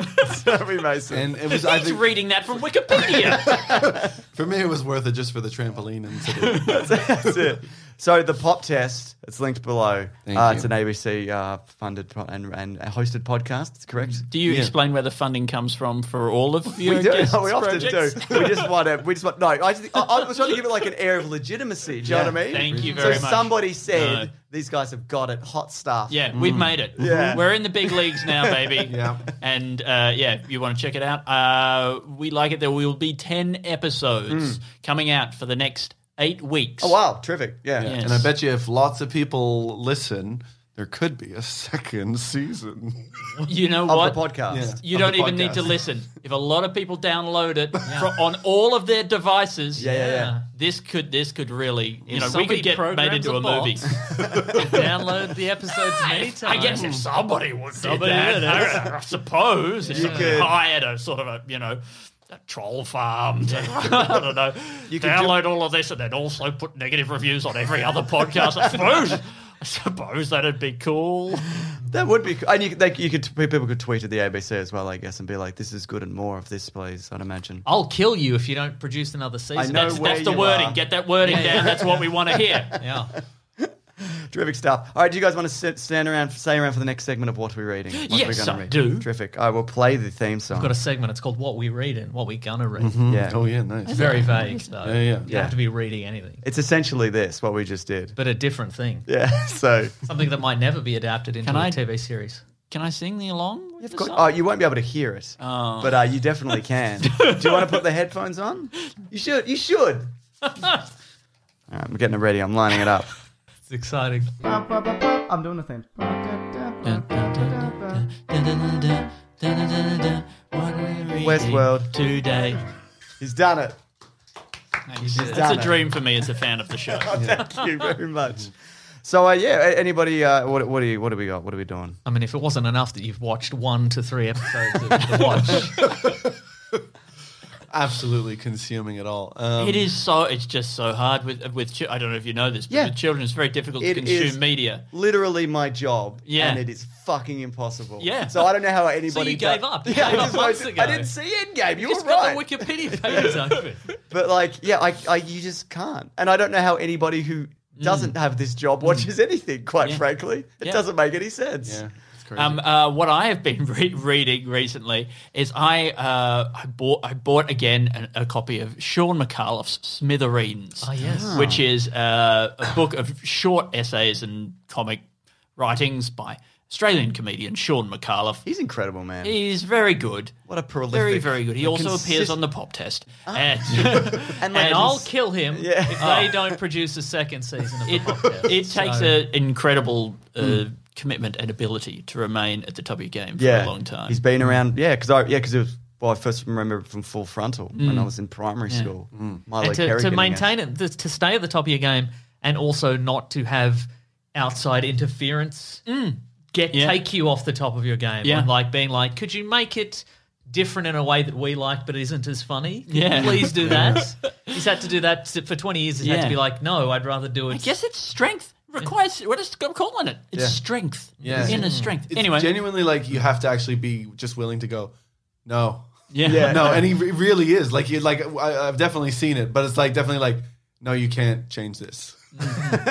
S2: so we, Mason.
S10: And it was, I
S9: He's
S10: think,
S9: reading that from Wikipedia.
S10: for me, it was worth it just for the trampoline. And
S2: That's it. So the pop test, it's linked below.
S10: Thank
S2: uh,
S10: you.
S2: It's an ABC uh, funded pro- and, and hosted podcast. It's correct.
S9: Do you
S10: Yeah.
S9: explain where the funding comes from for all of your
S2: We do.
S9: guests'
S2: we often
S9: projects?
S2: do. We just want to. We just want no. I, just, I, I was trying to give it like an air of legitimacy. Do you know what I mean?
S9: Thank you very
S2: so
S9: much.
S2: somebody said
S9: No.
S2: these guys have got it. Hot stuff.
S9: Yeah, we've made it. Mm-hmm.
S2: Mm. Yeah.
S9: We're in the big leagues now, baby.
S10: Yeah.
S9: And uh, yeah, you want to check it out. Uh, we like it. There will be 10 episodes coming out for the next eight weeks.
S2: Mm. Oh wow! Terrific. Yeah.
S9: Yeah.
S10: And I bet you if lots of people listen, there could be a second season.
S9: You know
S2: Of
S9: what?
S2: the podcast.
S10: Yeah.
S9: You
S2: Of
S9: don't
S2: the
S9: even need to
S2: podcast.
S9: listen. If a lot of people download it fro- on all of their devices,
S2: Yeah, yeah, yeah.
S9: this could this could really, you know, we
S5: somebody
S9: could get made
S5: programs
S9: into
S5: a
S9: a
S5: bot,
S9: movie.
S5: Download the episodes anytime.
S9: I guess if somebody would
S5: Somebody
S9: do that,
S5: did it.
S9: I, I suppose if you
S2: could-
S9: hired a sort of a you know a troll farm to I don't know
S2: You could
S9: download all of this and then also put negative reviews on every other podcast. I suppose I suppose that'd be cool.
S2: That would be. cool. And you, they, you could people could tweet at the ABC as well, I guess, and be like, "This is good and more of this, please." I'd imagine.
S5: I'll kill you if you don't produce another season.
S2: know
S5: That's-
S2: where
S9: That's the
S2: you
S9: wording.
S2: are.
S9: Get that wording down. That's what we want to hear.
S5: yeah.
S2: Terrific stuff. All right, do you guys want to sit, stand around, stay around for the next segment of what we're reading? What
S9: Yes,
S2: we're gonna
S9: I do.
S2: Terrific. I will play the theme song.
S5: Got a segment. It's called "What We Read" and "What We Gonna Read."
S9: Mm-hmm.
S2: yeah.
S10: Oh yeah, nice.
S5: Very vague though.
S10: Yeah, yeah.
S5: You don't have to be reading anything,
S2: It's essentially this, what we just did.
S5: but a different thing.
S2: Yeah, so.
S5: Something that might never be adapted into
S9: Can
S5: a
S9: I-
S5: TV series.
S9: Can I sing the along? with
S2: Of
S9: the
S2: course,
S9: song?
S2: oh, you won't be able to hear it,
S5: Oh.
S2: but uh, you definitely can. do you want to put the headphones on? You should. You should. All right, I'm getting it ready. I'm lining it up.
S5: It's exciting.
S13: I'm doing the same.
S2: Westworld.
S9: Today.
S2: He's done it.
S9: It's
S2: done
S9: a
S2: it.
S9: dream for me as a fan of the show.
S2: Thank you very much. So, uh, yeah, a- anybody, uh, what, what, do you, what do we got? What are we doing?
S5: I mean, if it wasn't enough that you've watched one to three episodes of The Watch,
S10: Absolutely consuming it all. Um,
S9: It is so. It's just so hard with with. chi- I don't know if you know this, but
S2: Yeah.
S9: with children, it's very difficult
S2: It
S9: to consume
S2: is-
S9: media.
S2: Literally my job.
S9: Yeah.
S2: And it is fucking impossible.
S9: Yeah.
S2: So, I don't know how anybody.
S5: so you
S2: does-
S5: gave up. You
S2: Yeah, I,
S5: gave
S2: just
S5: up months
S2: won't-
S5: ago.
S2: I didn't see Endgame. You
S5: Just
S2: were right.
S5: got the Wikipedia pages open.
S2: But like, yeah, I, I, you just can't. And I don't know how anybody who doesn't have this job watches anything. Quite frankly, it
S9: Mm. Yeah.
S2: doesn't make any sense.
S10: Yeah, it's crazy.
S9: Um, uh, what I have been re- reading recently is I uh, I bought I bought again an, a copy of Sean McAuliffe's Smithereens,
S5: Ah,
S2: Ah.
S5: yes.
S9: which is uh, a book of short essays and comic writings by Australian comedian Sean McAuliffe.
S2: He's incredible, man.
S9: He's very good.
S2: what a prolific,
S9: Very, very good. He
S2: a
S9: also
S2: consist-
S9: appears on the pop test. And,
S2: Ah. and, like,
S5: And I'll
S2: he's-
S5: kill him
S2: Yeah.
S5: if they don't produce a second season of the podcast.
S9: Ah. it takes an incredible uh,
S5: Hmm.
S9: commitment and ability to remain at the top of your game for a
S2: yeah,
S9: long time. Mm.
S2: He's been around, yeah, because I yeah because it was well, I first remember it from Full Frontal
S9: Mm.
S2: when I was in primary school.
S10: Mm.
S2: Milo
S5: and to, to
S2: Kerrigan, yeah.
S5: maintain it, to, to stay at the top of your game, and also not to have outside interference get
S9: Mm. Yeah.
S5: take you off the top of your game.
S9: Yeah.
S5: And like being like, could you make it different in a way that we like, but isn't as funny? Could
S9: Yeah.
S5: you please do that. he's had to do that s- for twenty years. He's had
S9: Yeah.
S5: to be like, no, I'd rather do it.
S9: I guess it's strength. Requires what is I'm calling it? It's strength.
S10: Yeah.
S5: Mm.
S9: Inner strength.
S10: It's
S9: anyway.
S10: genuinely like you have to actually be just willing to go, no,
S9: yeah.
S10: no, and he re- really is like, he, like I, I've definitely seen it, but it's like definitely like, no, you can't change this.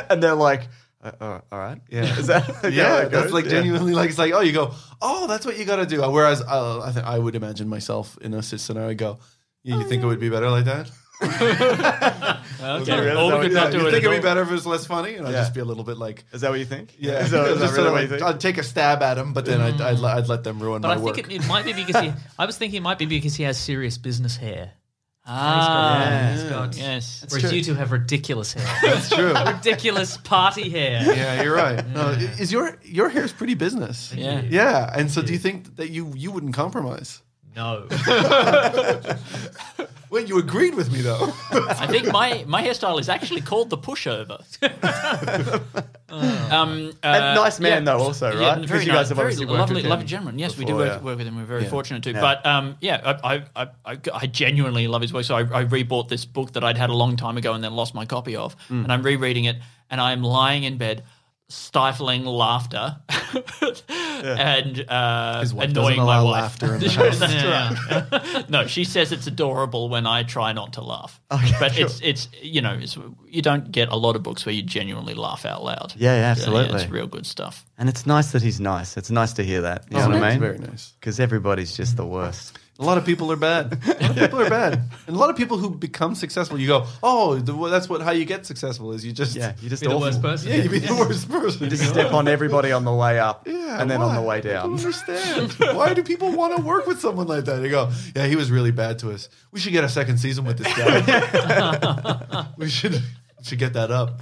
S2: and they're like, uh, uh, all right, yeah, is that
S10: Yeah,
S2: that
S10: that's
S2: goes?
S10: like
S2: Yeah.
S10: genuinely like it's like oh you go oh that's what you got to do. Whereas uh, I think I would imagine myself in a scenario I go, yeah, you think it would be better like that?
S9: Okay.
S2: really?
S9: Or we could
S10: Yeah,
S9: not do
S10: you
S9: it
S10: think
S9: at
S10: it'd be
S9: all.
S10: better if it was less funny, and I'd
S2: Yeah.
S10: just be a little bit like.
S2: Is that what you think?
S10: Yeah,
S2: is that, is
S10: just
S2: that
S10: sort
S2: really
S10: of
S2: what you
S10: like,
S2: think?
S10: I'd take a stab at him, but then I'd, I'd, let- I'd let them ruin
S5: Mm. but
S10: my
S5: I
S10: work.
S5: think it, it might be because he. I was thinking it might be because he has serious business hair.
S9: Ah,
S2: Yeah.
S5: He's got-
S9: yes.
S5: whereas you two have ridiculous hair. That's
S10: true.
S5: ridiculous party hair.
S10: yeah, you're right. No, is your your hair's pretty business?
S9: Yeah.
S10: yeah. And so, do you think that you you wouldn't compromise?
S5: No.
S10: Wait, you agreed with me though.
S9: I think my, my hairstyle is actually called the pushover. um, uh,
S2: And nice man though, also
S9: Yeah,
S2: right?
S9: very
S2: Because you
S9: nice,
S2: guys have
S9: very
S2: obviously worked
S9: lovely,
S2: with him.
S9: lovely gentleman. Yes, we do
S2: before,
S9: work,
S2: yeah.
S9: work with him. We're very
S10: Yeah.
S9: fortunate to. But um, yeah, I, I- I, I, I genuinely love his work. So I, I rebought this book that I'd had a long time ago and then lost my copy of,
S2: Mm.
S9: and I'm rereading it, and I'm lying in bed. Stifling laughter and uh,
S10: His wife
S9: annoying
S10: doesn't
S9: my
S10: allow
S9: wife.
S10: laughter in the
S9: That's right. no, she says it's adorable when I try not to laugh. but it's it's you know it's, you don't get a lot of books where you genuinely laugh out loud.
S2: Yeah, yeah,
S9: it's
S2: absolutely.
S9: real good stuff.
S2: And it's nice that he's nice. It's nice to hear
S9: Oh,
S2: that. You know what I
S10: That's
S2: mean?
S10: very nice.
S2: Because everybody's just the worst.
S10: A lot of people are bad. A lot of people are bad, and a lot of people who become successful, you go, oh, the, well, that's what how you get successful is you just
S2: Yeah, you're just
S5: Be the
S2: awful.
S5: worst person.
S10: yeah, you be the worst person.
S2: You just step on everybody on the way up
S10: Yeah,
S2: and then
S10: why?
S2: on the way
S10: I don't
S2: down.
S10: understand. why do people want to work with someone like that? They go, yeah, he was really bad to us. We should get a second season with this guy. we should should get that up.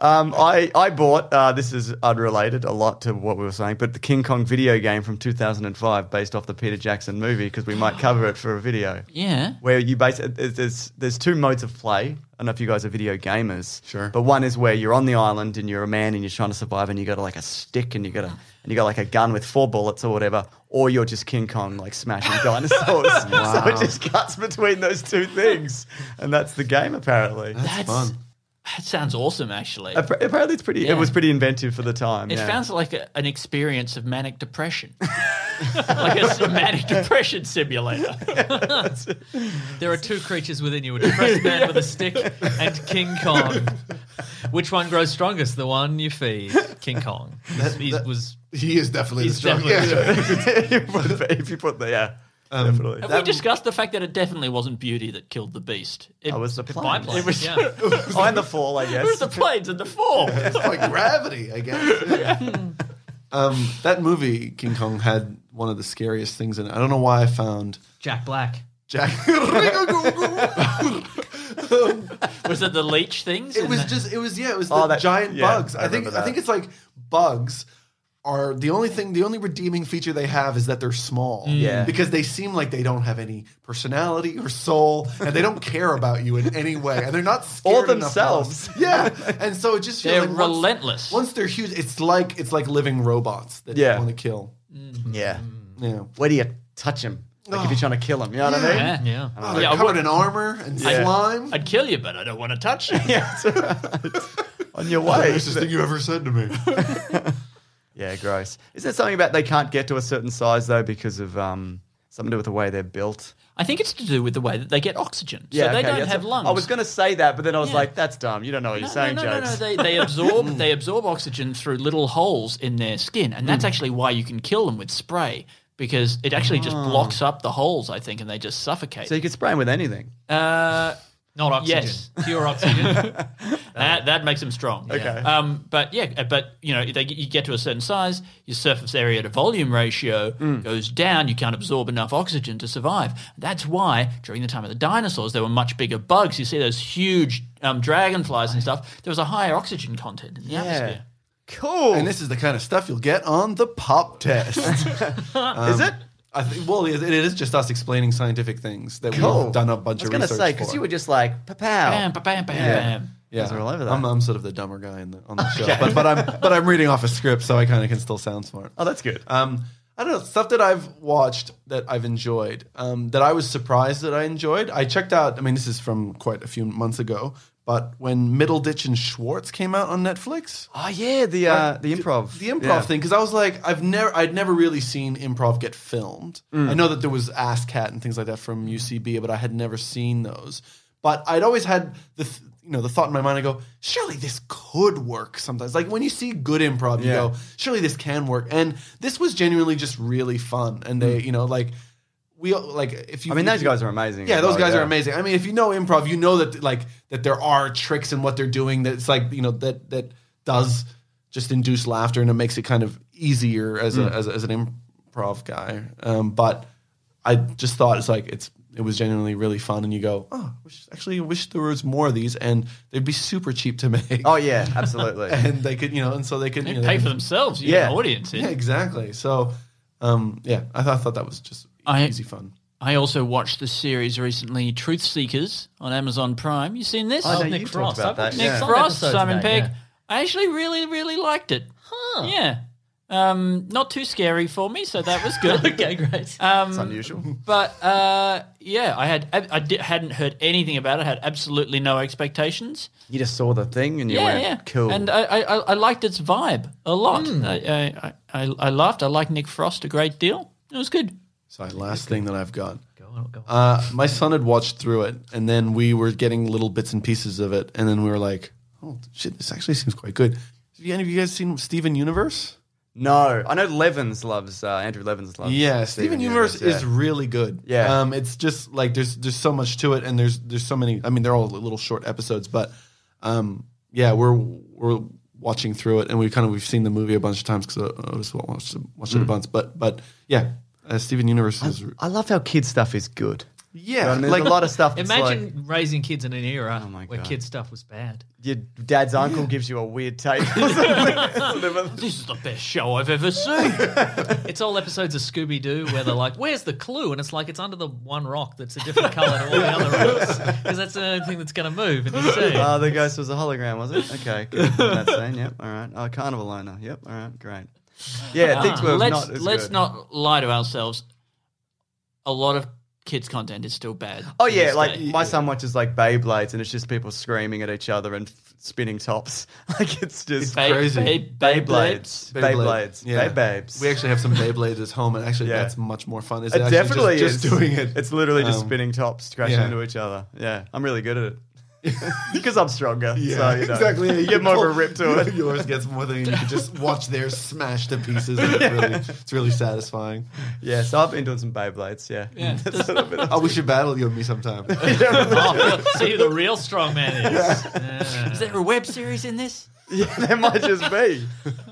S2: Um, I, I bought, uh, this is unrelated a lot to what we were saying, but the King Kong video game from 2005 based off the Peter Jackson movie because we might cover it for a video.
S9: Yeah.
S2: Where you basically, there's, there's, there's two modes of play. I don't know if you guys are video gamers.
S10: Sure.
S2: But one is where you're on the island and you're a man and you're trying to survive and you got like a stick and you got a, and you got like a gun with four bullets or whatever, or you're just King Kong like smashing dinosaurs. So it just cuts between those two things. And that's the game apparently.
S9: That's
S10: fun.
S9: That sounds awesome, actually.
S2: Appa- Apparently, it's pretty.
S9: Yeah.
S2: It was pretty inventive for the time.
S9: it
S2: yeah.
S9: sounds like a, an experience of manic depression, like a s- manic depression simulator.
S5: There are two creatures within you: a depressed man with a stick and King Kong. Which one grows strongest? The one you feed, King Kong. He's- he
S11: that-
S5: was
S11: He is definitely
S5: he's
S11: the strongest.
S5: definitely the
S8: if you put the yeah,
S10: Um,
S8: definitely.
S9: Have we discussed the fact that it definitely wasn't beauty that killed the beast? It
S2: I was the plane.
S9: biplane. It was,
S5: yeah.
S8: Oh, and the fall, I
S9: it was
S8: guess.
S9: the planes and the fall.
S10: like gravity, I guess. um, that movie King Kong had one of the scariest things in it. I don't know why I found
S5: Jack Black.
S10: Jack.
S9: was it the leech things?
S10: it
S9: And
S10: was
S9: the-
S10: just it was yeah it was the
S8: Oh, that-
S10: giant
S8: yeah,
S10: bugs.
S8: I
S10: I, think
S8: remember
S10: I think
S8: that.
S10: it's like bugs are the only thing the only redeeming feature they have is that they're small.
S8: Mm. Yeah.
S10: Because they seem like they don't have any personality or soul and they don't care about you in any way and they're not scared
S8: Or
S10: enough of us.
S8: themselves.
S10: Yeah. And so it just feels
S9: They're
S10: like once-
S9: relentless.
S10: Once, they're huge it's like it's like living robots that
S8: Yeah.
S10: you want to kill. Mm.
S8: yeah.
S10: Yeah.
S2: Where do you touch him? Like if you're trying to kill him, you know what I mean?
S9: yeah.
S5: Yeah.
S10: Oh, they're
S9: I
S10: covered
S9: would-
S10: in armor and slime.
S9: I'd kill you, but I don't want to touch you.
S2: Yeah, that's right. On your way.
S10: thing you ever said to me.
S2: Yeah, gross. Is there something about they can't get to a certain size though because of um, something to do with the way they're built?
S9: I think it's to do with the way that they get oxygen. so they
S2: okay,
S9: don't
S2: yeah,
S9: have
S2: so-
S9: lungs.
S2: I was going to say that, but then I was
S9: Yeah.
S2: like, that's dumb. You don't know what you're
S9: No,
S2: saying,
S9: no, no,
S2: Jokes.
S9: no, no. They, they absorb
S10: Mm.
S9: they absorb oxygen through little holes in their skin, and
S10: Mm.
S9: that's actually why you can kill them with spray because it actually just
S10: Ah.
S9: blocks up the holes, I think, and they just suffocate.
S2: So you could spray him with anything.
S9: uh,
S5: Not oxygen.
S9: Yes.
S5: Pure oxygen.
S9: that that makes them strong. Okay. Um, but yeah, but you know, they, you get to a certain size, your surface area to volume ratio goes down. You can't absorb enough oxygen to survive. That's why during the time of the dinosaurs, there were much bigger bugs. You see those huge um, dragonflies and stuff. There was a higher oxygen content in the atmosphere.
S2: Cool.
S10: And this is the kind of stuff you'll get on the pop test. um,
S2: is it?
S10: I th- well, it, it is just us explaining scientific things that
S2: Cool.
S10: we've done a bunch
S2: I was
S10: of
S2: going to
S10: research
S2: say, because
S10: for.
S2: you were just like,
S9: Bam,
S2: pow.
S9: ba- bam, bam, bam.
S10: yeah,
S2: guys are all over that.
S10: I'm, um, I'm sort of the dumber guy in the, on the show, but, but I'm but I'm reading off a script, so I kind of can still sound smart.
S2: Oh, that's good.
S10: Um, I don't know stuff that I've watched that I've enjoyed. Um, that I was surprised that I enjoyed. I checked out. I mean, this is from quite a few months ago, but when Middleditch and Schwartz came out on Netflix,
S2: Oh, yeah, the uh, the improv.
S10: the improv
S2: Yeah.
S10: thing because I was like I've never I'd never really seen improv get filmed.
S2: Mm.
S10: I know that there was Ass Cat and things like that from UCB, but I had never seen those. But I'd always had the th- you know the thought in my mind I go surely this could work sometimes. Like when you see good improv, you
S2: Yeah.
S10: go surely this can work. And this was genuinely just really fun. And they you know like we like if you
S2: Mm. I mean,
S10: if
S2: those
S10: you-
S2: guys are amazing.
S10: yeah,
S2: as
S10: those
S2: well,
S10: guys
S2: yeah.
S10: are amazing. I mean, if you know improv, you know that like that there are tricks in what they're doing. That's like you know that that does just induce laughter and it makes it kind of easier as
S9: Hmm.
S10: a, as, a- as an improv guy. Um, but I just thought it's like it's it was genuinely really fun, and you go, oh, I wish, actually, I wish there was more of these, and they'd be super cheap to make.
S2: Oh, yeah, absolutely.
S10: and they could you know, and so they could
S9: They
S10: you know,
S9: pay
S10: they
S9: for
S10: could-
S9: themselves. You yeah.
S2: Yeah.
S9: an audience. here.
S10: Yeah, exactly. So, um, yeah, I thought, I thought that was just
S9: I-
S10: easy fun.
S9: I also watched the series recently, Truth Seekers, on Amazon Prime. You seen this?
S2: I know
S5: Oh, Nick
S2: you
S5: Frost.
S2: talked about
S5: I've
S2: that.
S5: watched
S9: Nick
S2: yeah.
S5: Some
S9: Frost,
S5: episodes of
S9: Simon
S5: that,
S9: Pegg.
S5: yeah.
S9: I actually really, really liked it. Huh. Yeah. Um, not too scary for me, so that was good. Um,
S5: Okay, great.
S2: It's unusual.
S9: But uh, yeah, I had I, I di- hadn't heard anything about it. had absolutely no expectations.
S2: You just saw the thing and you
S9: Yeah,
S2: went,
S9: yeah,
S2: cool.
S9: And uh, I, I, I- I liked its vibe a lot.
S2: Hmm.
S9: I, I, I, I laughed. I liked Nick Frost a great deal. It was good.
S10: Sorry, last thing that I've got.
S5: on, go
S10: Uh, my son had watched through it, and then we were getting little bits and pieces of it, and then we were like, "Oh shit, this actually seems quite good." Have you- any of you guys seen Steven Universe?
S2: no, I know Levens loves, uh, Andrew Levens loves.
S10: Yeah, Steven Universe, is
S2: yeah.
S10: really good.
S2: Yeah.
S10: um, it's just like there's there's so much to it, and there's there's so many. I mean, they're all little short episodes, but um, yeah, we're we're watching through it, and we kind of we've seen the movie a bunch of times because Otis watched watched it a bunch, but but yeah, uh, Steven Universe is
S2: I love how kid stuff is good.
S10: yeah,
S2: You know what I mean? There's a lot of stuff. that's like- Oh
S5: Imagine raising kids in an era
S2: my
S5: where
S2: God.
S5: kid stuff was bad.
S2: your dad's uncle gives you a weird take. or something.
S9: This is the best show I've ever seen.
S5: It's all episodes of Scooby Doo where they're like, "Where's the clue?" and it's like it's under the one rock that's a different color to all the other rocks because that's the only thing that's going to move in the scene.
S2: Oh, the ghost was a hologram, was it? Okay, good. That scene, yep, all right. Oh, Carnival Liner, yep, all right, great. Yeah, things were
S9: Ah, let's
S2: not as
S9: let's
S2: good.
S9: not lie to ourselves. A lot of kids' content is still bad.
S2: Oh
S9: to
S2: yeah,
S9: this
S2: like
S9: day.
S2: my son watches like Beyblades, and it's just people screaming at each other and f- spinning tops. Like it's just
S9: Bay-
S10: crazy.
S9: Bay-
S2: Beyblades, Beyblades,
S10: Yeah.
S2: Beybabes.
S10: We actually have some Beyblades at home, and actually,
S2: Yeah.
S10: that's much more fun. Is
S2: It
S10: actually
S2: definitely
S10: just, just
S2: is.
S10: doing it.
S2: It's literally just
S10: Um,
S2: spinning tops crashing
S10: yeah.
S2: into each other. Yeah, I'm really good at it. because I'm stronger. so, you know,
S10: exactly.
S2: You get more of a rip to it.
S10: Yours gets more than you can just watch theirs smash to pieces. It's, really, it's really satisfying.
S2: Yeah, so I've been doing some Beyblades. Yeah, yeah. That's a little bit of-
S10: Oh, we should battle you and me sometime.
S5: Oh, see who the real strong man is.
S9: Is there a web series in this?
S2: yeah, there might just be.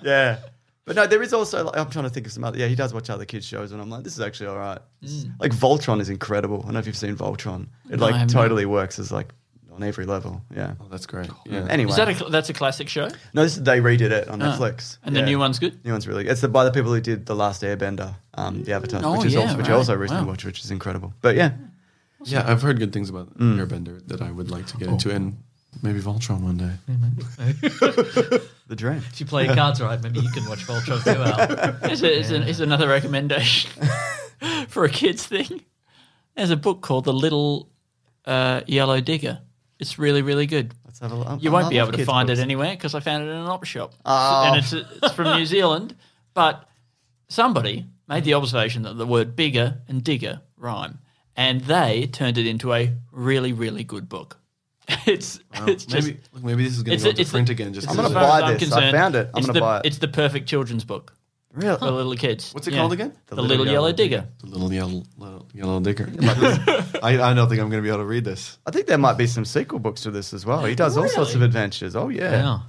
S2: Yeah. But no, there is also. Like, I'm trying to think of some other. Yeah, he does watch other kids shows, and I'm like, this is actually all right. This- Like Voltron is incredible. I don't know if you've seen Voltron. It
S9: Mm. I
S2: like
S9: haven't.
S2: totally works as like on every level. Yeah.
S10: Oh, that's great. Yeah.
S2: Anyway,
S9: Is that a, that's a classic show?
S2: no, this, they redid it on Netflix,
S9: And
S2: Yeah.
S9: the new one's good?
S2: New one's really good. It's the, by the people who did the Last Airbender, um, the Avatar,
S9: Oh,
S2: which is
S9: yeah,
S2: also, which I
S9: right.
S2: also recently
S9: Wow.
S2: watched, which is incredible. But yeah,
S10: yeah, I've heard good things about Airbender that I would like to get into, and maybe Voltron one day.
S2: the dream.
S5: If you play your cards right, maybe you can watch Voltron too. Al.
S9: Here's, a, here's, an- here's another recommendation for a kids thing. There's a book called The Little uh, Yellow Digger. It's really, really good.
S2: Let's have a look.
S9: You
S2: I
S9: won't be
S2: love
S9: able to
S2: kids'
S9: find
S2: books.
S9: it anywhere because I found it in an op shop.
S2: Oh.
S9: And it's, it's from New Zealand. But somebody made the observation that the word bigger and digger rhyme. And they turned it into a really, really good book. It's, it's just.
S10: maybe, look, maybe this is going
S9: it's
S10: to
S9: a-
S10: go into
S9: it's a-
S10: print again. Just
S9: it's
S2: I'm
S10: as
S2: gonna
S9: as
S10: a-
S9: far as
S2: buy
S9: I'm
S2: this. I
S9: concerned,
S2: found it. I'm
S9: it's
S2: gonna
S9: the-
S2: buy it.
S9: It's the perfect children's book
S2: Really?
S9: for little kids.
S10: What's it
S9: Yeah.
S10: called again?
S9: The, Little, Yellow Digger.
S10: The little yellow, little yellow digger. I, I don't think I'm going to be able to read this.
S2: I think there might be some sequel books to this as well. He does all sorts of adventures. Oh yeah.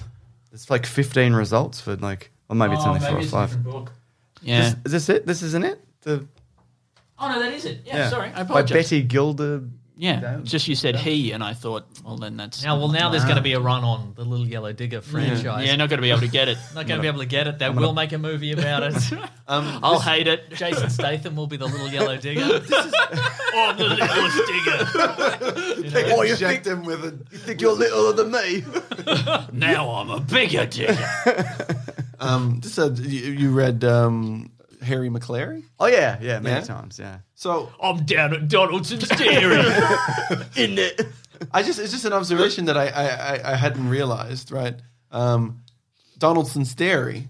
S2: It's like 15 results for like, or maybe
S5: Oh,
S9: Oh,
S2: it's only four or five.
S9: Yeah.
S2: Is this it? This isn't it? The
S9: Oh no, that is it. Yeah,
S2: yeah.
S9: sorry, I
S2: by
S9: apologize.
S2: Betty Gilder.
S9: Yeah, it's just you said he, and I thought, well, then that's
S5: Now, well, now there's
S10: Ah.
S5: going to be a run on the Little Yellow Digger franchise.
S9: yeah, not going to be able to get it.
S5: Not going to be able to get it. They will make a movie about it.
S9: Um, I'll hate it.
S5: Jason Statham will be the Little Yellow Digger.
S9: oh, the littlest digger.
S2: Oh, you
S10: Inject him with a
S2: you think you're littler than me?
S9: Now I'm a bigger digger.
S10: Um, this uh, you, you read um, Harry McClary?
S2: Oh yeah, yeah, many
S10: Yeah?
S2: times, yeah.
S10: So
S9: I'm down at Donaldson's Dairy.
S2: In it.
S10: I just it's just an observation that I I, I, I hadn't realized. Right, um, Donaldson's Dairy.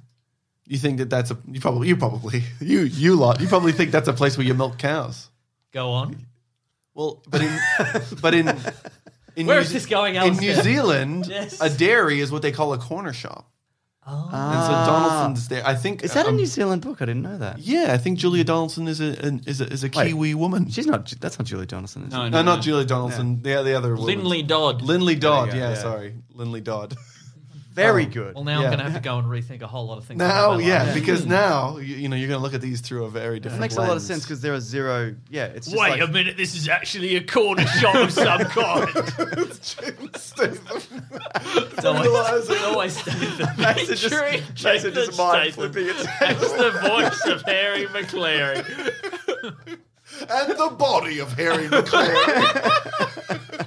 S10: You think that that's a you probably you probably you you lot you probably think that's a place where you milk cows.
S5: Go on.
S10: Well, but in but in in
S5: Where
S10: New
S5: is
S10: Ze-
S5: this going,
S10: In New
S5: Alistair?
S10: Zealand,
S5: Yes.
S10: a dairy is what they call a corner shop. And so Donaldson's there. I think
S2: Ah. Is that a
S10: um,
S2: New Zealand book? I didn't know that.
S10: Yeah, I think Julia Donaldson is a an, is a, is a
S2: Wait.
S10: Kiwi woman.
S2: She's not. That's not Julie Donaldson. Is it?
S10: no, not Julia Donaldson. The, the other woman.
S9: Lindley Dodd.
S10: Lindley Dodd.
S2: There you go,
S10: Yeah,
S2: yeah.
S10: sorry, Lindley Dodd.
S2: Very good.
S5: Well, now
S10: Yeah.
S5: I'm going to have to go and rethink a whole lot of things. about
S10: Now,
S5: my
S10: yeah,
S5: life.
S10: because
S9: Hmm.
S10: now you, you know you're going to look at these through a very different.
S2: It makes a lot of
S10: lens.
S2: sense because there are zero. Yeah, it's just
S9: Wait
S2: like,
S9: a minute, this is actually a corner shop of some kind.
S5: It's always, it always stays there.
S2: Mason just,
S9: Featuring
S2: Mason
S9: Jason
S2: just mind
S9: Statham.
S2: flipping it.
S9: That's the voice of Harry McCleary.
S10: And the body of Harry McClary.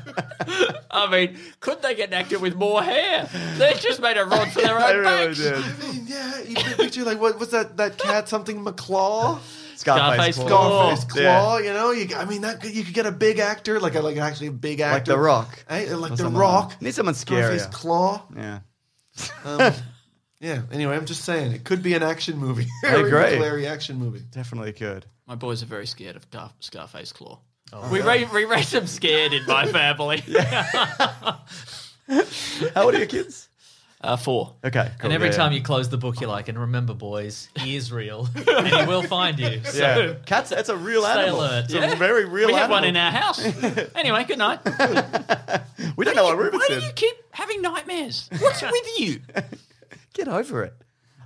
S9: I mean, could they get an actor with more hair? They just made a rod for their
S2: I
S9: own
S2: really
S9: backs.
S2: did.
S10: yeah, you can picture like what was that that cat something McClaw,
S2: Scarface,
S9: Scarface
S2: Claw.
S9: Claw.
S10: Scarface
S2: Oh, yeah.
S10: Claw. You know, you, I mean that could, you could get a big actor like a, like actually a big actor
S2: like The Rock.
S10: Eh, like
S2: Or
S10: the
S2: someone-
S10: Rock.
S2: Need someone
S10: Scarface
S2: scarier.
S10: Claw.
S2: Yeah.
S10: Um, yeah. Anyway, I'm just saying it could be an action movie.
S2: I agree.
S10: Harry McClary action movie.
S2: Definitely could.
S9: My boys are very scared of Gar- Scarface Claw.
S2: Oh.
S9: we, ra- we raise them scared in my family.
S2: How old are your kids?
S9: uh, four.
S2: Okay.
S5: And every time you close the book, you're like, and remember, boys, he is real and he will find you. So
S2: yeah. cats, that's a real
S5: stay
S2: animal.
S5: alert.
S2: It's
S5: Yeah.
S2: a very real
S9: we have
S2: animal.
S9: one in our house. anyway, good night.
S2: we don't know what
S9: Why
S2: Ruben's
S9: do
S2: in.
S9: you keep having nightmares? What's with you?
S2: Get over it.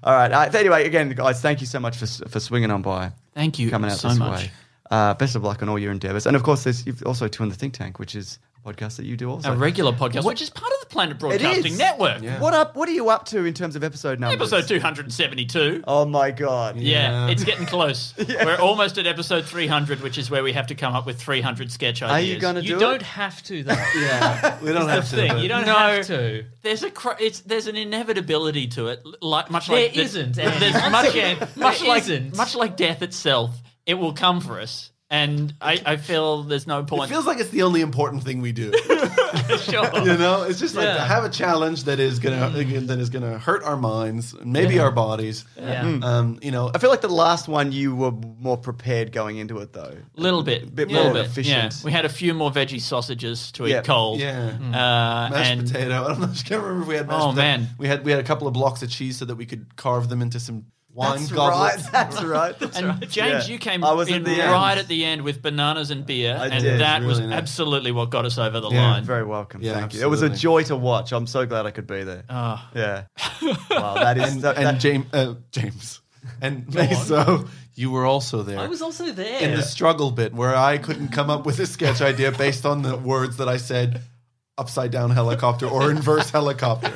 S2: All right. Uh, anyway, again, guys, thank you so much for for swinging on by.
S9: Thank you
S2: coming out
S9: so
S2: this
S9: much.
S2: way. Uh, best of luck on all your endeavors, and of course, there's you've also two in the think tank, which is a podcast that you do also.
S9: A regular podcast, which is part of the Planet
S2: It
S9: Broadcasting
S2: is.
S9: Network.
S2: What up? What are you up to in terms of episode numbers?
S9: Episode 272.
S2: Oh my god.
S9: Yeah,
S10: Yeah.
S9: it's getting close. We're almost at episode 300, which is where we have to come up with 300 sketch ideas.
S2: Are you gonna
S5: you
S2: do
S5: not
S2: it?
S5: have to, though.
S10: We don't have
S5: That's the thing.
S10: but-
S5: You don't
S9: No.
S5: have to.
S9: There's a cr- it's there's an inevitability to it, l- like much
S5: There
S9: like the-
S5: isn't, Andy.
S9: There's
S5: Once
S9: much,
S5: again,
S9: much
S5: there
S9: like
S5: isn't.
S9: much like death itself. It will come for us, and I, I feel there's no
S10: It
S9: point.
S10: feels like it's the only important thing we do. You know, it's just like to have a challenge that is gonna
S8: Mm.
S10: that is gonna hurt our minds, and maybe our bodies.
S8: Mm.
S10: Um, you know,
S8: I feel like the last one you were more prepared going into it though.
S9: little bit,
S8: Bit
S9: little
S8: more efficient.
S9: Yeah. We had a few more veggie sausages to
S8: Yeah.
S9: eat cold.
S10: Yeah.
S9: uh,
S10: mashed
S9: and
S10: potato. I don't know. I just can't remember if we had mashed
S9: Oh,
S10: potato.
S9: man.
S10: we had we had a couple of blocks of cheese so that we could carve them into some wine
S8: That's right.
S10: goblets.
S8: That's right.
S9: And James,
S8: Yeah.
S9: you came
S8: I was at
S9: in
S8: the end.
S9: right at the end with bananas and beer,
S8: I
S9: and
S8: did.
S9: that was
S10: Really nice.
S9: absolutely what got us over the
S10: Yeah,
S9: line.
S8: Very welcome.
S10: Yeah,
S8: Thank you. It was a
S10: absolutely.
S8: joy to watch. I'm so glad I could be there.
S5: Ah.
S9: Oh.
S8: Yeah. Wow, that is.
S10: And,
S8: that-
S10: and
S8: that-
S10: James, uh, James, and so you were also there.
S5: I was also there.
S10: in the struggle bit where I couldn't come up with a sketch idea based on the words that I said upside down helicopter or inverse helicopter.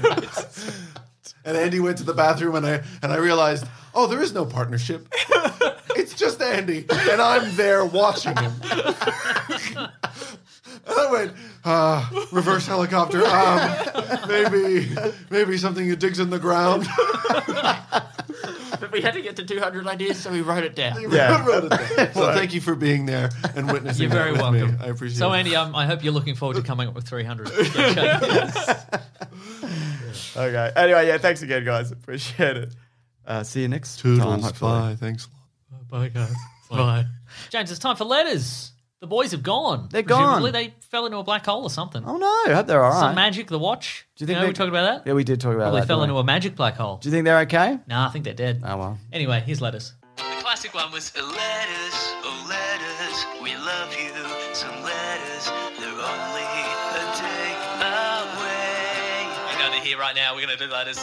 S10: and Andy went to the bathroom and I and I realized, oh, there is no partnership. It's just Andy and I'm there watching him. and I went, uh, reverse helicopter. Um, maybe maybe something that digs in the ground.
S9: But we had to get to 200 ideas, so we wrote it down.
S8: Yeah.
S10: Wrote it down. so thank you for being there and witnessing.
S5: You're
S10: that
S5: very
S10: with
S5: welcome.
S10: Me. I appreciate
S5: so,
S10: it.
S5: Andy, um, I hope you're looking forward to coming up with 300. Yeah.
S8: okay. Anyway, yeah. Thanks again, guys. Appreciate it. Uh, see you next time.
S10: Toodles.
S8: hopefully.
S10: Bye. Thanks. a lot.
S5: Bye, guys. Bye. James, it's time for letters. The boys have gone.
S2: They're gone.
S5: Presumably They fell into a black hole or something.
S2: Oh no, I hope they're all
S5: Some
S2: right.
S5: magic, the watch.
S2: Do you think
S5: know,
S2: they-
S5: we talked about that?
S2: yeah, we did talk about
S5: Probably
S2: that.
S5: fell
S2: didn't
S5: into
S2: we?
S5: a magic black hole.
S2: Do you think they're okay?
S5: Nah, I think they're dead.
S2: Oh well.
S5: Anyway, here's letters.
S4: The classic one was uh, letters, oh letters, we love you. Some letters, they're only a day away.
S5: We're going to hear right now. We're going to do letters.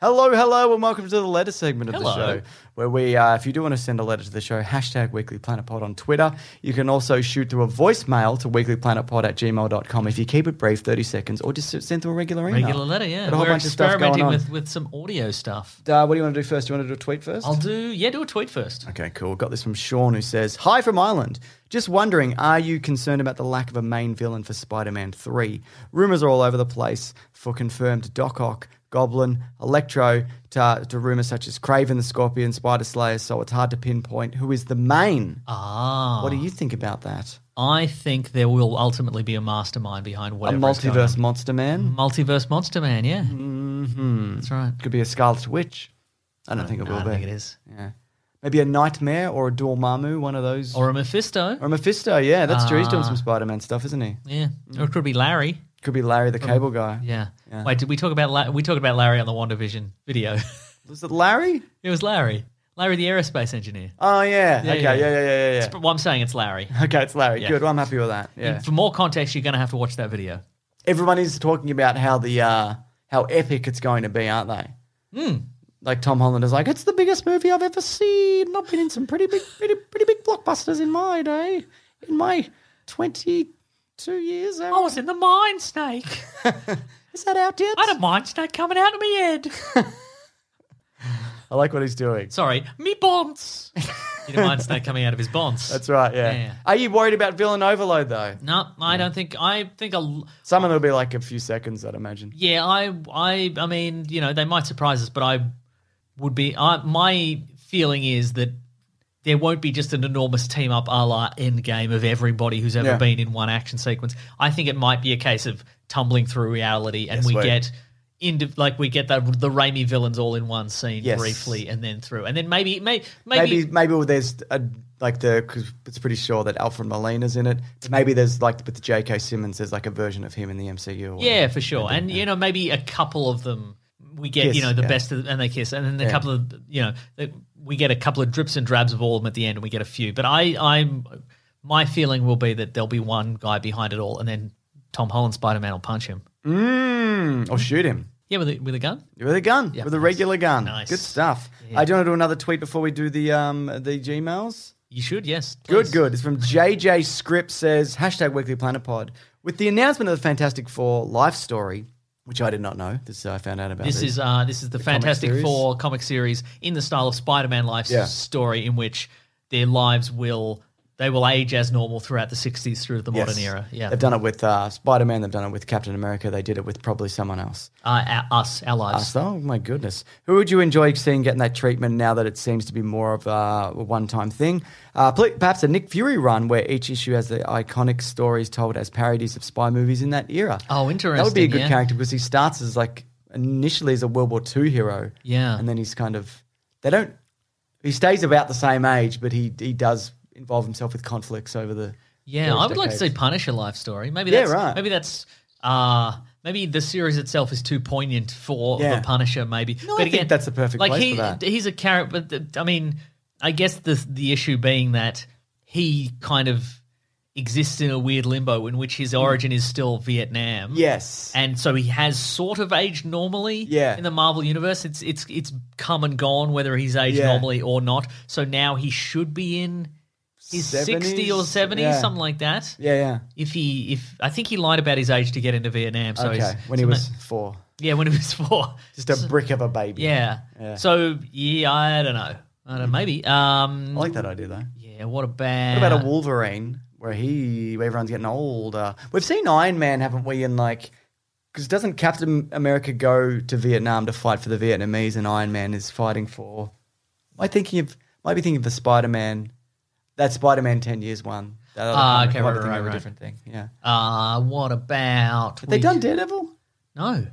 S2: Hello, hello, and welcome to the letter segment of the
S5: Hello.
S2: show, where we, uh, if you do want to send a letter to the show, hashtag Weekly Planet Pod on Twitter. You can also shoot through a voicemail to weeklyplanetpod at gmail.com if you keep it brief, 30 seconds, or just send through a regular email.
S5: Regular letter, yeah.
S2: Got a whole
S5: We're
S2: bunch of stuff going
S5: experimenting
S2: on.
S5: with, with some audio stuff.
S2: Uh, what do you want to do first? Do you want to do a tweet first?
S5: I'll do, yeah, do a tweet first.
S2: Okay, cool. Got this from Sean who says, Hi from Ireland. Just wondering, are you concerned about the lack of a main villain for Spider Man 3? Rumours are all over the place for confirmed Doc Ock, Goblin, Electro, to, to rumours such as Craven the Scorpion, Spider Slayer, so it's hard to pinpoint who is the main.
S5: Ah.
S2: What do you think about that?
S5: I think there will ultimately be a mastermind behind
S2: A
S5: whatever. is going
S2: multiverse
S5: on.
S2: monster
S5: Mm.
S2: man?
S5: Multiverse Monster Man, yeah. Mm-hmm. That's right.
S2: Could be a Scarlet Witch. I don't think it
S5: No,
S2: will
S5: Uh, I
S2: be.
S5: think it is.
S2: Yeah. Maybe a Nightmare or a Dormammu, one of those.
S5: Or a Mephisto.
S2: Or a Mephisto, yeah, that's true. He's doing
S5: Ah.
S2: some Spider Man stuff, isn't he?
S5: yeah. Or it could be Larry.
S2: Could be Larry
S5: Um,
S2: the Cable Guy.
S5: Yeah.
S2: Mm. Yeah.
S5: Wait, did we talk about La- we talked about Larry on the WandaVision video?
S2: Was it Larry?
S5: it was Larry. Larry the aerospace engineer.
S2: Oh yeah.
S5: Yeah,
S2: okay.
S5: yeah.
S2: Yeah. Yeah. Yeah. Yeah.
S5: That's Well, I'm saying it's Larry.
S2: yeah. Okay, it's Larry.
S5: Yeah. Mm.
S2: Good. Well, I'm happy with that. Yeah.
S5: For more context, you're going to have to watch that video.
S2: Everyone is talking about how the uh, how epic it's going to be, aren't they?
S5: Hmm.
S2: Like Tom Holland is like, it's the biggest movie I've ever seen. I've been in some pretty big, pretty, pretty big blockbusters in my day, in my twenty-two years.
S5: I was in the mind snake.
S2: is that out yet?
S5: I had a mind snake coming out of me head.
S2: I like what he's doing.
S5: Sorry, me bonds. you know, mind snake coming out of his bonds.
S2: That's right. Yeah.
S5: Yeah.
S2: Are you worried about villain overload though?
S5: No, I don't think. I think a. l-
S2: Some of them will be like a few seconds, I'd imagine.
S5: Yeah, I, I, I mean, you know, they might surprise us, but I would be. I, my feeling is that there won't be just an enormous team up a la Endgame of everybody who's ever
S2: Yeah.
S5: been in one action sequence. I think it might be a case of tumbling through reality, and we
S8: right.
S5: get. Into, like we get the the Raimi villains all in one scene
S2: Yes.
S5: briefly, and then through, and then maybe may, maybe,
S2: maybe maybe there's a, like the because it's pretty sure that Alfred Molina's in it. But maybe there's like with the J.K. Simmons, there's like a version of him in the MCU. Or
S5: Yeah, for sure. And you know, maybe a couple of them we get,
S2: Kiss,
S5: you know, the
S2: yeah.
S5: best of, and they kiss, and then a
S2: Yeah.
S5: couple of you know, the- we get a couple of drips and drabs of all of them at the end, and we get a few. But I, I'm, my feeling will be that there'll be one guy behind it all, and then Tom Holland Spider Man will punch him.
S2: Mm, or shoot him
S5: Yeah, with a, with a gun.
S2: with a gun,
S5: Yeah,
S2: with a
S5: nice.
S2: regular gun.
S5: Nice.
S2: good stuff. I do want to do another tweet before we do the um the Gmails.
S5: You should, yes.
S2: Good,
S5: please.
S2: good. It's from JJ Script says hashtag Weekly Planet Pod. With the announcement of the Fantastic Four life story, which I did not know, this I found out about.
S5: This is uh, this is the, Fantastic
S2: series?
S5: Four comic series in the style of Spider-Man life
S2: Yeah.
S5: story, in which their lives will They will age as normal throughout the 60s through the modern
S2: Yes.
S5: era. Yeah.
S2: They've done it with uh, Spider Man. They've done it with Captain America. They did it with probably someone else.
S5: Uh, our- us, our lives.
S2: Us. Oh my goodness. Who would you enjoy seeing getting that treatment now that it seems to be more of uh, a one time thing? Uh, pl- perhaps a Nick Fury run where each issue has the iconic stories told as parodies of spy movies in that era.
S5: Oh,
S2: That would be a
S5: interesting,
S2: good
S5: yeah.
S2: character because he starts as like initially as a World War II hero.
S5: Yeah.
S2: And then he's kind of, they don't, he stays about the same age, but he, he does involve himself with conflicts over the.
S5: Yeah,
S2: various
S5: I would like to
S2: decades.
S5: see Punisher life story. Maybe
S2: Yeah,
S5: that's
S2: right.
S5: maybe that's uh maybe the series itself is too poignant for
S2: Yeah.
S5: the Punisher. Maybe,
S2: No, I think that's the perfect
S5: like
S2: place
S5: he
S2: for that.
S5: he's a character. But th- I mean, I guess the the issue being that he kind of exists in a weird limbo in which
S2: Hmm.
S5: his origin is still Vietnam.
S2: Yes.
S5: And so he has sort of aged normally
S2: Yeah.
S5: in the Marvel universe. It's it's it's come and gone whether he's aged
S2: Yeah.
S5: normally or not. So now he should be in his 60 or
S2: 70s?
S5: 70,
S2: Yeah.
S5: something like that.
S2: Yeah, yeah.
S5: If he if I think he lied about his age to get into Vietnam. So
S2: okay.
S5: he's,
S2: when he
S5: so
S2: was
S5: ma-
S2: four.
S5: yeah, when he was four.
S2: Just a brick of a baby.
S5: yeah.
S2: Yeah. Mm-hmm.
S5: So yeah, I don't know. I don't know, maybe. Um
S2: I like that idea though.
S5: yeah, what about
S2: Oh. What about a Wolverine where he where everyone's getting older? We've seen Iron Man, haven't we? In like, because doesn't Captain America go to Vietnam to fight for the Vietnamese, and Iron Man is fighting for? Am I thinking of? Might be thinking of the Spider Man. That Spider Man ten years one. That other
S5: Ah,
S2: comic,
S5: okay,
S2: I might
S5: right,
S2: be thinking
S5: right,
S2: of a
S5: right.
S2: different thing. Yeah,
S5: uh what about
S2: have they
S5: we-
S2: done Hmm. Daredevil?
S5: No.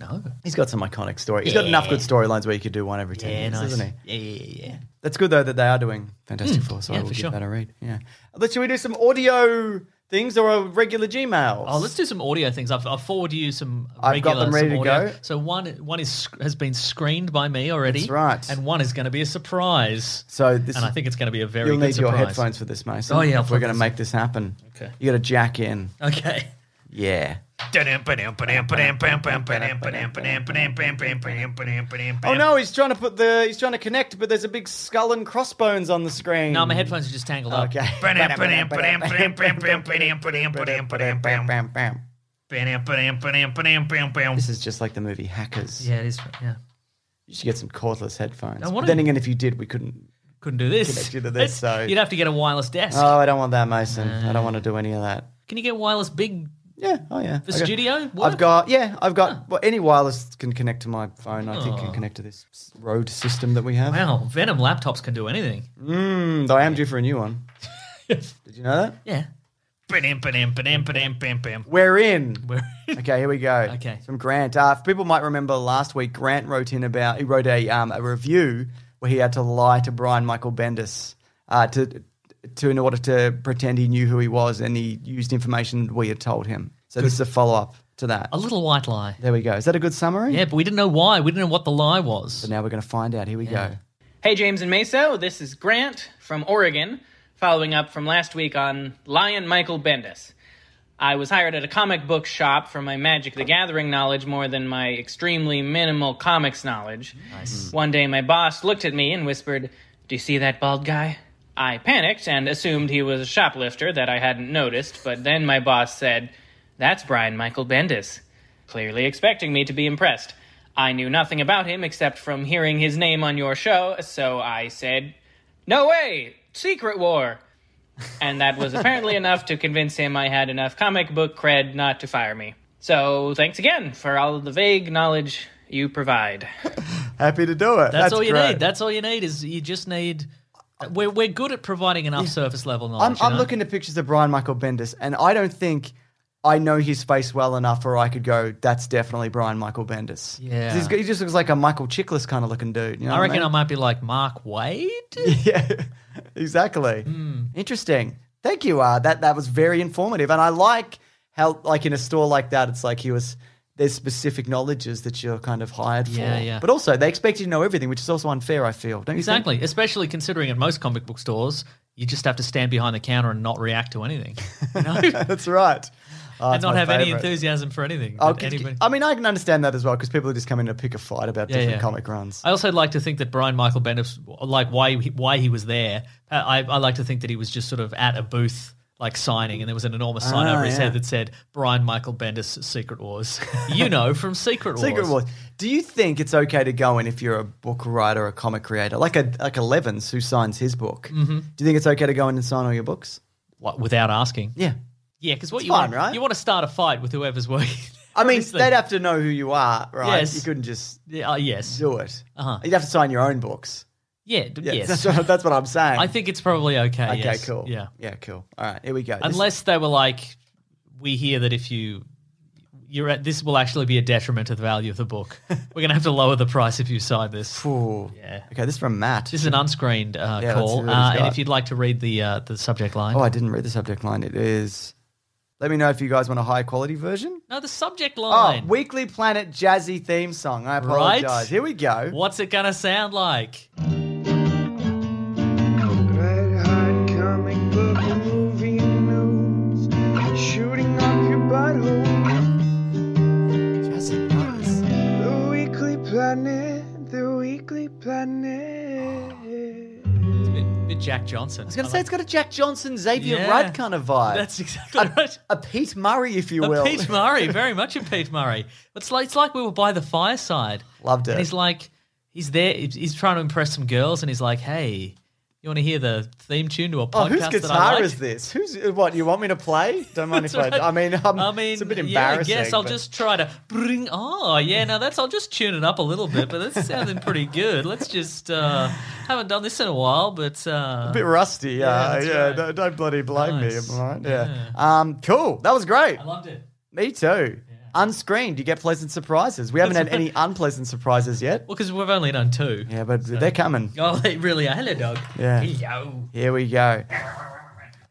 S5: No.
S2: He's got some iconic stories. He's got enough good storylines where you could do one every ten
S5: Yeah,
S2: years,
S5: nice.
S2: isn't he?
S5: Yeah, yeah, yeah, yeah.
S2: That's good though that they are doing Fantastic Four. So
S5: yeah,
S2: I will
S5: for
S2: give
S5: sure.
S2: that a read. Yeah. But should we do some audio things or a regular Gmails?
S5: Oh, let's do some audio things. I've, I'll forward you some regular.
S2: I've got them ready
S5: some
S2: to
S5: audio.
S2: go.
S5: So one one is sc- has been screened by me already.
S2: That's right.
S5: And one is going to be a surprise.
S2: So this
S5: and I think it's going to be a very
S2: you'll
S5: good
S2: need your
S5: surprise.
S2: headphones for this, Mason.
S5: Oh, yeah, I'll
S2: if we're
S5: put
S2: going to
S5: this
S2: make this happen.
S5: Okay.
S2: You got to jack in.
S5: Okay.
S2: Yeah. Oh
S11: Oh
S2: no, he's trying to put the he's trying to connect, but there's a big skull and crossbones on the screen.
S5: No, my headphones are just tangled up.
S2: Okay. this is just like the movie Hackers.
S5: Yeah, it is. Yeah.
S2: You should get some cordless headphones.
S5: I wanna-
S2: But then again, if you did, we couldn't
S5: Couldn't do this.
S2: Connect you to this,
S5: It's-
S2: so-
S5: You'd have to get a wireless desk.
S2: Oh, I don't want that, Mason. I don't want to do any of that.
S5: Can you get wireless big?
S2: Yeah, oh yeah.
S5: The
S2: I got-
S5: studio?
S2: I've
S5: What?
S2: got yeah, I've got well, any wireless can connect to my phone. I think can connect to this road system that we have.
S5: Oh. Wow, Venom laptops can do anything.
S2: Mm, though I am due for a new one. Did you know that?
S5: Yeah.
S2: We're in.
S5: Where-
S2: Okay, here we go.
S5: Okay.
S2: From Grant. Uh, if people might remember last week, Grant wrote in about, he wrote a, um, a review where he had to lie to Brian Michael Bendis uh, to, to, in order to pretend he knew who he was and he used information we had told him. So this is a follow up to that.
S5: a little white lie.
S2: There we go. Is that a good summary?
S5: Yeah, but we didn't know why. We didn't know what the lie was.
S2: So now we're going to find out. Here we go.
S14: Hey, James and Meso, this is Grant from Oregon, following up from last week on Lion Michael Bendis. I was hired at a comic book shop for my Magic the Gathering knowledge more than my extremely minimal comics knowledge. Hmm. One day, my boss looked at me and whispered, Do you see that bald guy? I panicked and assumed he was a shoplifter that I hadn't noticed, but then my boss said, That's Brian Michael Bendis clearly expecting me to be impressed. I knew nothing about him except from hearing his name on your show, so I said, No way! Secret War! And that was apparently enough to convince him I had enough comic book cred not to fire me. So thanks again for all of the vague knowledge you provide.
S2: Happy to do it.
S5: That's, all you
S2: great.
S5: need. That's all you need is you just need. We're, we're good at providing enough surface level
S2: I'm,
S5: knowledge. you
S2: I'm
S5: know?
S2: looking at pictures of Brian Michael Bendis, and I don't think I know his face well enough, or I could go, "That's definitely Brian Michael Bendis." 'Cause
S5: Yeah.
S2: he's, got- he just looks like a Michael Chiklis kind of looking dude. You know
S5: I
S2: what
S5: reckon I
S2: mean?
S5: might be like Mark Wade.
S2: yeah, exactly.
S5: Hmm.
S2: Interesting. Thank you. Uh, that that was very informative, and I like how, like in a store like that, it's like he was. There's specific knowledges that you're kind of hired for,
S5: Yeah, yeah.
S2: but also they expect you to know everything, which is also unfair. I feel, don't you think?
S5: Exactly. Especially considering at most comic book stores, you just have to stand behind the counter and not react to anything. You know? and
S2: That's right. Oh, that's
S5: not
S2: my
S5: have any
S2: favourite.
S5: enthusiasm for anything.
S2: Oh,
S5: that
S2: c-
S5: anybody-
S2: I mean, I can understand that as well because people are just coming to pick a fight about
S5: Yeah,
S2: different
S5: yeah.
S2: comic runs.
S5: I also like to think that Brian Michael uh, Bendis, like why he, why he was there. I, I like to think that he was just sort of at a booth, like signing, and there was an enormous sign
S12: Ah,
S5: over his
S12: yeah.
S5: head that said Brian Michael Bendis Secret Wars. you know from Secret Wars.
S12: Secret Wars.
S2: Do you think it's okay to go in if you're a book writer or a comic creator, like a like a Levens who signs his book?
S5: Mm-hmm.
S2: Do you think it's okay to go in and sign all your books?
S5: What, without asking.
S2: Yeah.
S5: Yeah, because what
S2: It's
S5: you
S2: fine,
S5: want,
S2: right?
S5: you want to start a fight with whoever's working.
S2: I mean,
S5: Obviously.
S2: they'd have to know who you are, right?
S5: Yes.
S2: You couldn't just
S5: Yeah, uh, yes.
S2: do it.
S5: Uh-huh.
S2: You'd have to sign your own books.
S5: Yeah. d-
S2: Yeah,
S5: yes.
S2: That's, what, that's what I'm saying.
S5: I think it's probably okay.
S2: okay,
S5: yes.
S2: cool.
S5: Yeah.
S2: Yeah, cool. All right, here we go. This-
S5: Unless they were like, we hear that if you, you're at this will actually be a detriment to the value of the book. We're gonna have to lower the price if you sign this.
S2: Ooh.
S5: Yeah.
S2: Okay, this is from Matt.
S5: This is an unscreened uh,
S2: Yeah, let's
S5: call,
S2: see what he's
S5: uh, and
S2: got.
S5: if you'd like to read the uh, the subject line.
S2: oh, I didn't read the subject line. It is. Let me know if you guys want a high quality version.
S5: no, the subject
S2: Oh,
S5: line.
S2: Weekly Planet jazzy theme song. I
S5: Right?
S2: apologize. Here we go.
S5: What's it gonna sound like?
S4: Red hot comic book movie news. Shooting up your butthole.
S2: Jazzy nuts.
S4: The Weekly Planet. The Weekly Planet.
S5: It's a bit, bit Jack Johnson.
S2: I was going to say it's got a Jack Johnson, Xavier
S5: Yeah.
S2: Rudd kind of vibe.
S5: That's exactly right.
S2: a Pete Murray, if you
S5: A
S2: will.
S5: Pete Murray, very much a Pete Murray. It's like it's like we were by the fireside.
S2: Loved
S5: And
S2: it.
S5: he's like, he's there. He's he's trying to impress some girls, and he's like, "Hey, you want to hear the theme tune to a
S2: Oh,
S5: podcast
S2: whose
S5: that I
S2: guitar
S5: like?"
S2: is this? Who's what? You want me to play? Don't mind if
S5: That's right.
S2: I. I mean, um, it's a bit embarrassing.
S5: Yeah, I guess I'll
S2: but-
S5: just try to bring. Oh, yeah. Now that's I'll just tune it up a little bit, but that's sounding pretty good. Let's just uh, haven't done this in a while, but uh,
S2: a bit rusty. Yeah,
S5: that's
S2: yeah.
S5: right.
S2: don't, don't bloody blame
S5: Nice.
S2: me. am I Right? Yeah. Um, cool. That was great.
S5: I loved it.
S2: Me too. Unscreened, you get pleasant surprises. We haven't had any unpleasant surprises yet.
S5: Well, because we've only done two.
S2: Yeah, but they're coming.
S5: Oh, they really are. Hello, dog.
S2: Yeah.
S5: Hello.
S2: Here we go.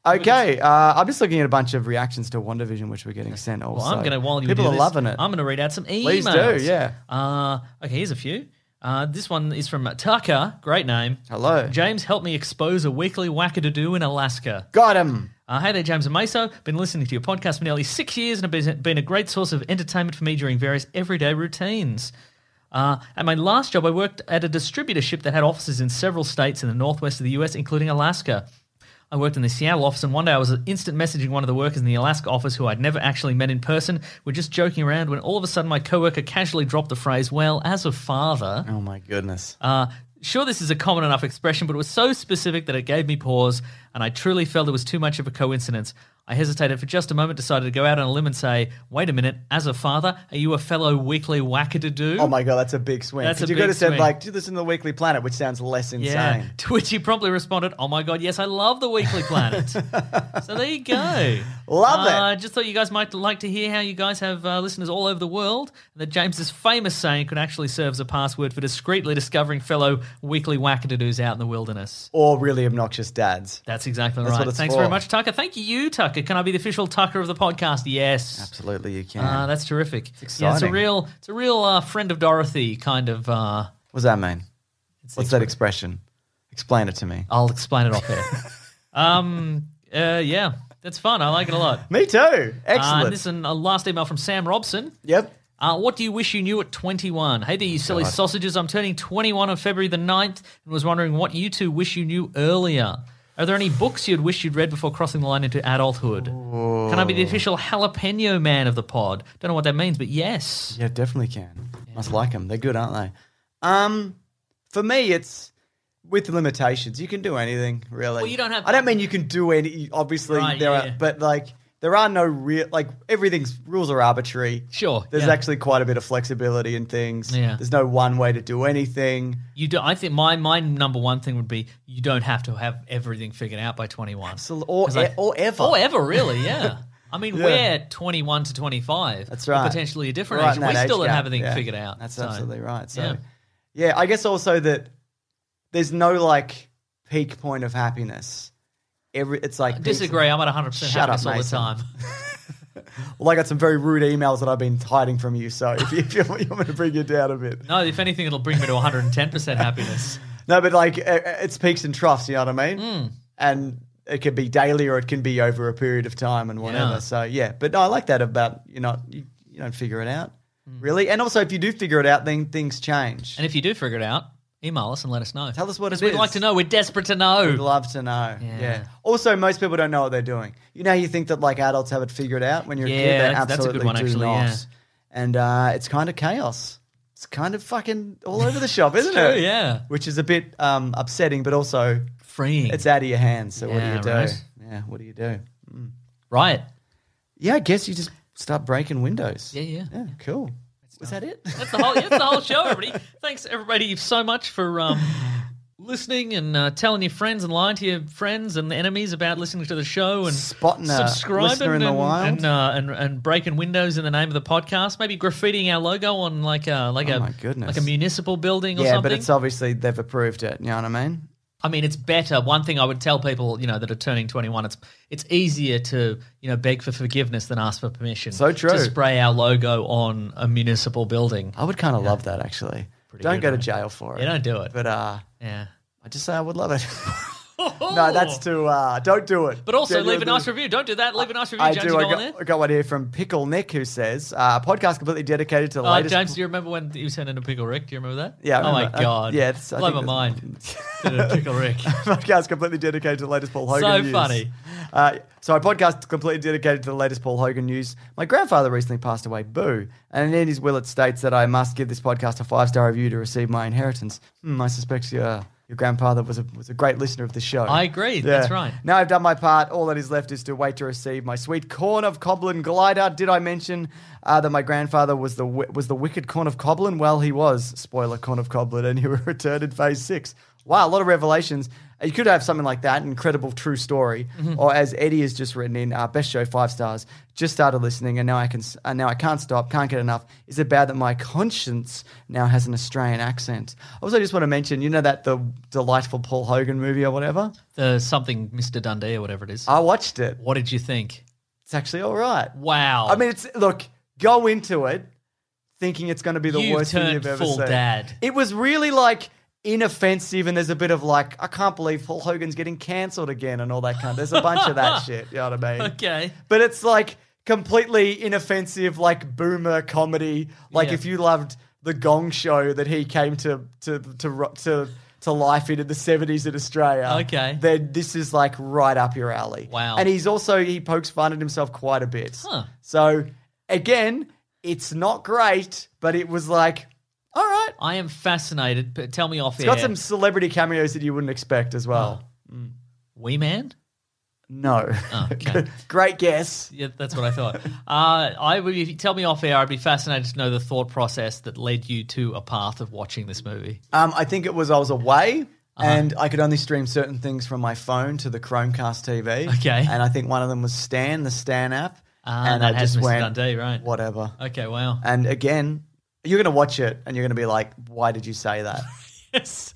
S2: Okay, uh, I'm just looking at a bunch of reactions to WandaVision, which we're getting sent also.
S5: Well, I'm going to while you
S2: people
S5: do
S2: are
S5: this,
S2: loving it.
S5: I'm going to read out some emails.
S2: Please do, yeah.
S5: Uh, okay, here's a few. Uh, this one is from Tucker. Great name.
S2: Hello.
S5: James helped me expose a weekly wackadoo in Alaska.
S2: Got him.
S5: Uh, hey there, James and Meso. Been listening to your podcast for nearly six years and have been- been a great source of entertainment for me during various everyday routines. Uh, at my last job, I worked at a distributorship that had offices in several states in the northwest of the US, including Alaska. I worked in the Seattle office, and one day I was instant messaging one of the workers in the Alaska office who I'd never actually met in person. We're just joking around when all of a sudden my coworker casually dropped the phrase, Well, as a father.
S2: Oh my goodness.
S5: Uh, sure, this is a common enough expression, but it was so specific that it gave me pause, and I truly felt it was too much of a coincidence. I hesitated for just a moment, decided to go out on a limb and say, "Wait a minute, as a father, are you a fellow weekly wackadoo?"
S2: Oh my god, that's a big swing.
S5: That's a
S2: Because you could
S5: big
S2: have said
S5: swing.
S2: like, do this in the Weekly Planet, which sounds less insane.
S5: Yeah. To which he promptly responded, "Oh my god, yes, I love the Weekly Planet." so there you go.
S2: Love it.
S5: I just thought you guys might like to hear how you guys have uh, listeners all over the world, and that James's famous saying could actually serve as a password for discreetly discovering fellow weekly wackadoos out in the wilderness.
S2: Or really obnoxious dads.
S5: That's exactly
S2: That's
S5: right.
S2: what it's
S5: Thanks
S2: for.
S5: very much, Tucker. Thank you, Tucker. Can I be the official Tucker of the podcast? Yes.
S2: Absolutely, you can.
S5: Ah, that's terrific. yeah, it's a
S2: exciting.
S5: real, it's a real uh, friend of Dorothy kind of. Uh,
S2: what does that mean? What's that expression? Explain it to me.
S5: I'll explain it off air. um, uh, yeah, that's fun. I like it a lot.
S2: Me too.
S5: Uh,
S2: Excellent.
S5: and this is an- a last email from Sam Robson.
S2: yep.
S5: Uh, what do you wish you knew at 21? Hey there,
S2: Oh,
S5: you silly sausages. I'm turning 21 on February the 9th and was wondering what you two wish you knew earlier. Are there any books you'd wish you'd read before crossing the line into adulthood? Can I be
S2: Oh.
S5: the official jalapeno man of the pod? Don't know what that means, but yes.
S2: Yeah, definitely can. Must like them. They're good, aren't they? Um, for me, it's with limitations. You can do anything, really.
S5: Well, you don't have-
S2: I don't mean you can do any. Obviously,
S5: Right,
S2: there
S5: yeah,
S2: are,
S5: yeah.
S2: but like there are no real like everything's rules are arbitrary.
S5: Sure,
S2: There's
S5: yeah.
S2: actually quite a bit of flexibility in things.
S5: Yeah.
S2: There's no one way to do anything.
S5: You do, I think my, my number one thing would be you don't have to have everything figured out by 21.
S2: So, or,
S5: 'Cause I-
S2: e- or ever.
S5: Oh, ever really? Yeah. I mean,
S2: Yeah.
S5: we're 21 to 25.
S2: That's
S5: We're
S2: right.
S5: Potentially a different
S2: Right
S5: age.
S2: in
S5: We
S2: that
S5: still
S2: age
S5: don't
S2: gap,
S5: have everything
S2: yeah.
S5: figured out.
S2: That's
S5: so-
S2: absolutely right. So,
S5: yeah.
S2: yeah. I guess also that there's no like peak point of happiness. Every it's like peaks-
S5: Disagree. I'm at 100 percent
S2: Shut
S5: happiness
S2: up,
S5: all the
S2: Mason.
S5: time.
S2: Well, I got some very rude emails that I've been hiding from you. So if you, if you want you want me to bring you down a bit,
S5: No, if anything, it'll bring me to 110 percent happiness.
S2: no, but like uh, uh, it's peaks and troughs. You know what I mean?
S5: Hmm.
S2: And it can be daily or it can be over a period of time and whatever.
S5: Yeah.
S2: So yeah, but no, I like that about you're not you,
S5: Hmm.
S2: you don't figure it out really. And also, if you do figure it out, then things change.
S5: And if you do figure it out, Email us and let us know.
S2: Tell us what it
S5: 'Cause We'd
S2: is.
S5: like to know. We're desperate to know.
S2: We'd love to know. Yeah.
S5: Yeah.
S2: Also, most people don't know what they're doing. You know, how you think that like adults have it figured out when you're a
S5: Yeah,
S2: kid. They
S5: that's- that's a
S2: absolutely
S5: good one,
S2: do
S5: actually,
S2: not.
S5: yeah.
S2: And uh, it's kind of chaos. It's kind of fucking all over the shop, isn't
S5: true,
S2: it?
S5: yeah.
S2: Which is a bit um, upsetting, but also
S5: Freeing.
S2: it's out of your hands. So
S5: Yeah,
S2: what do you do?
S5: right.
S2: Yeah. What do you do?
S5: Riot.
S2: Yeah, I guess you just start breaking windows.
S5: Yeah, yeah.
S2: Yeah. Cool. Was that it?
S5: That's the whole. That's the whole show, everybody. Thanks, everybody, so much for um, listening and uh, telling your friends and lying to your friends and enemies about listening to the show and
S2: Spotting a
S5: subscribing
S2: listener in
S5: and,
S2: the wild.
S5: and, uh, and and breaking windows in the name of the podcast. Maybe graffitiing our logo on like a like
S2: Oh
S5: a
S2: my goodness.
S5: like a municipal building or
S2: yeah,
S5: something.
S2: but it's obviously they've approved it. You know what I mean?
S5: I mean, it's better. One thing I would tell people, you know, that are turning twenty-one, it's it's easier to you know beg for forgiveness than ask for permission.
S2: So true.
S5: To spray our logo on a municipal building,
S2: I would kind of love that actually. don't
S5: good,
S2: go to
S5: right?
S2: jail for it.
S5: you don't do it.
S2: But uh,
S5: yeah.
S2: I just say I would love it. no, that's too. Uh, don't do it.
S5: But also
S2: Genuinely.
S5: leave a nice review. Don't do that. Leave a nice review,
S2: I
S5: James.
S2: do.
S5: You
S2: I
S5: go on
S2: got,
S5: there.
S2: I got one here from Pickle Nick who says, uh, "A podcast completely dedicated to the
S5: Oh,
S2: latest."
S5: James, do you remember when you turned into Pickle Rick? Do you remember that?
S2: Yeah, I
S5: Oh my
S2: remember. Uh,
S5: god.
S2: yeah, it's- I
S5: Blow my
S2: think
S5: mind. Turned into Pickle Rick.
S2: podcast completely dedicated to the latest Paul Hogan
S5: So
S2: news.
S5: funny.
S2: Uh, so our podcast completely dedicated to the latest Paul Hogan news. My grandfather recently passed away, boo, and in his will it states that I must give this podcast a five star review to receive my inheritance. Hmm, I suspect your your grandfather was a was a great listener of the show.
S5: I agree. That's right.
S2: Now I've done my part. All that is left is to wait to receive my sweet corn of Coblin glider. Did I mention uh, that my grandfather was the wi- was the wicked corn of Coblin? Well, he was. Spoiler, corn of Coblin, and he returned in Phase Six. Wow, a lot of revelations. Uh, You could have something like that, incredible true story,
S5: Mm-hmm.
S2: or as Eddie has just written in, uh, best show five stars. Just started listening, and now I can s- uh, now I can't stop, can't get enough. Is it bad that my conscience now has an Australian accent? Also, just want to mention, you know that the delightful Paul Hogan movie or whatever.
S5: The something Mr. Dundee or whatever it is.
S2: I watched it.
S5: what did you think?
S2: It's actually all right.
S5: Wow.
S2: I mean, it's look, go into it thinking it's going to be the
S5: You
S2: worst thing
S5: turned
S2: you've ever
S5: full
S2: seen.
S5: dad.
S2: It was really like inoffensive, and there's a bit of like, I can't believe Paul Hogan's getting cancelled again, and all that kind. There's a bunch of that shit. You know what I mean?
S5: okay.
S2: But it's like completely inoffensive, like boomer comedy. Like
S5: Yeah.
S2: if you loved the Gong Show that he came to to to ro- to to life in in the seventies in Australia.
S5: Okay.
S2: then this is like right up your alley.
S5: Wow.
S2: And he's also he pokes fun at himself quite a bit.
S5: Huh.
S2: So again, it's not great, but it was like, all right.
S5: I am fascinated. But tell me off
S2: It's
S5: air.
S2: got some celebrity cameos that you wouldn't expect as well.
S5: Wee Man?
S2: No.
S5: Oh, okay.
S2: great guess.
S5: Yeah, that's what I thought. uh, I would if you tell me off air. I'd be fascinated to know the thought process that led you to a path of watching this movie.
S2: Um, I think it was I was away
S5: Uh-huh.
S2: and I could only stream certain things from my phone to the Chromecast TV.
S5: Okay.
S2: And I think one of them was Stan, the Stan app.
S5: Ah,
S2: and
S5: that
S2: I
S5: has
S2: just
S5: Mr.
S2: went,
S5: Dundee, right.
S2: whatever.
S5: Okay, wow.
S2: And again, you're going to watch it and you're going to be like, why did you say that?
S5: yes.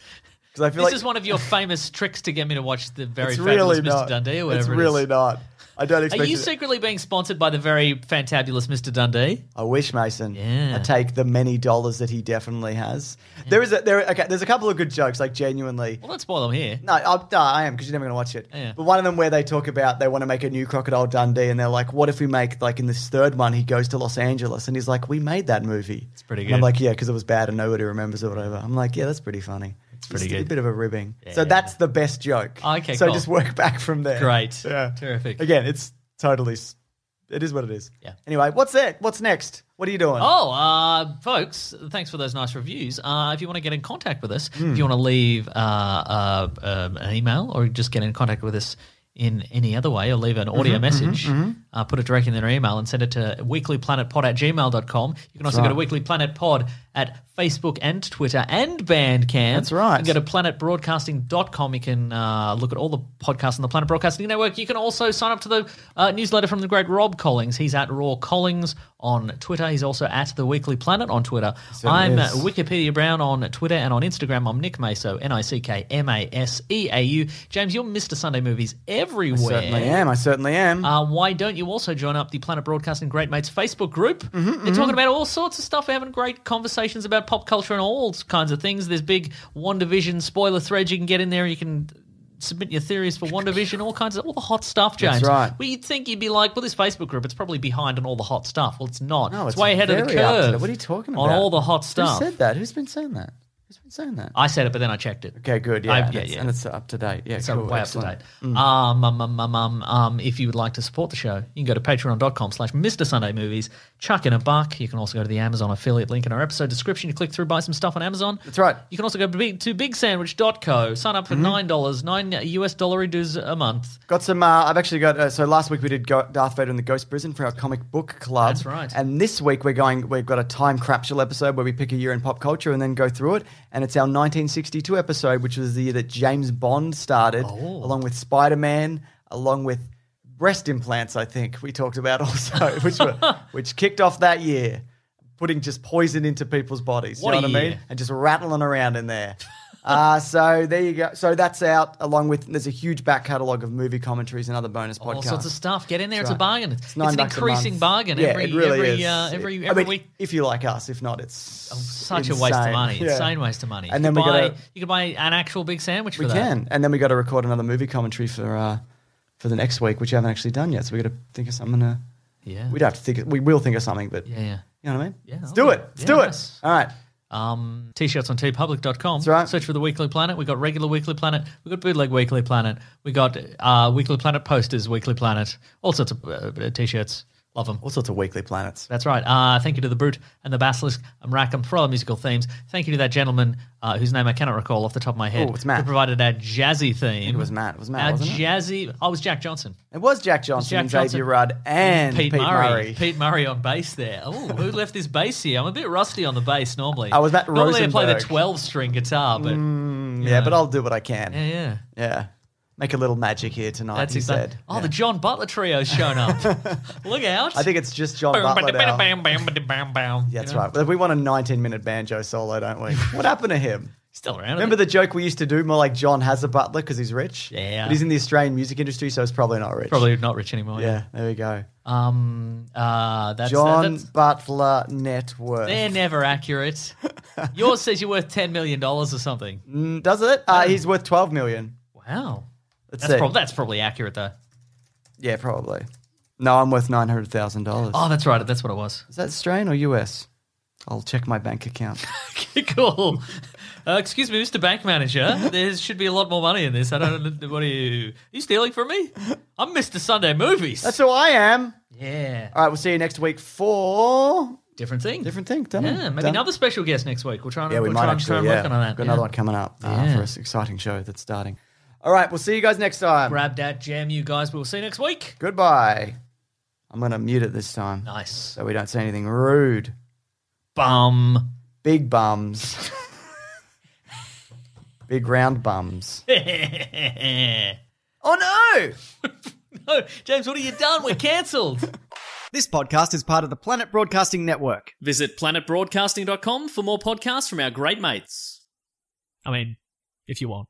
S2: Because I feel
S5: This
S2: like
S5: is one of your famous tricks to get me to watch the very
S2: it's
S5: fabulous
S2: really
S5: Mr.
S2: not.
S5: Dundee or
S2: it's
S5: whatever
S2: really
S5: it is.
S2: not. I don't expect
S5: Are you
S2: it-
S5: secretly being sponsored by the very fantabulous Mr. Dundee?
S2: I wish Mason.
S5: Yeah.
S2: I take the many dollars that he definitely has. There is a there. Okay, there's a couple of good jokes. Like genuinely,
S5: Well, don't spoil them here.
S2: no, I, no, I am because you're never going to watch it.
S5: Yeah.
S2: But one of them where they talk about they want to make a new Crocodile Dundee, and they're like, "What if we make like in this third one he goes to Los Angeles?" And he's like, "We made that movie." It's
S5: pretty good.
S2: I'm like, "Yeah," because it was bad and nobody remembers it. Or whatever. I'm like, "Yeah, that's pretty funny." It's
S5: pretty
S2: just A
S5: good. Oh,
S2: bit of a ribbing. So that's the best joke.
S5: Okay,
S2: So
S5: cool.
S2: just work back from there.
S5: Great.
S2: Yeah.
S5: Terrific.
S2: Again, it's totally. s- It is what it is.
S5: Yeah.
S2: Anyway, what's that? What's next? What are you doing?
S5: Oh, uh, folks, thanks for those nice reviews. Uh, if you want to get in contact with us,
S2: Hmm.
S5: if you want to leave uh, uh, um, an email or just get in contact with us in any other way or leave an
S2: Mm-hmm,
S5: audio message, Uh, put it directly in their email and send it to weeklyplanetpod at gmail.com. You can also go to weeklyplanetpod at Facebook and Twitter and Bandcamp.
S2: That's right.
S5: You can go to planetbroadcasting.com. You can uh, look at all the podcasts on the Planet Broadcasting Network. You can also sign up to the uh, newsletter from the great Rob Collings. He's at Raw Collings on Twitter. He's also at The Weekly Planet on Twitter. I'm
S2: is.
S5: Wikipedia Brown on Twitter and on Instagram. I'm Nick Maso, N I C K M A S E A U. James, you're Mr. Sunday Movies everywhere.
S2: certainly am. I certainly am.
S5: Uh, why don't you also join up the Planet Broadcasting Great Mates Facebook group?
S2: Mm-hmm,
S5: They're talking about all sorts of stuff. We're having great conversations about pop culture and all kinds of things. There's big One Division spoiler threads you can get in there. You can submit your theories for One Division, all kinds of all the hot stuff, James.
S2: right.
S5: Well, you'd think you'd be like, well, this Facebook group, it's probably behind on all the hot stuff. Well, it's not.
S2: No,
S5: it's,
S2: it's
S5: way ahead of the
S2: very up to
S5: curve.
S2: date. What are you talking
S5: On
S2: about?
S5: all the hot
S2: Who
S5: stuff.
S2: said that? Who's been saying that? Who's been saying that?
S5: I said it, but then I checked it.
S2: Okay, good. Yeah,
S5: I-
S2: and
S5: yeah,
S2: it's-
S5: yeah.
S2: And it's Mm. up to date. Yeah,
S5: So
S2: cool,
S5: way
S2: excellent.
S5: up to date. Um, um, um, um, um, um, if you would like to support the show, you can go to patreon.com slash Mr. Sunday Movies, chuck in a buck. You can also go to the Amazon affiliate link in our episode description. You click through, buy some stuff on Amazon.
S2: That's right. Mm-hmm.
S5: You can also go to, big, to bigsandwich.co, sign up for $9, 9 US uh, dollar dues a month.
S2: Got some. Uh, I've actually got. Uh, so last week we did Go- Darth Vader in the Ghost Prison for our comic book club.
S5: That's right.
S2: And this week we're going. We've got a time capsule episode where we pick a year in pop culture and then go through it. And it's our 1962 episode, which was the year that James Bond started,
S5: Oh.
S2: along with Spider Man, along with breast implants. I think we talked about also, which were, which kicked off that year, putting just poison into people's bodies.
S5: What
S2: you know
S5: a
S2: what I mean?
S5: year.
S2: and just rattling around in there. uh, so there you go. So that's out along with there's a huge back catalogue of movie commentaries and other bonus podcasts.
S5: All sorts of stuff. Get in there. it's
S2: That's right.
S5: a bargain. It's,
S2: nine
S5: an
S2: bucks a
S5: increasing
S2: month.
S5: bargain
S2: Yeah,
S5: every,
S2: it really
S5: every,
S2: is.
S5: Uh,
S2: It-
S5: every,
S2: I
S5: every
S2: mean,
S5: week. Oh,
S2: If you like us, if not, it's
S5: Such a waste of
S2: insane.
S5: money.
S2: Yeah.
S5: Insane waste of money.
S2: And
S5: you
S2: then
S5: could
S2: we
S5: buy,
S2: gotta-
S5: you could buy an actual big sandwich for
S2: We
S5: that.
S2: can, and then we got to record another movie commentary for uh, for the next week, which we haven't actually done yet. So we got to think of something. To,
S5: Yeah.
S2: We'd have to think. We will think of something, but
S5: Yeah, yeah.
S2: you know what I mean.
S5: Yeah, oh,
S2: Let's
S5: I'll
S2: do
S5: do
S2: it.
S5: it.
S2: Let's
S5: Yeah,
S2: do it.
S5: nice.
S2: All right.
S5: Um, t-shirts on tpublic.com. That's
S2: right.
S5: Search for the Weekly Planet. We got regular Weekly Planet. We got bootleg Weekly Planet. We got uh, Weekly Planet posters, Weekly Planet, all sorts of uh, t-shirts. Love them.
S2: All sorts of weekly planets.
S5: That's right. Uh, thank you to the Brute and the Basilisk and Rackham for all the musical themes. Thank you to that gentleman uh, whose name I cannot recall off the top of my head.
S2: Oh, it's Matt.
S5: Who provided our jazzy theme.
S2: It was Matt. It was Matt.
S5: Our
S2: wasn't it?
S5: jazzy. I was Jack Johnson.
S2: It was Jack Johnson,
S5: Jack
S2: and Xavier
S5: Johnson.
S2: Rudd, and Pete, Murray.
S5: Pete Murray on bass there. Oh, who left this bass here? I'm a bit rusty on the bass normally.
S2: I was Matt
S5: Normally I play the
S2: Rosenberg. Mm.
S5: 12 string guitar, but
S2: Yeah, but I'll do what I can.
S5: yeah, yeah.
S2: Yeah. Make a little magic here tonight,
S5: That's
S2: he
S5: exact-
S2: said.
S5: Oh,
S2: Yeah.
S5: the John Butler trio's shown up. Look out.
S2: I think it's just John Butler now. Yeah,
S5: That's
S2: that's right. But we want a 19 minute banjo solo, don't we? what happened to him?
S5: Still around.
S2: Remember the joke we used to do more like John has a butler because he's rich?
S5: Yeah.
S2: But he's in the Australian music industry, so it's probably not rich.
S5: Probably not rich anymore.
S2: Yeah, there we go.
S5: Um. Uh. That's
S2: John
S5: That's,
S2: Butler Net Worth.
S5: they're never accurate. Yours says you're worth ten million dollars or something.
S2: Mm, Does it? Uh, he's worth 12 million.
S5: Wow.
S2: Let's
S5: That's,
S2: see.
S5: prob- that's probably accurate though.
S2: yeah, probably. No, I'm worth $900,000.
S5: Oh, that's right. That's what it was.
S2: Is that Australian or US? I'll check my bank account.
S5: cool. Uh, excuse me, Mr. Bank Manager. There should be a lot more money in this. I don't know. What are you? Are you stealing from me? I'm Mr. Sunday Movies.
S2: That's who I am.
S5: yeah.
S2: All right, we'll see you next week for
S5: Different thing.
S2: different thing. Done.
S5: Yeah, maybe
S2: Mm, Done.
S5: another special guest next week. We'll try and,
S2: Yeah, we
S5: we'll
S2: might
S5: try and,
S2: actually.
S5: try and
S2: yeah.
S5: work on that.
S2: Got
S5: yeah.
S2: another one coming up uh,
S5: Yeah.
S2: for an exciting show that's starting. All right, we'll see you guys next time.
S5: Grab that jam, you guys. We'll see you next week.
S2: Goodbye. I'm gonna mute it this time
S5: Nice.
S2: so we don't say anything rude.
S5: Bum.
S2: Big bums. Big round bums.
S5: no,
S2: Oh no!
S5: James, what have you done? We're cancelled.
S15: This podcast is part of the Planet Broadcasting Network.
S9: Visit planetbroadcasting.com for more podcasts from our great mates. I mean, if you want,